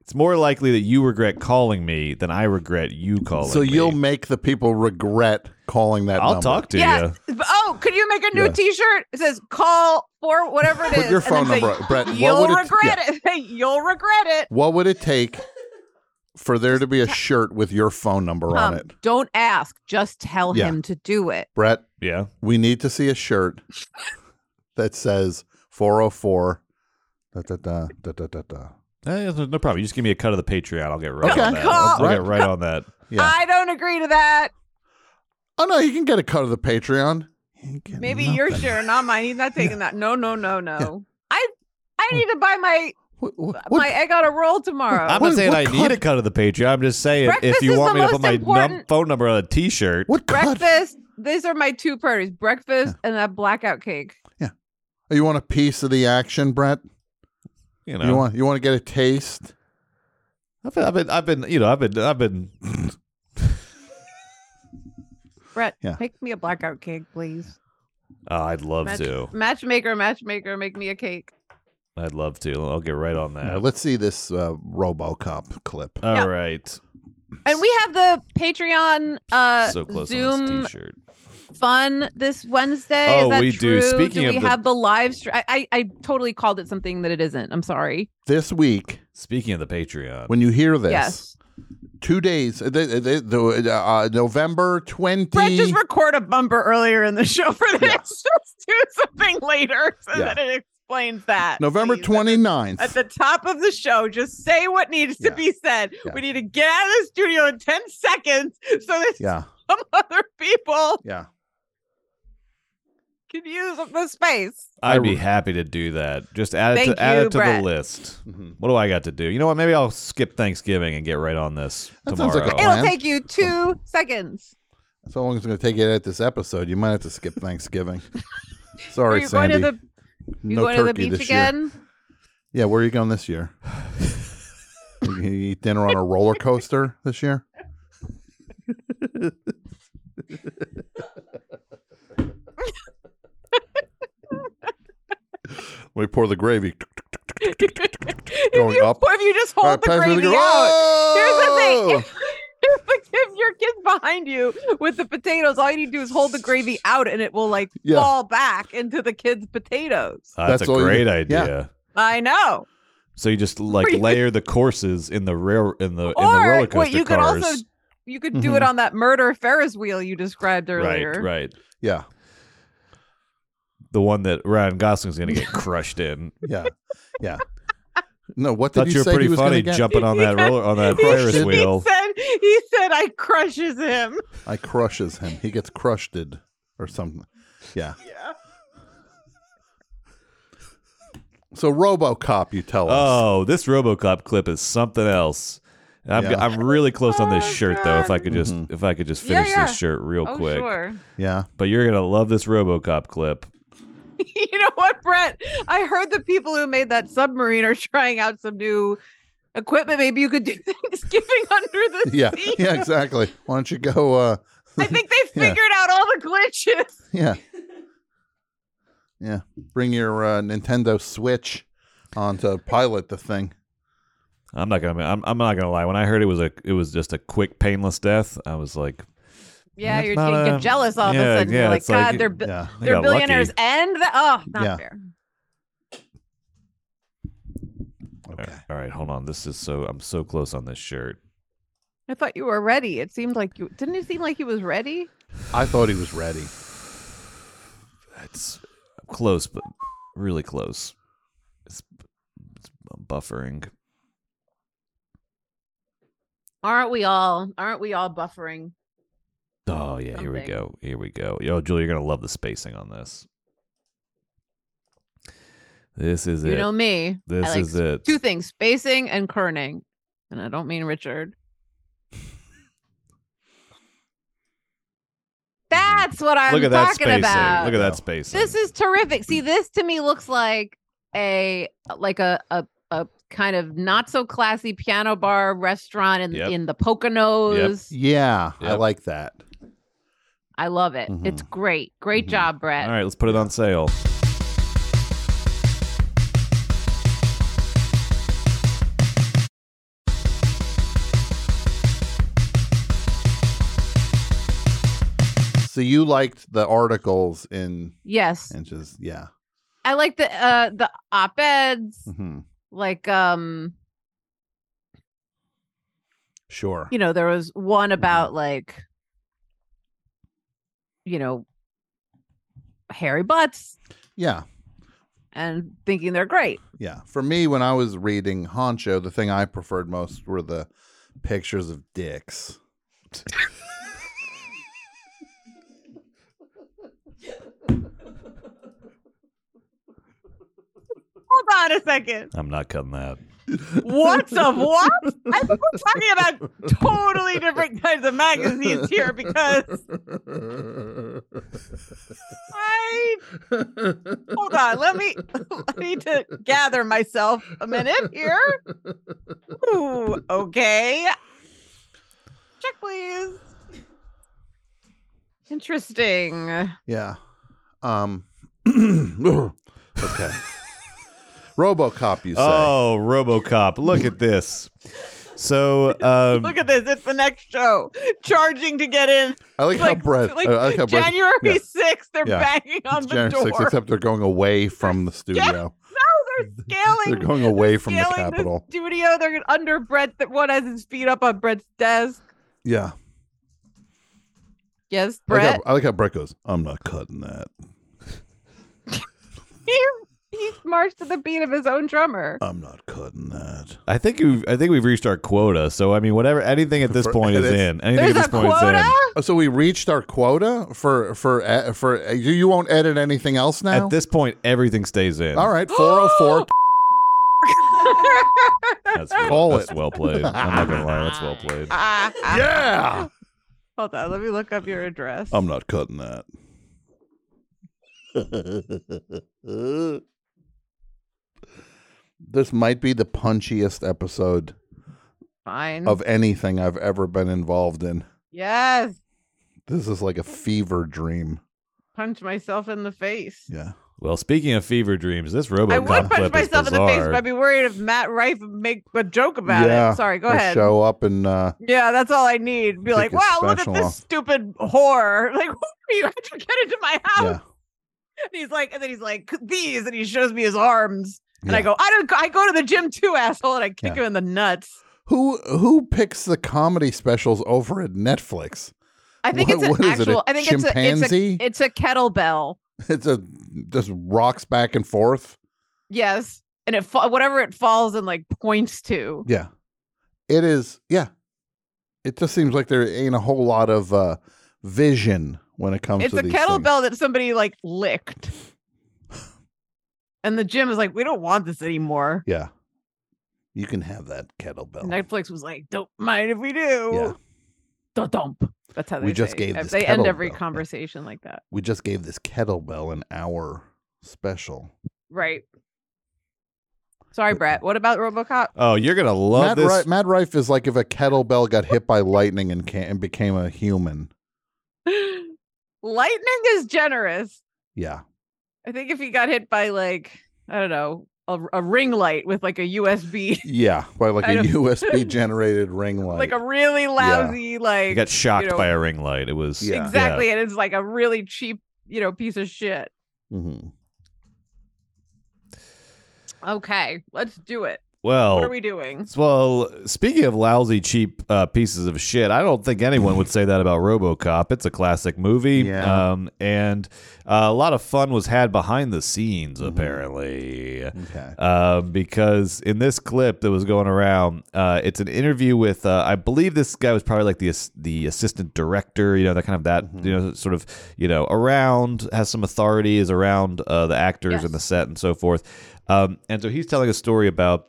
Speaker 1: It's more likely that you regret calling me than I regret you calling.
Speaker 3: So
Speaker 1: me.
Speaker 3: you'll make the people regret calling that
Speaker 1: I'll
Speaker 3: number.
Speaker 1: talk to
Speaker 4: Yeah.
Speaker 1: you.
Speaker 4: Oh, could you make a new
Speaker 3: Yeah.
Speaker 4: T-shirt? It says "Call for whatever it is."
Speaker 3: Put your
Speaker 4: and then
Speaker 3: phone
Speaker 4: say,
Speaker 3: number up. Brett, what
Speaker 4: You'll
Speaker 3: would it-
Speaker 4: regret it. You'll regret it.
Speaker 3: What would it take for there to be a shirt with your phone number on
Speaker 4: Um,
Speaker 3: it?
Speaker 4: Don't ask. Just tell
Speaker 3: Yeah.
Speaker 4: him to do it.
Speaker 3: Brett,
Speaker 1: Yeah.
Speaker 3: we need to see a shirt that says 404 da da da da da da. da.
Speaker 1: Eh, no no problem. You just give me a cut of the Patreon. I'll get right
Speaker 3: Okay.
Speaker 1: on that. I'll, I'll
Speaker 3: Right.
Speaker 1: get right on that.
Speaker 3: Yeah.
Speaker 4: I don't agree to that.
Speaker 3: oh no, you can get a cut of the Patreon.
Speaker 4: Maybe your shirt, not mine. He's not taking that. No, no, no, no. I I need to buy my
Speaker 3: What, what,
Speaker 4: Uh, my egg on a roll tomorrow.
Speaker 1: I'm
Speaker 3: What-
Speaker 1: not saying
Speaker 3: what
Speaker 1: I
Speaker 3: cut-
Speaker 1: need a cut of the Patreon. I'm just saying
Speaker 4: Breakfast
Speaker 1: if you
Speaker 4: is
Speaker 1: want
Speaker 4: the
Speaker 1: me to put
Speaker 4: most
Speaker 1: my num-
Speaker 4: important-
Speaker 1: phone number on a T-shirt,
Speaker 3: what cut?
Speaker 4: breakfast. These are my two priorities: breakfast and that blackout cake.
Speaker 3: Oh, You want a piece of the action, Brett?
Speaker 1: you
Speaker 3: You,
Speaker 1: know,
Speaker 3: want you want to get a taste?
Speaker 1: I've, been, I've been, I've been, you know, I've been, I've been. oh,
Speaker 4: Brett,
Speaker 3: Yeah.
Speaker 4: make me a blackout cake, please.
Speaker 1: Oh, I'd love
Speaker 4: Match-
Speaker 1: to.
Speaker 4: matchmaker, matchmaker, make me a cake.
Speaker 1: I'd love to. I'll get right on
Speaker 3: Yeah,
Speaker 1: that.
Speaker 3: let's see this uh, RoboCop clip.
Speaker 1: All
Speaker 4: Yeah.
Speaker 1: right.
Speaker 4: And we have the Patreon uh,
Speaker 1: so close on
Speaker 4: Zoom
Speaker 1: this T-shirt.
Speaker 4: fun this Wednesday.
Speaker 1: Oh,
Speaker 4: Is that
Speaker 1: we do.
Speaker 4: true?
Speaker 1: Speaking
Speaker 4: do
Speaker 1: of
Speaker 4: we
Speaker 1: the-
Speaker 4: have the live stream? I, I I totally called it something that it isn't. I'm sorry.
Speaker 3: This week,
Speaker 1: Speaking of the Patreon,
Speaker 3: when you hear this,
Speaker 4: Yes.
Speaker 3: two days, uh, the, the, the, uh, November 20.
Speaker 4: Brett, just record a bumper earlier in the show for the next show. Do something later so
Speaker 3: Yeah.
Speaker 4: that it explains that.
Speaker 3: November
Speaker 4: please.
Speaker 3: 29th.
Speaker 4: At the top of the show, just say what needs
Speaker 3: Yeah.
Speaker 4: to be said.
Speaker 3: Yeah.
Speaker 4: We need to get out of the studio in 10 seconds so that
Speaker 3: yeah,
Speaker 4: some other people
Speaker 3: yeah.
Speaker 4: can use up the space.
Speaker 1: I'd be happy to do that. Just add it
Speaker 4: Thank
Speaker 1: to, add
Speaker 4: you,
Speaker 1: it to the
Speaker 4: Brett.
Speaker 1: list.
Speaker 3: Mhm.
Speaker 1: What do I got to do? You know what? Maybe I'll skip Thanksgiving and get right on this
Speaker 3: That sounds like
Speaker 1: tomorrow.
Speaker 3: a plan.
Speaker 4: It'll
Speaker 3: Plan?
Speaker 4: take you two seconds.
Speaker 3: So long as it's going to take you to edit this episode, you might have to skip Thanksgiving.
Speaker 4: Are
Speaker 3: Sorry,
Speaker 4: you going
Speaker 3: Sandy.
Speaker 4: to the you
Speaker 3: no
Speaker 4: going to
Speaker 3: turkey
Speaker 4: the beach
Speaker 3: this year.
Speaker 4: again?
Speaker 3: Yeah, where are you going this year? you gonna eat dinner on a roller coaster this year? we pour the gravy.
Speaker 4: if,
Speaker 3: Going
Speaker 4: you,
Speaker 3: up.
Speaker 4: pour- if you just hold
Speaker 3: All right,
Speaker 4: the
Speaker 3: pass me
Speaker 4: gravy
Speaker 3: the gra-
Speaker 4: out. Here's the
Speaker 3: Oh!
Speaker 4: thing. If, if your kid's behind you with the potatoes, all you need to do is hold the gravy out and it will like
Speaker 3: Yeah.
Speaker 4: fall back into the kid's potatoes.
Speaker 1: Uh, that's,
Speaker 3: That's
Speaker 1: a
Speaker 3: all you
Speaker 1: great
Speaker 3: do.
Speaker 1: idea.
Speaker 3: Yeah.
Speaker 4: I know.
Speaker 1: So you just like
Speaker 4: Or you could-
Speaker 1: layer the courses in the rail in the in the
Speaker 4: or
Speaker 1: roller coaster
Speaker 4: what you could
Speaker 1: cars.
Speaker 4: also you could do it
Speaker 3: Mm-hmm.
Speaker 4: on that murder Ferris wheel you described earlier.
Speaker 1: Right, right.
Speaker 3: Yeah,
Speaker 1: The one that Ryan Gosling's gonna get crushed in.
Speaker 3: yeah, yeah. No, what did
Speaker 1: Thought
Speaker 3: you,
Speaker 1: you were
Speaker 3: say he
Speaker 1: pretty
Speaker 3: was gonna
Speaker 1: funny
Speaker 3: get?
Speaker 1: jumping on that roller on that
Speaker 4: He-
Speaker 1: Ferris
Speaker 4: he
Speaker 1: wheel.
Speaker 4: said he said I crushes him.
Speaker 3: I crushes him. He gets crusheded or something. Yeah. Yeah. So RoboCop, you tell us.
Speaker 1: Oh, this RoboCop clip is something else. I'm,
Speaker 3: Yeah.
Speaker 1: I'm really close on this shirt though. If I could just
Speaker 3: Mhm.
Speaker 1: if I could just
Speaker 4: Oh, Yeah,
Speaker 1: finish
Speaker 4: yeah.
Speaker 1: this shirt real
Speaker 4: Oh
Speaker 1: quick.
Speaker 4: sure.
Speaker 3: Yeah.
Speaker 1: But you're gonna love this RoboCop clip.
Speaker 4: you know what, Brett? I heard the people who made that submarine are trying out some new equipment. Maybe you could do Thanksgiving under the
Speaker 3: Yeah.
Speaker 4: sea.
Speaker 3: Yeah, exactly. Why don't you go uh
Speaker 4: I think they
Speaker 3: Yeah.
Speaker 4: figured out all the glitches.
Speaker 3: yeah. Yeah. Bring your uh, Nintendo Switch on to pilot the thing.
Speaker 1: I'm not gonna I'm, I'm not gonna lie. When I heard it was a it was just a quick painless death, I was like,
Speaker 4: Yeah,
Speaker 1: That's
Speaker 4: you're
Speaker 1: not
Speaker 4: you
Speaker 1: a-
Speaker 4: get jealous all of
Speaker 1: yeah,
Speaker 4: a sudden.
Speaker 1: yeah,
Speaker 4: you're like,
Speaker 1: it's like-
Speaker 4: God, they're bi-
Speaker 3: Yeah.
Speaker 1: I
Speaker 4: they're
Speaker 1: got lucky."
Speaker 4: billionaires and the oh, not
Speaker 3: Yeah.
Speaker 4: fair.
Speaker 1: All right, all right, hold on. This is so I'm so close on this shirt.
Speaker 4: I thought you were ready. It seemed like you didn't it seem like he was ready?
Speaker 3: I thought he was ready.
Speaker 1: It's close, but really close. It's, it's buffering.
Speaker 4: Aren't we all? Aren't we all buffering?
Speaker 1: Oh yeah, here we
Speaker 4: Something.
Speaker 1: go. Here we go. Yo, Julie, you're gonna love the spacing on this. This is
Speaker 4: you
Speaker 1: it.
Speaker 4: know me.
Speaker 1: this
Speaker 4: I like
Speaker 1: is it.
Speaker 4: Two things, spacing and kerning. And I don't mean Richard. That's what I'm
Speaker 1: Look at that
Speaker 4: talking
Speaker 1: spacing.
Speaker 4: about.
Speaker 1: Look at that spacing.
Speaker 4: This is terrific. See, this to me looks like a like a a, a kind of not so classy piano bar restaurant in
Speaker 1: Yep.
Speaker 4: in the Poconos.
Speaker 3: Yeah, I
Speaker 1: Yep.
Speaker 3: like that.
Speaker 4: I love it. It's great. Great
Speaker 3: Mhm.
Speaker 4: job, Brett.
Speaker 1: Mm-hmm. All right, let's put it on sale.
Speaker 3: So you liked the articles in
Speaker 4: Yes.
Speaker 3: and just yeah.
Speaker 4: I like the uh the op-eds
Speaker 1: Mm-hmm.
Speaker 3: hmm
Speaker 4: like um
Speaker 3: Sure.
Speaker 4: you know there was
Speaker 1: Mm-hmm.
Speaker 4: one about like you know hairy butts
Speaker 3: Yeah.
Speaker 4: and thinking they're great
Speaker 3: Yeah. For me, when I was reading Honcho, the thing I preferred most were the pictures of dicks.
Speaker 4: hold on a second
Speaker 1: I'm not cutting that.
Speaker 4: what's of what i think we're talking about totally different kinds of magazines here because i hold on let me i need to gather myself a minute here Ooh, okay check please interesting
Speaker 3: Yeah. Um Okay. RoboCop you say.
Speaker 1: Oh, RoboCop! Look at this. So, um,
Speaker 4: Look at this. It's the next show. Charging to get in.
Speaker 3: I like, how
Speaker 4: Like,
Speaker 3: Brett
Speaker 4: like
Speaker 3: I like how Brett
Speaker 4: January
Speaker 3: yeah.
Speaker 4: 6th, they're
Speaker 3: Yeah.
Speaker 4: banging on
Speaker 3: it's
Speaker 4: the
Speaker 3: January
Speaker 4: door.
Speaker 3: 6th, except they're going away from the studio.
Speaker 4: no, they're scaling.
Speaker 3: They're going away from the
Speaker 4: scaling
Speaker 3: Capitol.
Speaker 4: studio. They're under Brett. That one has his feet up on Brett's desk.
Speaker 3: Yeah.
Speaker 4: Yes,
Speaker 3: I like how-
Speaker 4: Brett.
Speaker 3: I like how Brett goes, I'm not cutting that.
Speaker 4: He, he marched to the beat of his own drummer.
Speaker 3: I'm not cutting that.
Speaker 1: I think you. I think we've reached our quota. So, I mean, whatever. Anything at this
Speaker 3: For-
Speaker 1: point is
Speaker 3: it's-
Speaker 1: in. Anything at
Speaker 4: There's
Speaker 1: this
Speaker 4: a
Speaker 1: point is
Speaker 4: quota.
Speaker 1: in.
Speaker 3: Oh, So we reached our quota for for uh, for uh, you. You won't edit anything else now.
Speaker 1: At this point, everything stays in.
Speaker 3: All right, four hundred four.
Speaker 1: That's, well-
Speaker 3: Call
Speaker 1: that's
Speaker 3: it.
Speaker 1: well played. I'm not gonna lie, that's well played.
Speaker 4: Ah, ah.
Speaker 3: Yeah, Um,
Speaker 4: Hold on. Let me look up your address.
Speaker 3: I'm not cutting that. this might be the punchiest episode
Speaker 4: Fine.
Speaker 3: of anything I've ever been involved in.
Speaker 4: yes.
Speaker 3: This is like a fever dream.
Speaker 4: Punch myself in the face.
Speaker 3: Yeah.
Speaker 1: Well, speaking of fever dreams, this RoboCop
Speaker 4: I would punch
Speaker 1: clip is
Speaker 4: myself in the face,
Speaker 1: bizarre.
Speaker 4: but I'd be worried if Matt Rife would make a joke about
Speaker 3: Yeah,
Speaker 4: it. Sorry, go
Speaker 3: Or
Speaker 4: ahead.
Speaker 3: Show up and uh,
Speaker 4: Yeah, that's all I need. Be
Speaker 3: Take
Speaker 4: like,
Speaker 3: your
Speaker 4: wow, look at
Speaker 3: special
Speaker 4: this
Speaker 3: off."
Speaker 4: stupid whore. Like, who are you? How'd you get into my house?
Speaker 3: yeah,
Speaker 4: And he's like, and then he's like, these, and he shows me his arms. And I
Speaker 3: Yeah.
Speaker 4: go, I don't. I go to the gym too, asshole, and I kick
Speaker 3: Yeah.
Speaker 4: him in the nuts.
Speaker 3: who who picks the comedy specials over at Netflix?
Speaker 4: I think
Speaker 3: What-
Speaker 4: it's an
Speaker 3: what is it, a
Speaker 4: actual. I think it's a, it's a
Speaker 3: chimpanzee?
Speaker 4: it's a kettlebell.
Speaker 3: It's a just rocks back and forth.
Speaker 4: Yes, and it fa- whatever it falls and like points to.
Speaker 3: Yeah. It is yeah. It just seems like there ain't a whole lot of uh vision when it comes
Speaker 4: It's
Speaker 3: to
Speaker 4: a
Speaker 3: these
Speaker 4: kettlebell that somebody like licked. And the gym is like, we don't want this anymore.
Speaker 3: things. Yeah.
Speaker 5: You can have that kettlebell.
Speaker 4: Netflix was like, don't mind if we do.
Speaker 5: Yeah.
Speaker 4: Don't dump. That's how they
Speaker 5: We just
Speaker 4: say it.
Speaker 5: gave
Speaker 4: If
Speaker 5: this
Speaker 4: They end every
Speaker 5: kettlebell.
Speaker 4: conversation like that.
Speaker 3: We just gave this kettlebell an hour special.
Speaker 4: Right. Sorry, Brett. What about Robocop?
Speaker 1: Oh, you're gonna love
Speaker 3: Matt,
Speaker 1: this.
Speaker 3: Ri- Matt Rife is like if a kettlebell got hit by lightning and, can- and became a human.
Speaker 4: Lightning is generous.
Speaker 3: Yeah.
Speaker 4: I think if he got hit by like, I don't know, a, a ring light with like a USB,
Speaker 3: Yeah. By like
Speaker 4: I
Speaker 3: a
Speaker 4: don't-
Speaker 3: USB generated ring light.
Speaker 4: like a really lousy, like
Speaker 1: I got shocked
Speaker 4: you know,
Speaker 1: by a ring light. It was
Speaker 3: Yeah.
Speaker 4: exactly, and it's like a really cheap, you know, piece of shit.
Speaker 3: Mhm.
Speaker 4: Okay, let's do it.
Speaker 1: Well,
Speaker 5: Oh.
Speaker 4: What are we doing?
Speaker 1: Well, speaking of lousy, cheap uh, pieces of shit, I don't think anyone would say that about RoboCop. It's a classic movie,
Speaker 3: Yeah.
Speaker 1: um, and uh, a lot of fun was had behind the scenes, apparently.
Speaker 3: Okay.
Speaker 1: Uh, because in this clip that was going around, uh, it's an interview with uh, I believe this guy was probably like the ass- the assistant director, you know, that kind of that you know sort of you know around has some authority is around uh, the actors and the set and so forth, um, and so he's telling a story about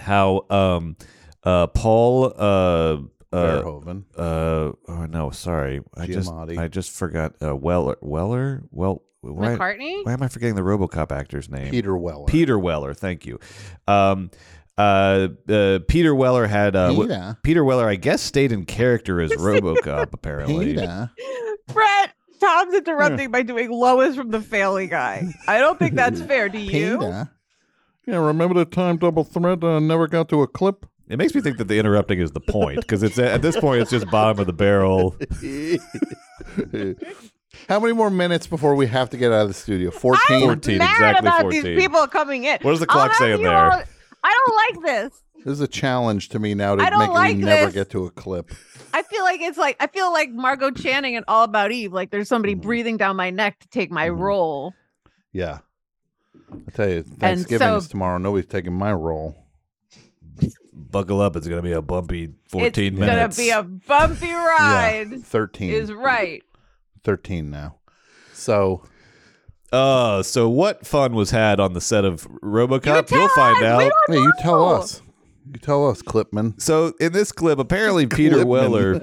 Speaker 1: how um, uh, Paul. Uh, uh,
Speaker 3: Verhoeven.
Speaker 1: uh, oh no, sorry, I just
Speaker 3: Giamatti.
Speaker 1: I just forgot uh, Weller Weller well why,
Speaker 4: McCartney?
Speaker 1: why am I forgetting the RoboCop actor's name?
Speaker 3: Peter Weller.
Speaker 1: Peter Weller, thank you. Um, uh, uh, Peter Weller had uh, w-
Speaker 3: Peter.
Speaker 1: Peter Weller, I guess, stayed in character as RoboCop. Apparently,
Speaker 3: Peter.
Speaker 4: Brett, Tom's interrupting by doing Lois from the Family Guy. I don't think that's fair. Do you?
Speaker 3: Peter. Yeah, remember the time Double Threat uh, never got to a clip?
Speaker 1: it makes me think that the interrupting is the point because it's at this point it's just bottom of the barrel.
Speaker 3: How many more minutes before we have to get out of the studio? 14?
Speaker 4: I'm
Speaker 1: 14,
Speaker 4: mad
Speaker 1: exactly
Speaker 4: about these
Speaker 1: 14.
Speaker 4: people coming in.
Speaker 1: What does the
Speaker 4: I'll
Speaker 1: clock
Speaker 4: have
Speaker 1: say in
Speaker 4: you
Speaker 1: there?
Speaker 4: all- I don't like this.
Speaker 3: This is a challenge to me now to
Speaker 4: I
Speaker 3: make
Speaker 4: don't
Speaker 3: me
Speaker 4: like
Speaker 3: never
Speaker 4: this.
Speaker 3: get to a clip.
Speaker 4: I feel like it's like I feel like Margot Channing and All About Eve. Like there's somebody
Speaker 1: Mm.
Speaker 4: breathing down my neck to take
Speaker 1: Mm-hmm.
Speaker 4: my role.
Speaker 3: Yeah. I tell you, Thanksgiving
Speaker 4: so-
Speaker 3: is tomorrow. Nobody's taking my role.
Speaker 1: Buckle up, it's gonna be a bumpy fourteen
Speaker 4: it's
Speaker 1: minutes. Mm.
Speaker 4: gonna be a bumpy ride.
Speaker 3: Yeah. 13.
Speaker 4: Is right.
Speaker 3: 13 now. So,
Speaker 1: uh, so what fun was had on the set of RoboCop?
Speaker 4: tell
Speaker 1: You'll find
Speaker 4: us, we
Speaker 1: out.
Speaker 4: don't-
Speaker 3: hey, you tell
Speaker 4: No.
Speaker 3: us. You tell us, Clipman.
Speaker 1: So in this clip, apparently Peter Weller,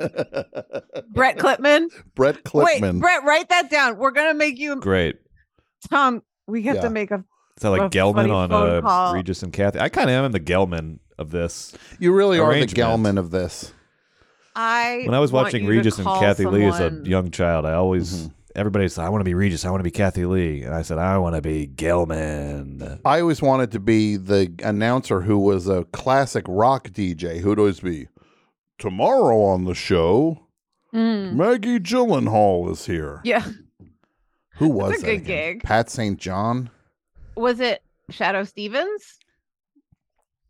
Speaker 4: Brett Clipman.
Speaker 3: Brett Clipman.
Speaker 4: Wait, Brett, write that down. We're gonna make you
Speaker 1: great.
Speaker 4: Tom. We have
Speaker 3: Yeah.
Speaker 4: to make a
Speaker 1: Is that like
Speaker 4: Rough, funny
Speaker 1: Gelman on
Speaker 4: phone
Speaker 1: uh,
Speaker 4: call.
Speaker 1: Regis and Kathy? I kind of am the Gelman of this.
Speaker 3: you really are the
Speaker 1: Arrangement.
Speaker 3: Gelman of this.
Speaker 4: I
Speaker 1: when I was
Speaker 4: want
Speaker 1: watching
Speaker 4: you to
Speaker 1: Regis and
Speaker 4: call
Speaker 1: Kathy Lee as a
Speaker 4: someone-
Speaker 1: young child, I always
Speaker 3: Mm-hmm.
Speaker 1: everybody said I want to be Regis, I want to be Kathy Lee, and I said I want to be Gelman.
Speaker 3: I always wanted to be the announcer who was a classic rock DJ who'd always be tomorrow on the show.
Speaker 4: Mm,
Speaker 3: Maggie Gyllenhaal is here.
Speaker 4: yeah.
Speaker 3: Who was
Speaker 4: That's a
Speaker 3: that
Speaker 4: good
Speaker 3: again?
Speaker 4: gig.
Speaker 3: Pat St. John.
Speaker 4: Was it Shadow Stevens?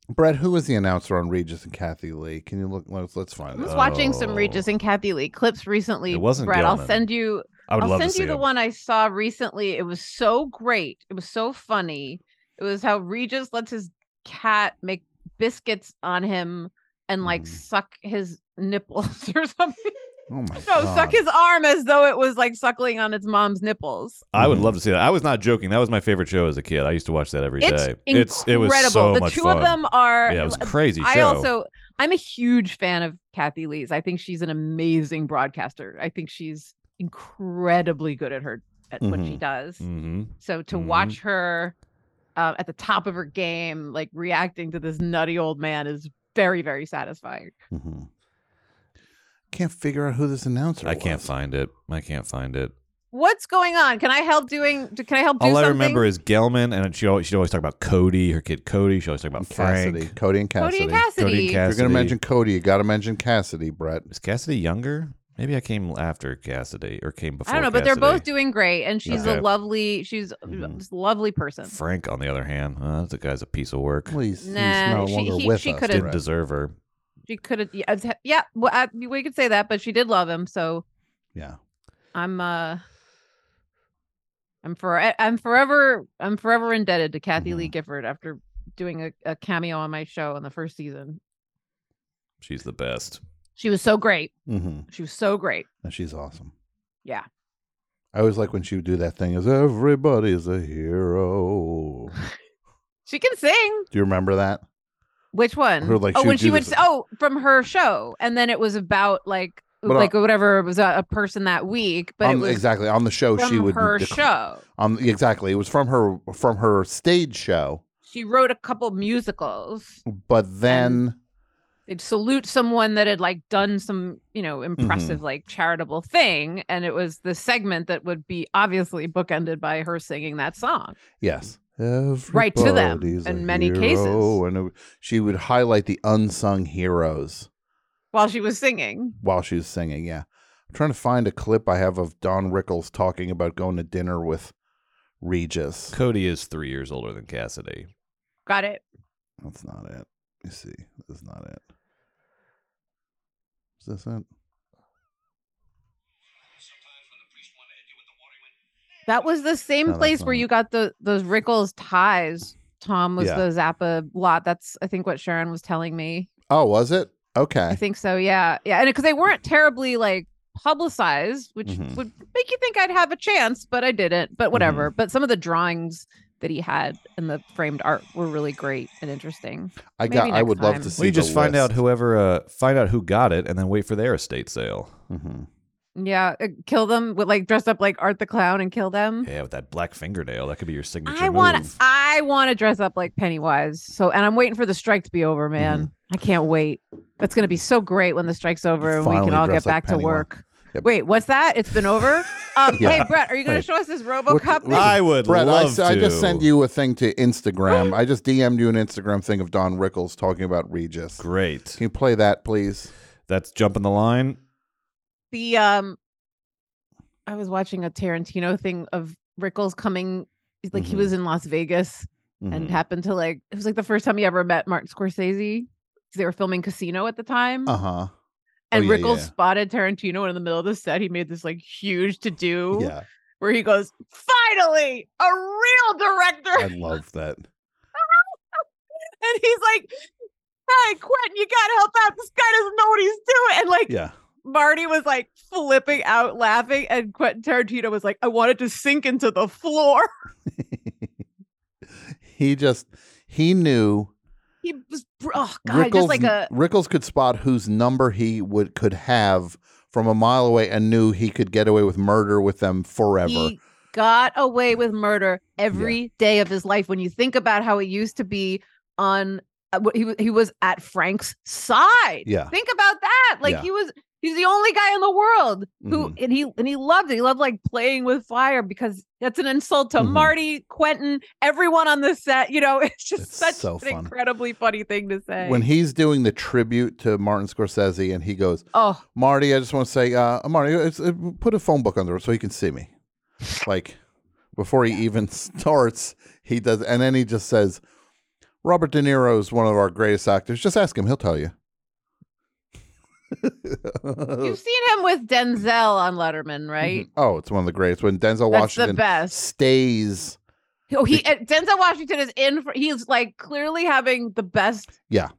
Speaker 3: Brett, who was the announcer on Regis and Kathy Lee? Can you look? Let's, let's find
Speaker 4: I was
Speaker 3: out.
Speaker 4: watching some
Speaker 1: Oh.
Speaker 4: Regis and Kathy Lee clips recently.
Speaker 1: It wasn't
Speaker 4: Brett. I'll
Speaker 1: Gelman.
Speaker 4: send you.
Speaker 1: I would
Speaker 4: I'll
Speaker 1: love
Speaker 4: send
Speaker 1: to see
Speaker 4: you the
Speaker 1: him.
Speaker 4: one I saw recently. It was so great. It was so funny. It was how Regis lets his cat make biscuits on him and like
Speaker 1: Mm.
Speaker 3: Mhm.
Speaker 4: suck his nipples or something.
Speaker 3: Oh my
Speaker 4: No,
Speaker 3: God.
Speaker 4: suck his arm as though it was like suckling on its mom's nipples.
Speaker 1: I would
Speaker 3: Mhm.
Speaker 1: love to see that. I was not joking. That was my favorite show as a kid. I used to watch that every day.
Speaker 4: It's incredible.
Speaker 1: It's it was so
Speaker 4: the
Speaker 1: much
Speaker 4: two
Speaker 1: fun.
Speaker 4: of them are.
Speaker 1: yeah, it was a crazy
Speaker 4: I
Speaker 1: show.
Speaker 4: also I'm a huge fan of Kathy Lee's. I think she's an amazing broadcaster. I think she's incredibly good at her at what she does.
Speaker 1: hmm
Speaker 4: So to
Speaker 1: Mhm.
Speaker 4: watch her uh, at the top of her game, like reacting to this nutty old man, is very, very satisfying.
Speaker 3: Mhm. Can't figure out who this announcer.
Speaker 1: I can't
Speaker 3: was.
Speaker 1: find it. I can't find it.
Speaker 4: What's going on? Can I help doing? d- Can I help do
Speaker 1: All
Speaker 4: something?
Speaker 1: I remember is Gelman, and she always, she'd always talk about Cody, her kid Cody. She always talked about
Speaker 3: Cassidy,
Speaker 1: Frank.
Speaker 3: Cody and Cassidy.
Speaker 4: Cody and
Speaker 1: Cody
Speaker 4: Cassidy.
Speaker 1: and
Speaker 3: If
Speaker 1: Cassidy.
Speaker 3: You're gonna mention Cody. You got to mention Cassidy, Brett.
Speaker 1: is Cassidy younger? Maybe I came after Cassidy or came before.
Speaker 4: I don't know, but they're
Speaker 1: Cassidy.
Speaker 4: both doing great, and she's
Speaker 1: Okay. Mm-hmm.
Speaker 4: a lovely, she's
Speaker 3: Mhm.
Speaker 4: a lovely person.
Speaker 1: Frank, on the other hand, uh, that guy's a piece of work.
Speaker 3: Well, he's, he's
Speaker 4: Nah,
Speaker 3: no
Speaker 4: she-
Speaker 3: longer
Speaker 4: he-
Speaker 3: with
Speaker 4: she
Speaker 3: us.
Speaker 4: coulda-
Speaker 1: Didn't
Speaker 3: Brett.
Speaker 1: deserve her.
Speaker 4: She could have, yeah, I'd- yeah well, I, we could say that, but she did love him, so
Speaker 3: Yeah.
Speaker 4: I'm uh
Speaker 1: Mm-hmm.
Speaker 4: I'm for I'm forever I'm forever indebted to Kathy Lee Gifford after doing a, a cameo on my show in the first season.
Speaker 1: She's the best.
Speaker 4: She was so great.
Speaker 3: Mm-hmm.
Speaker 4: She was so great.
Speaker 3: And she's awesome.
Speaker 4: Yeah.
Speaker 3: I always like when she would do that thing is everybody's a hero.
Speaker 4: She can sing.
Speaker 3: Do you remember that?
Speaker 4: Which one?
Speaker 3: Her, like,
Speaker 4: oh,
Speaker 3: she
Speaker 4: when
Speaker 3: would
Speaker 4: she
Speaker 3: do
Speaker 4: would.
Speaker 3: this-
Speaker 4: s- Oh, from her show, and then it was about like
Speaker 3: But, uh,
Speaker 4: like whatever it was a, a person that week, but it
Speaker 3: on,
Speaker 4: was
Speaker 3: exactly on the show
Speaker 4: from
Speaker 3: she would
Speaker 4: her
Speaker 3: dec-
Speaker 4: show.
Speaker 3: on exactly it was from her from her stage show
Speaker 4: She wrote a couple musicals.
Speaker 3: but then
Speaker 4: They'd salute someone that had like done some you know
Speaker 3: Mm-hmm.
Speaker 4: impressive like charitable thing, and it was the segment that would be obviously bookended by her singing that song.
Speaker 3: yes
Speaker 4: Right to them,
Speaker 3: Everybody's a
Speaker 4: in many cases.
Speaker 3: hero, and it- she would highlight the unsung heroes
Speaker 4: While she was singing,
Speaker 3: while she was singing yeah i'm trying to find a clip i have of don rickles talking about going to dinner with regis
Speaker 1: Cody is three years older than Cassidy.
Speaker 4: got it.
Speaker 3: that's not it you see that's not it is this it
Speaker 4: That was the same
Speaker 3: No, that's
Speaker 4: place where
Speaker 3: not-
Speaker 4: you got the those Rickles ties. Tom was
Speaker 3: Yeah.
Speaker 4: the Zappa lot. That's I think what Sharon was telling me.
Speaker 3: oh was it okay
Speaker 4: I think so. Yeah, yeah, and because they weren't terribly like publicized, which
Speaker 3: Mhm.
Speaker 4: would make you think I'd have a chance, but I didn't. But whatever.
Speaker 3: Mm-hmm.
Speaker 4: But some of the drawings that he had and the framed art were really great and interesting.
Speaker 3: i
Speaker 4: maybe
Speaker 3: got i
Speaker 4: next
Speaker 3: would love
Speaker 4: time.
Speaker 3: to see
Speaker 1: Well, you
Speaker 3: the
Speaker 1: just find out
Speaker 3: list.
Speaker 1: whoever uh, find out who got it, and then wait for their estate sale.
Speaker 3: Mhm.
Speaker 4: Yeah, uh, kill them with like dressed up like Art the Clown and kill them.
Speaker 1: Yeah, with that black fingernail, that could be your signature
Speaker 4: Mm. I want
Speaker 1: move.
Speaker 4: I want to dress up like Pennywise. So and I'm waiting for the strike to be
Speaker 3: Mm-hmm.
Speaker 4: over, man. I can't wait. That's going to be so great when the strike's over and we can
Speaker 3: finally
Speaker 4: all
Speaker 3: dress
Speaker 4: get
Speaker 3: like
Speaker 4: back to
Speaker 3: Pennywise.
Speaker 4: work.
Speaker 3: Yep.
Speaker 4: Wait, what's that? It's been over? Um,
Speaker 3: Yeah.
Speaker 4: hey Brett, are you going to
Speaker 3: Wait.
Speaker 4: show us this
Speaker 3: What the-
Speaker 4: RoboCop thing?
Speaker 3: what the-
Speaker 1: I would
Speaker 3: Brett, I,
Speaker 1: love
Speaker 3: s- I
Speaker 1: to.
Speaker 3: just sent you a thing to Instagram. I just DM'd you an Instagram thing of Don Rickles talking about Regis. Can
Speaker 1: Great.
Speaker 3: you play that, please?
Speaker 1: That's jumping the line.
Speaker 4: the um I was watching a Tarantino thing of Rickles coming he's like he
Speaker 3: Mhm.
Speaker 4: was in Las Vegas
Speaker 3: Mm-hmm.
Speaker 4: and happened to like it was like the first time he ever met Martin Scorsese. 'cause They were filming Casino at the time.
Speaker 3: Uh huh.
Speaker 4: and
Speaker 3: yeah,
Speaker 4: Rickles
Speaker 3: yeah.
Speaker 4: spotted Tarantino and in the middle of the set. He made this like huge to do
Speaker 3: Yeah,
Speaker 4: where he goes, "Finally, a real director."
Speaker 3: I love that.
Speaker 4: and he's like, "Hey, Quentin, you gotta help out. This guy doesn't know what he's doing." And like
Speaker 3: Yeah,
Speaker 4: Marty was like flipping out laughing, and Quentin Tarantino was like, "I wanted to sink into the floor."
Speaker 3: he just he knew
Speaker 4: He was, br- oh god, just like a
Speaker 3: Rickles could spot whose number he would could have from a mile away and knew he could get away with murder with them forever.
Speaker 4: He got away with murder every day of his life. When you think about how he used to be on, uh, wh- he wa- he was at Frank's side.
Speaker 3: Yeah.
Speaker 4: think about that. Like
Speaker 3: Yeah. Mm-hmm.
Speaker 4: he was. He's the only guy in the world who, and he and he loved it. He loved like playing with fire because that's an insult to
Speaker 3: Mhm.
Speaker 4: Marty, Quentin, everyone on the set. You know, it's just
Speaker 3: It's
Speaker 4: such
Speaker 3: so
Speaker 4: an
Speaker 3: fun.
Speaker 4: incredibly funny thing to say.
Speaker 3: when he's doing the tribute to Martin Scorsese and he goes,
Speaker 4: oh,
Speaker 3: Marty, I just want to say, uh, Marty, it's, uh, put a phone book under it so he can see me. Like before he even starts, he does, and then he just says, "Robert De Niro is one of our greatest actors. Just ask him; he'll tell you."
Speaker 4: you've seen him with
Speaker 3: Mm-hmm.
Speaker 4: Denzel on Letterman, right?
Speaker 3: oh, it's one of the greatest when Denzel
Speaker 4: That's the
Speaker 3: Washington
Speaker 4: best.
Speaker 3: stays.
Speaker 4: Oh, he uh, Denzel Washington is in. For, he's like clearly having the best.
Speaker 3: Yeah.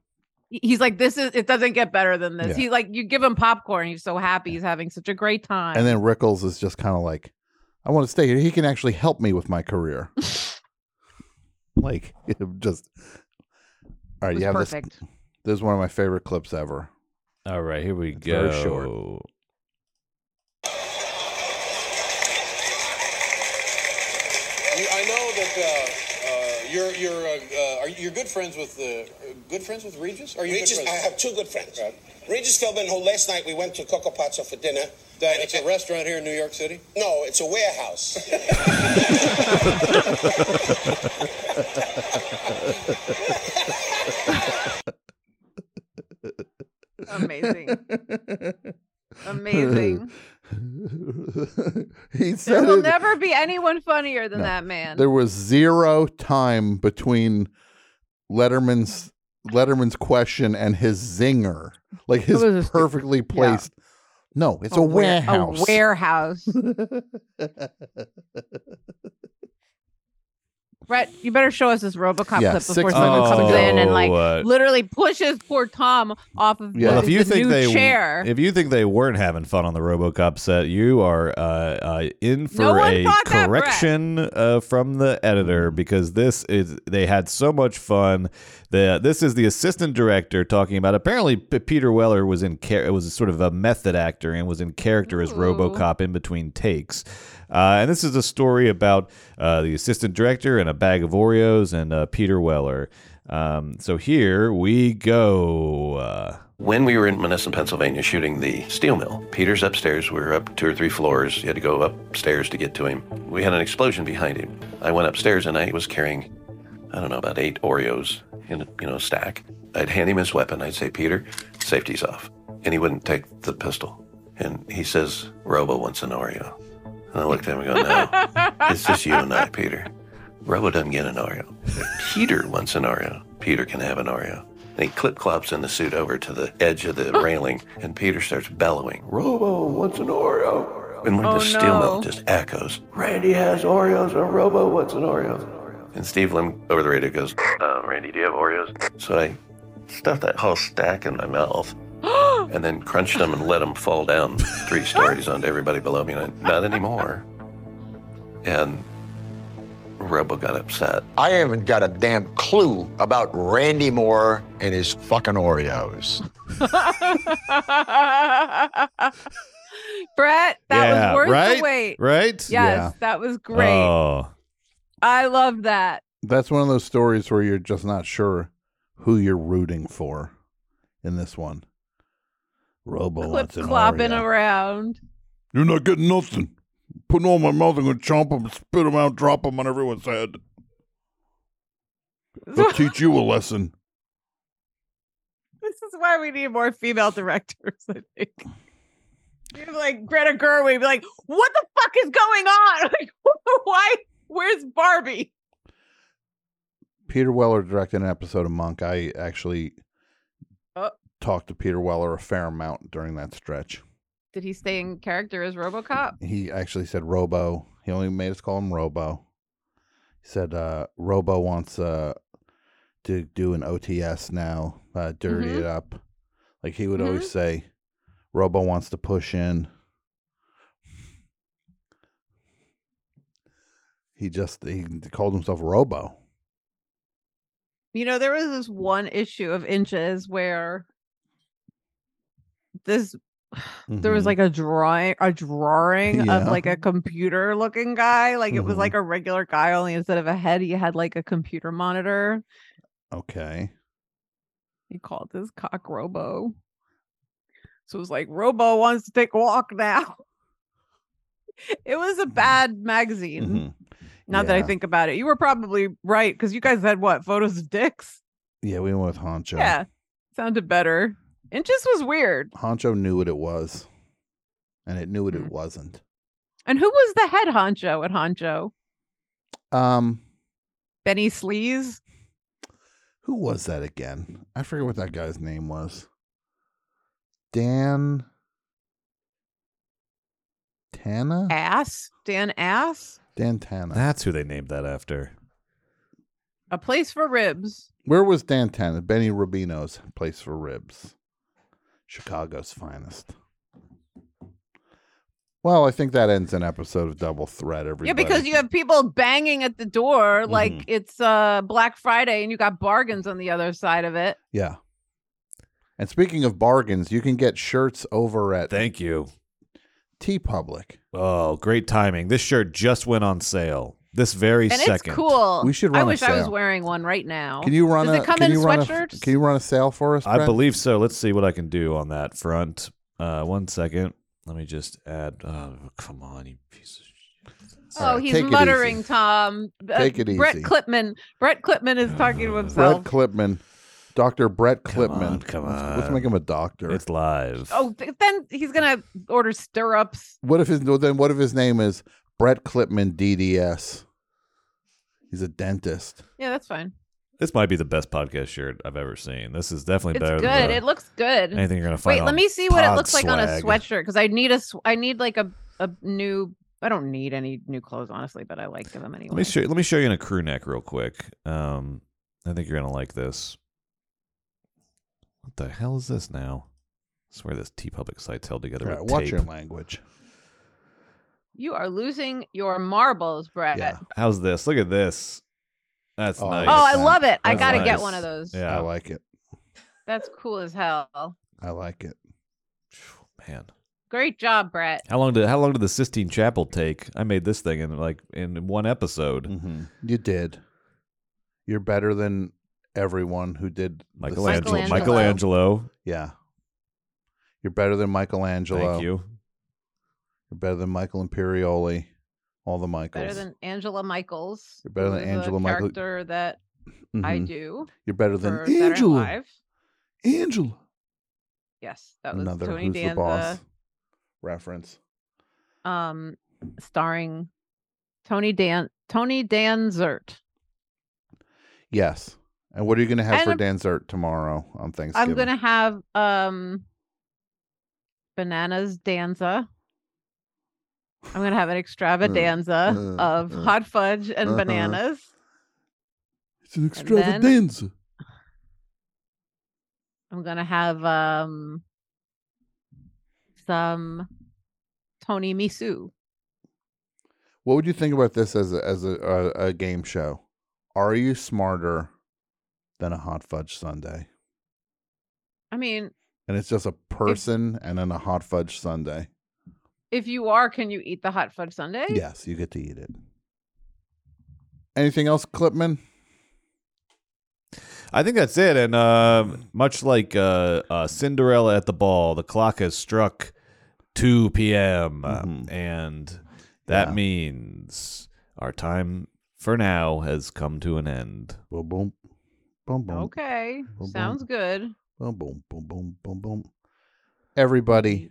Speaker 4: He- He's like this is. It doesn't get better than this.
Speaker 3: Yeah.
Speaker 4: He's like you give him popcorn. He's so happy. He's having such a great time.
Speaker 3: And then Rickles is just kind of like, "I want to stay here. He can actually help me with my career." like, it just all
Speaker 4: it
Speaker 3: right.
Speaker 4: was
Speaker 3: You have this.
Speaker 4: perfect.
Speaker 3: This is one of my favorite clips ever.
Speaker 1: All right, here we go.
Speaker 3: very short.
Speaker 8: You- I know that uh, uh, you're you're uh, uh, are you're good friends with uh, good friends with Regis. Are you
Speaker 9: Regis,
Speaker 8: Good
Speaker 9: I
Speaker 8: friends?
Speaker 9: have two good friends. Regis Philbin, who last night we went to Coco Pazzo for dinner.
Speaker 8: That
Speaker 9: and
Speaker 8: it's
Speaker 9: it-
Speaker 8: a restaurant here in New York City.
Speaker 9: No, it's a warehouse.
Speaker 4: Amazing. Amazing.
Speaker 3: he said
Speaker 4: There will
Speaker 3: it-
Speaker 4: never be anyone funnier than that man.
Speaker 3: there was zero time between Letterman's Letterman's question and his zinger. Like his
Speaker 4: was just-
Speaker 3: perfectly placed. No, it's a,
Speaker 4: ware-
Speaker 3: warehouse.
Speaker 4: A warehouse. Brett, you better show us this RoboCop
Speaker 3: Yeah,
Speaker 4: clip
Speaker 3: six
Speaker 4: before someone
Speaker 1: minutes
Speaker 4: comes
Speaker 1: ago.
Speaker 4: in and like
Speaker 1: Oh, uh,
Speaker 4: literally pushes poor Tom off of
Speaker 3: Yeah.
Speaker 4: the,
Speaker 1: Well, if you
Speaker 4: the
Speaker 1: think
Speaker 4: new
Speaker 1: they
Speaker 4: chair.
Speaker 1: if you think they weren't having fun on the RoboCop set, you are uh, uh, in for
Speaker 4: one
Speaker 1: a
Speaker 4: thought that, Brett.
Speaker 1: correction uh, from the editor because this is they had so much fun. The this is the assistant director talking about. Apparently, P- Peter Weller was in char- was sort of a method actor and was in character as RoboCop in between takes. Uh, and this is a story about uh, the assistant director and a bag of Oreos and uh, Peter Weller. Um, so here we go. Uh,
Speaker 10: When we were in Monessen, Pennsylvania, shooting the steel mill, Peter's upstairs. We were up two or three floors. You had to go upstairs to get to him. We had an explosion behind him. I went upstairs and I was carrying, I don't know, about eight Oreos in a, you know, a stack. I'd hand him his weapon. I'd say, Peter, safety's off. And he wouldn't take the pistol. And he says, Robo wants an Oreo. And I looked at him and go, no, it's just you and I, Peter. Robo doesn't get an Oreo. Peter wants an Oreo. Peter can have an Oreo. And he clip clops in the suit over to the edge of the railing, and Peter starts bellowing, Robo wants an Oreo. And when
Speaker 4: Oh,
Speaker 10: the steel
Speaker 4: no.
Speaker 10: mill just echoes, Randy has Oreos, and Robo wants an Oreo. And Steve Lim over the radio goes, uh, Randy, do you have Oreos? So I stuffed that whole stack in my mouth and then crunched them and let them fall down three stories onto everybody below me. And I, not anymore. And Robo got upset.
Speaker 11: I haven't got a damn clue about Randy Moore and his fucking Oreos.
Speaker 4: Brett, that
Speaker 1: Yeah,
Speaker 4: was worth
Speaker 1: right?
Speaker 4: the wait.
Speaker 1: Right?
Speaker 4: Yes,
Speaker 3: Yeah.
Speaker 4: that was great.
Speaker 1: Oh.
Speaker 4: I love that.
Speaker 3: That's one of those stories where you're just not sure who you're rooting for in this one.
Speaker 5: Robo
Speaker 4: Clip
Speaker 5: wants an
Speaker 4: clopping
Speaker 5: Oreo.
Speaker 4: around.
Speaker 5: You're not getting nothing.
Speaker 3: Putting all my mouth, I'm gonna chomp them, spit them out, drop them on everyone's head. They'll teach you a lesson.
Speaker 4: This is why we need more female directors, I think. You're like Greta Gerwig, be like, what the fuck is going on? Like, why? Where's Barbie?
Speaker 3: Peter Weller directed an episode of Monk. I actually
Speaker 4: Oh.
Speaker 3: talked to Peter Weller a fair amount during that stretch.
Speaker 4: Did he stay in character as RoboCop?
Speaker 3: He actually said Robo. He only made us call him Robo. He said uh, Robo wants uh, to do an OTS now, uh, dirty
Speaker 4: Mm-hmm.
Speaker 3: it up. Like he would always say, Robo wants to push in. He just he called himself Robo.
Speaker 4: You know, there was this one issue of Inches where this there was
Speaker 3: Mhm.
Speaker 4: like a drawing a drawing of
Speaker 3: Yeah.
Speaker 4: like a computer looking guy. Like it was
Speaker 3: Mhm.
Speaker 4: like a regular guy, only instead of a head, he had like a computer monitor.
Speaker 3: okay.
Speaker 4: He called this cock Robo. So it was like Robo wants to take a walk now. It was a bad magazine.
Speaker 3: Mhm.
Speaker 4: Now that I
Speaker 3: Mm-hmm. Yeah.
Speaker 4: think about it, you were probably right because you guys had what photos of dicks?
Speaker 3: Yeah, we went with Honcho.
Speaker 4: Yeah, sounded better. It just was weird.
Speaker 3: Honcho knew what it was, and it knew what
Speaker 4: Mm-hmm.
Speaker 3: it wasn't.
Speaker 4: And who was the head honcho at honcho?
Speaker 3: Um,
Speaker 4: Benny Sleaze.
Speaker 3: who was that again? I forget what that guy's name was. Dan Tana?
Speaker 4: Ass. Dan Ass.
Speaker 3: Dan Tana.
Speaker 1: That's who they named that after.
Speaker 4: A place for ribs.
Speaker 3: Where was Dan Tana? Benny Rubino's place for ribs. Chicago's finest. Well, I think that ends an episode of Double Threat. Everybody. Mm-hmm.
Speaker 4: Yeah, because you have people banging at the door like
Speaker 1: Mhm.
Speaker 4: it's uh Black Friday and you got bargains on the other side of it.
Speaker 3: Yeah. And speaking of bargains, you can get shirts over at
Speaker 1: Thank you.
Speaker 3: T Public.
Speaker 1: Oh, great timing. This shirt just went on sale this very
Speaker 4: and
Speaker 1: second.
Speaker 4: it's cool.
Speaker 3: We should
Speaker 4: I
Speaker 3: run a
Speaker 4: wish I was
Speaker 3: sale.
Speaker 4: wearing one right now.
Speaker 3: Can you run
Speaker 4: Oh. Does
Speaker 3: a
Speaker 4: it come
Speaker 3: can
Speaker 4: in
Speaker 3: you run a-
Speaker 4: sweatshirts?
Speaker 3: can you run a sale for us?
Speaker 1: I
Speaker 3: Brett?
Speaker 1: believe so. Let's see what I can do on that front. Uh, one second. Let me just add. Oh, come on, you piece of shit.
Speaker 4: Oh,
Speaker 3: Alright,
Speaker 4: he's
Speaker 3: take it
Speaker 4: muttering,
Speaker 3: easy.
Speaker 4: Tom. Uh,
Speaker 3: Take it
Speaker 4: Brett
Speaker 3: easy.
Speaker 4: Clipman. Brett Clipman is talking to
Speaker 3: Brett
Speaker 4: himself.
Speaker 3: Clipman, Doctor Brett
Speaker 1: Come
Speaker 3: Clipman.
Speaker 1: on, come
Speaker 3: Let's- let's
Speaker 1: on.
Speaker 3: make him a doctor.
Speaker 1: It's live.
Speaker 4: oh, th- then he's gonna order stirrups.
Speaker 3: what if his well, then? What if his name is Brett Clipman DDS? He's a dentist.
Speaker 4: Yeah, that's fine.
Speaker 1: this might be the best podcast shirt I've ever seen. This is definitely
Speaker 4: It's
Speaker 1: better
Speaker 4: good.
Speaker 1: than the-
Speaker 4: It looks good.
Speaker 1: anything you're gonna find.
Speaker 4: Wait, let
Speaker 1: on
Speaker 4: me see what it
Speaker 1: Pod
Speaker 4: looks like on a
Speaker 1: Swag.
Speaker 4: sweatshirt because I need a sw- I need like a a new I don't need any new clothes, honestly, but I like them anyway.
Speaker 1: Let me show. Let me show you in a crew neck real quick. Um, I think you're gonna like this. What the hell is this now? I swear this T Public site's held together
Speaker 3: All right,
Speaker 1: with
Speaker 3: watch
Speaker 1: tape.
Speaker 3: your language.
Speaker 4: You are losing your marbles, Brett.
Speaker 1: How's this? Look at this. That's
Speaker 3: Oh, I
Speaker 1: nice.
Speaker 4: Oh, I love it. I
Speaker 1: That's
Speaker 4: gotta get
Speaker 1: nice.
Speaker 4: one of those.
Speaker 1: Yeah,
Speaker 3: I like it.
Speaker 4: That's cool as hell.
Speaker 3: I like it.
Speaker 1: Man,
Speaker 4: Great job, Brett.
Speaker 1: how long did how long did the Sistine Chapel take? I made this thing in like in one episode.
Speaker 3: Mm. Mm-hmm.
Speaker 1: hmm.
Speaker 3: You did. You're better than everyone who did the
Speaker 1: Michelangelo.
Speaker 3: Sistine Chapel.
Speaker 1: Michelangelo.
Speaker 3: Yeah. You're better than Michelangelo.
Speaker 1: Thank you.
Speaker 3: You're better than Michael Imperioli. All the Michaels.
Speaker 4: Better than Angela Michaels.
Speaker 3: You're better
Speaker 4: who is
Speaker 3: than
Speaker 4: a
Speaker 3: Angela Michael-
Speaker 4: Character that I
Speaker 3: Mhm.
Speaker 4: do.
Speaker 3: You're better than
Speaker 4: for Saturday Night
Speaker 3: Angela.
Speaker 4: Live.
Speaker 3: Angela.
Speaker 4: Yes, that was
Speaker 3: Another
Speaker 4: Tony
Speaker 3: Who's
Speaker 4: Danza,
Speaker 3: the Boss reference.
Speaker 4: um, starring Tony Dan Tony Danzert.
Speaker 3: Yes. And what are you going to have for
Speaker 4: And
Speaker 3: dessert tomorrow on Thanksgiving?
Speaker 4: I'm gonna have um, bananas danza. I'm gonna have an extravaganza
Speaker 3: uh,
Speaker 4: of
Speaker 3: uh,
Speaker 4: hot fudge and
Speaker 3: uh-huh.
Speaker 4: bananas.
Speaker 3: It's an
Speaker 4: And then-
Speaker 3: extravaganza.
Speaker 4: I'm gonna have um some Tony Misu.
Speaker 3: What would you think about this as a, as a, a, a game show? Are you smarter than a hot fudge sundae?
Speaker 4: I mean,
Speaker 3: And it's just a person and then a hot fudge sundae.
Speaker 4: if you are, can you eat the hot fudge sundae?
Speaker 3: Yes, you get to eat it. Anything else, Clipman?
Speaker 1: I think that's it. And uh, much like uh, uh, Cinderella at the ball, the clock has struck 2 p.m. uh, And that
Speaker 3: Mm-hmm. Yeah.
Speaker 1: means our time for now has come to an end.
Speaker 3: Boom, boom. Boom, boom.
Speaker 4: Okay,
Speaker 3: Boom,
Speaker 4: sounds
Speaker 3: boom.
Speaker 4: good.
Speaker 3: Boom, boom, boom, boom, boom, boom. Everybody,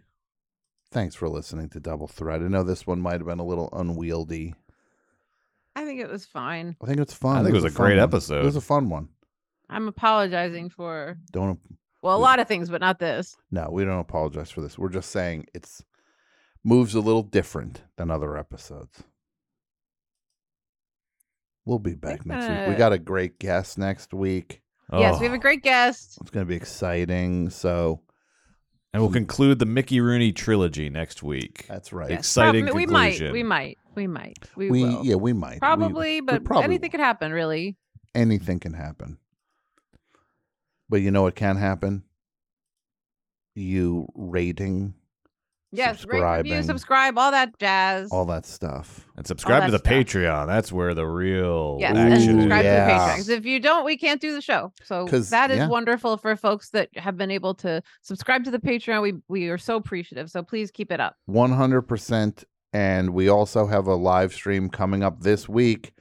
Speaker 3: thanks for listening to Double Threat. I know this one might have been a little unwieldy.
Speaker 4: I think it was fine.
Speaker 3: I think it's fun.
Speaker 1: I think it was a
Speaker 3: fun
Speaker 1: great
Speaker 3: one.
Speaker 1: episode.
Speaker 3: It was a fun one.
Speaker 4: I'm apologizing for
Speaker 3: Don't
Speaker 4: well a lot of things, but not this.
Speaker 3: no, we don't apologize for this. We're just saying it's moves a little different than other episodes. We'll be back next week. We
Speaker 4: uh,
Speaker 3: got a great guest next week.
Speaker 4: Yes,
Speaker 3: Oh,
Speaker 4: we have a great guest.
Speaker 3: It's going to be exciting. So
Speaker 1: And we'll conclude the Mickey Rooney trilogy next week.
Speaker 3: That's right.
Speaker 4: Yes,
Speaker 1: Exciting
Speaker 4: prob- we
Speaker 1: conclusion.
Speaker 4: might, we might, we might, we,
Speaker 3: we
Speaker 4: will.
Speaker 3: yeah we might We-
Speaker 4: probably,
Speaker 3: we
Speaker 4: but
Speaker 3: probably
Speaker 4: anything could happen. Really,
Speaker 3: anything can happen. But you know what can happen? You rating
Speaker 4: yes. Rate, review,
Speaker 3: Subscribing.
Speaker 4: subscribe, all that jazz.
Speaker 3: all that stuff.
Speaker 1: And subscribe
Speaker 4: All
Speaker 1: to the
Speaker 4: that
Speaker 1: Patreon. That's where the real
Speaker 4: Oh, Yes, and
Speaker 1: action
Speaker 4: subscribe
Speaker 1: is.
Speaker 4: to the
Speaker 3: yeah.
Speaker 4: Patreon. 'cause If you don't, we can't do the show. So
Speaker 3: 'Cause-
Speaker 4: that is
Speaker 3: yeah.
Speaker 4: wonderful for folks that have been able to subscribe to the Patreon. We we are so appreciative. So please keep it up.
Speaker 3: 100%. And we also have a live stream coming up this week,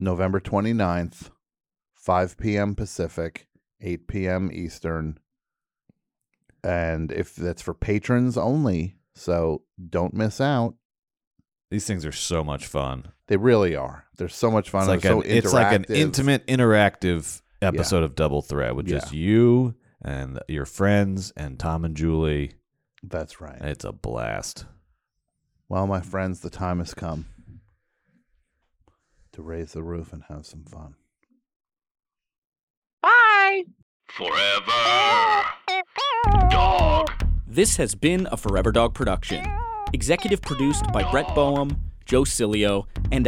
Speaker 3: November 29th, 5 p.m. Pacific, 8 p.m. Eastern. And if that's for patrons only, so don't miss out.
Speaker 1: These things are so much fun.
Speaker 3: They really are. They're so much fun.
Speaker 1: It's like,
Speaker 3: They're so
Speaker 1: an, it's like an
Speaker 3: interactive.
Speaker 1: intimate, interactive episode of Double Threat with just you and your friends and Tom and Julie.
Speaker 3: That's right.
Speaker 1: It's a blast.
Speaker 3: Well, my friends, the time has come to raise the roof and have some fun.
Speaker 4: Bye.
Speaker 2: Forever. Dog.
Speaker 12: This has been a Forever Dog production, executive produced by Brett Boehm, Joe Cilio, and